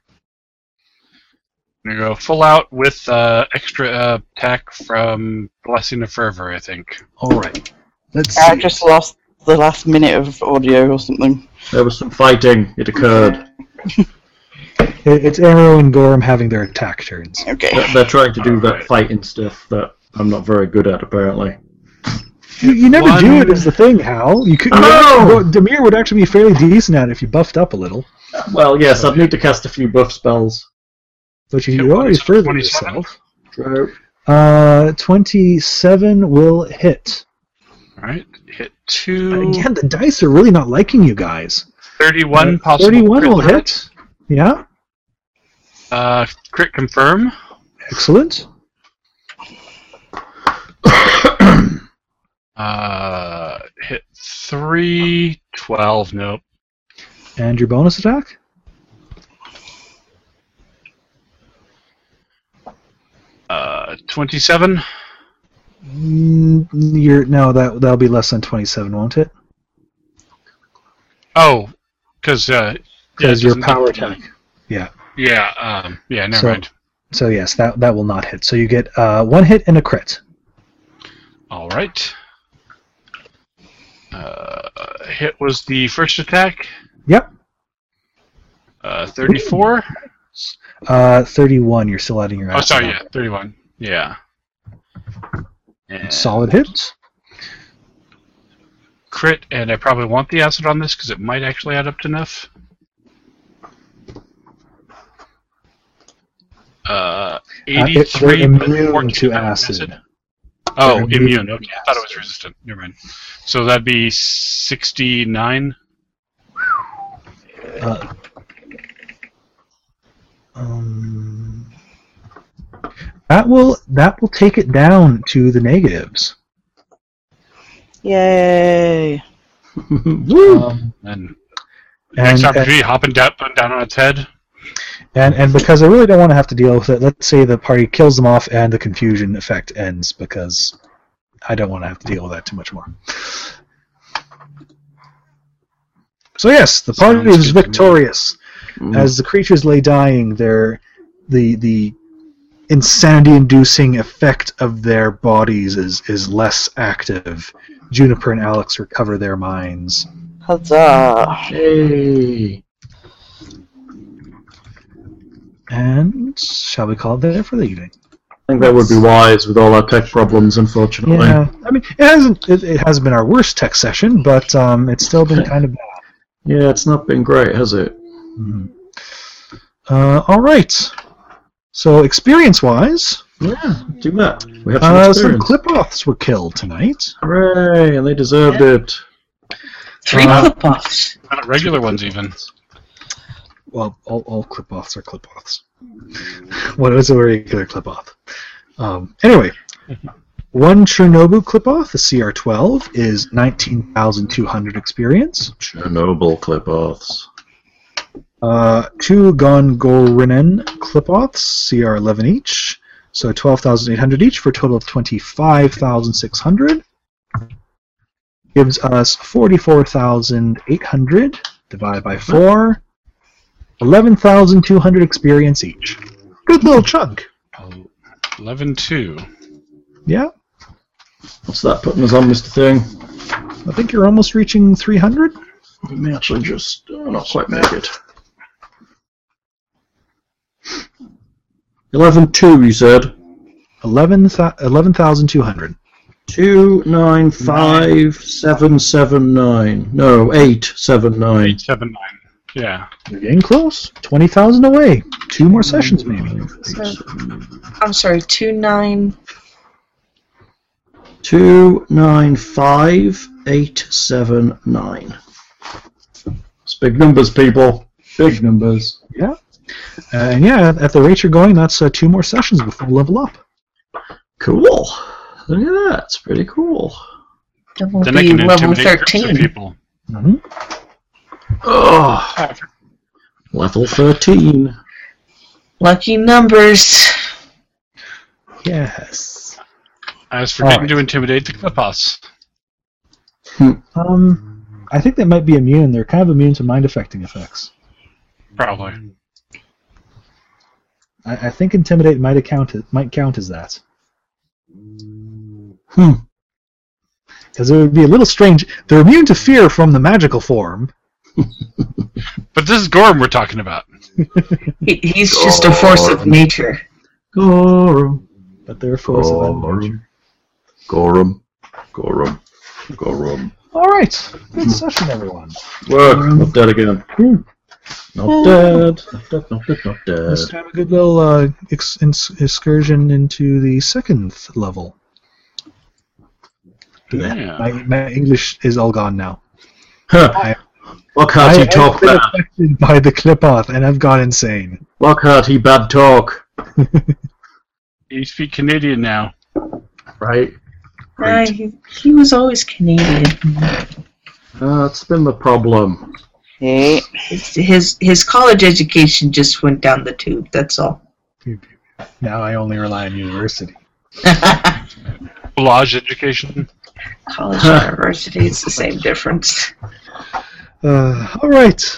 Speaker 5: We're gonna go full out with uh, extra uh, attack from Blessing of Fervor, I think.
Speaker 3: All right. Let's
Speaker 6: I
Speaker 3: see.
Speaker 6: just lost the last minute of audio or something.
Speaker 2: There was some fighting. It occurred.
Speaker 3: It- It's Arrow and Gorham having their attack turns.
Speaker 6: Okay.
Speaker 2: They're, they're trying to do that fighting stuff that I'm not very good at, apparently.
Speaker 3: You, you never do
Speaker 5: One-
Speaker 3: it is the thing, Hal. You could. You
Speaker 2: Oh!
Speaker 3: actually- Demir would actually be fairly decent at it if you buffed up a little.
Speaker 2: Well, yes, I'd need to cast a few buff spells.
Speaker 3: But you,
Speaker 5: Yeah,
Speaker 3: you
Speaker 5: what
Speaker 3: already
Speaker 5: is it,
Speaker 3: furthered
Speaker 5: 27?
Speaker 3: yourself.
Speaker 2: True.
Speaker 3: Uh, 27 will hit.
Speaker 5: All right, hit two.
Speaker 3: Again, the dice are really not liking you guys.
Speaker 5: Thirty-one possible.
Speaker 3: 31
Speaker 5: crit
Speaker 3: will
Speaker 5: threat.
Speaker 3: hit. Yeah,
Speaker 5: Uh, crit confirm.
Speaker 3: excellent.
Speaker 5: Uh, hit three. Twelve. Nope.
Speaker 3: And your bonus attack?
Speaker 5: Uh, 27?
Speaker 3: Mm, You're, no, that that'll be less than twenty-seven, won't it?
Speaker 5: Oh, because uh, yeah, it
Speaker 3: Because your
Speaker 5: doesn't-
Speaker 3: power attack. Yeah.
Speaker 5: Yeah, um, yeah, never
Speaker 3: So-
Speaker 5: mind.
Speaker 3: So yes, that that will not hit. So you get uh, one hit and a crit.
Speaker 5: All right. Uh, hit was the first attack.
Speaker 3: Yep.
Speaker 5: Uh, 34.
Speaker 3: Uh, Thirty-one. You're still adding your.
Speaker 5: Oh, sorry, yeah,
Speaker 3: alphabet.
Speaker 5: 31. Yeah. And
Speaker 3: Solid Uh, hit.
Speaker 5: crit, and I probably want the acid on this because it might actually add up to enough. Uh,
Speaker 3: Uh, it-
Speaker 5: 83
Speaker 3: they're
Speaker 5: but
Speaker 3: immune
Speaker 5: 14
Speaker 3: to
Speaker 5: on
Speaker 3: acid.
Speaker 5: Oh,
Speaker 3: They're
Speaker 5: immune.
Speaker 3: immune to
Speaker 5: Okay, I thought it was
Speaker 3: acid.
Speaker 5: resistant. Never mind. So that'd be 69.
Speaker 3: Uh, um, that will that will take it down to the negatives.
Speaker 6: Yay!
Speaker 2: Woo!
Speaker 3: Um,
Speaker 5: And,
Speaker 3: and,
Speaker 5: next
Speaker 3: uh, and,
Speaker 5: opportunity, hopping down, down on its head.
Speaker 3: and and because I really don't want to have to deal with it, let's say the party kills them off and the confusion effect ends because I don't want to have to deal with that too much more. So yes, the party
Speaker 5: Sounds
Speaker 3: is
Speaker 5: good to me. Mm.
Speaker 3: victorious. As the creatures lay dying, their the the insanity-inducing effect of their bodies is is less active. Juniper and Alex recover their minds.
Speaker 6: Huzzah!
Speaker 2: Yay.
Speaker 3: And shall we call it there for the evening?
Speaker 2: I think that would be wise with all our tech problems, unfortunately.
Speaker 3: Yeah, I mean it hasn't it, it hasn't been our worst tech session, but um, it's still been kind of bad.
Speaker 2: Yeah, it's not been great, has it?
Speaker 3: Mhm. Uh, all right. So experience-wise,
Speaker 2: Yeah, do that. We have some
Speaker 3: uh, some
Speaker 2: experience.
Speaker 3: Clipoths were killed tonight.
Speaker 2: Hooray, and they deserved it.
Speaker 4: Three
Speaker 3: Uh,
Speaker 4: clip offs.
Speaker 5: Not regular ones, even.
Speaker 3: Well, all, all Clipoths are Clipoths. [LAUGHS] what is a regular Clipoth? Um, anyway, one Chernobyl Clipoth, the CR12, is 19,200 experience.
Speaker 2: Chernobyl clip-offs.
Speaker 3: Uh, two Gongorinen Clipoths, CR 11 each, so 12,800 each for a total of 25,600. Gives us 44,800 divided by 4, 11,200 experience each. Good little chunk.
Speaker 5: 11 2.
Speaker 3: Yeah,
Speaker 2: What's that putting us on, Mr. Thing?
Speaker 3: I think you're almost reaching 300.
Speaker 2: We may actually just oh, not quite make it. Eleven two, you said.
Speaker 3: 11,200.
Speaker 2: Two nine five seven seven nine. No, eight seven nine.
Speaker 5: 7 9. Yeah.
Speaker 3: You're getting close. 20,000 away. Two more sessions, maybe.
Speaker 4: I'm sorry, two nine.
Speaker 2: Two nine five eight seven nine. It's big numbers, people. Big numbers.
Speaker 3: Uh, and yeah, at the rate you're going, that's uh, two more sessions before level up.
Speaker 2: Cool. Look at that. It's pretty cool.
Speaker 7: That will
Speaker 5: Then I
Speaker 7: be
Speaker 5: can
Speaker 7: level
Speaker 5: intimidate groups of
Speaker 7: 13.
Speaker 5: people.
Speaker 3: Mm-hmm.
Speaker 2: Oh, level thirteen.
Speaker 7: Lucky numbers.
Speaker 3: Yes.
Speaker 5: As for
Speaker 3: All
Speaker 5: getting
Speaker 3: right.
Speaker 5: to intimidate the Clipos.
Speaker 3: Um, I think they might be immune. They're kind of immune to mind affecting effects.
Speaker 5: Probably.
Speaker 3: I, I think intimidate might account it might count as that.
Speaker 2: Hmm.
Speaker 3: Because it would be a little strange. They're immune to fear from the magical form.
Speaker 5: But this is Gorm we're talking about.
Speaker 4: He, he's just a force of nature.
Speaker 2: Gorum.
Speaker 3: But they're a force of
Speaker 9: Oh.
Speaker 3: nature.
Speaker 9: Gorum. Gorum. Gorum.
Speaker 3: All right,
Speaker 2: Hmm.
Speaker 3: good session, everyone.
Speaker 2: Work. Not dead again.
Speaker 3: Hmm.
Speaker 2: Not dead. Not dead. Not dead. Not dead.
Speaker 3: Let's have a good little uh, ex- ins- excursion into the second level.
Speaker 5: Yeah.
Speaker 3: My, my English is all gone now.
Speaker 2: Huh.
Speaker 3: I-
Speaker 2: Lockhart, he
Speaker 3: have
Speaker 2: talk
Speaker 3: been
Speaker 2: bad.
Speaker 3: affected by the clip-off, and I've gone insane.
Speaker 2: Lockhart, he bad talk.
Speaker 5: You speak Canadian now.
Speaker 2: Right.
Speaker 4: Uh, he, he was always Canadian.
Speaker 2: Uh, that's been the problem.
Speaker 6: Yay!
Speaker 4: His, his his college education just went down the tube. That's all.
Speaker 3: Now I only rely on university.
Speaker 5: Collage education.
Speaker 4: College, university, it's the same difference.
Speaker 3: Uh, all right.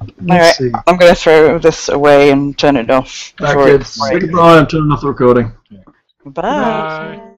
Speaker 3: Let's
Speaker 6: All right.
Speaker 3: see.
Speaker 6: I'm going to throw this away and turn it off.
Speaker 2: Bye,
Speaker 6: for-
Speaker 2: kids.
Speaker 6: Right.
Speaker 2: Goodbye. I'm turning off the recording.
Speaker 6: Bye.
Speaker 5: Bye.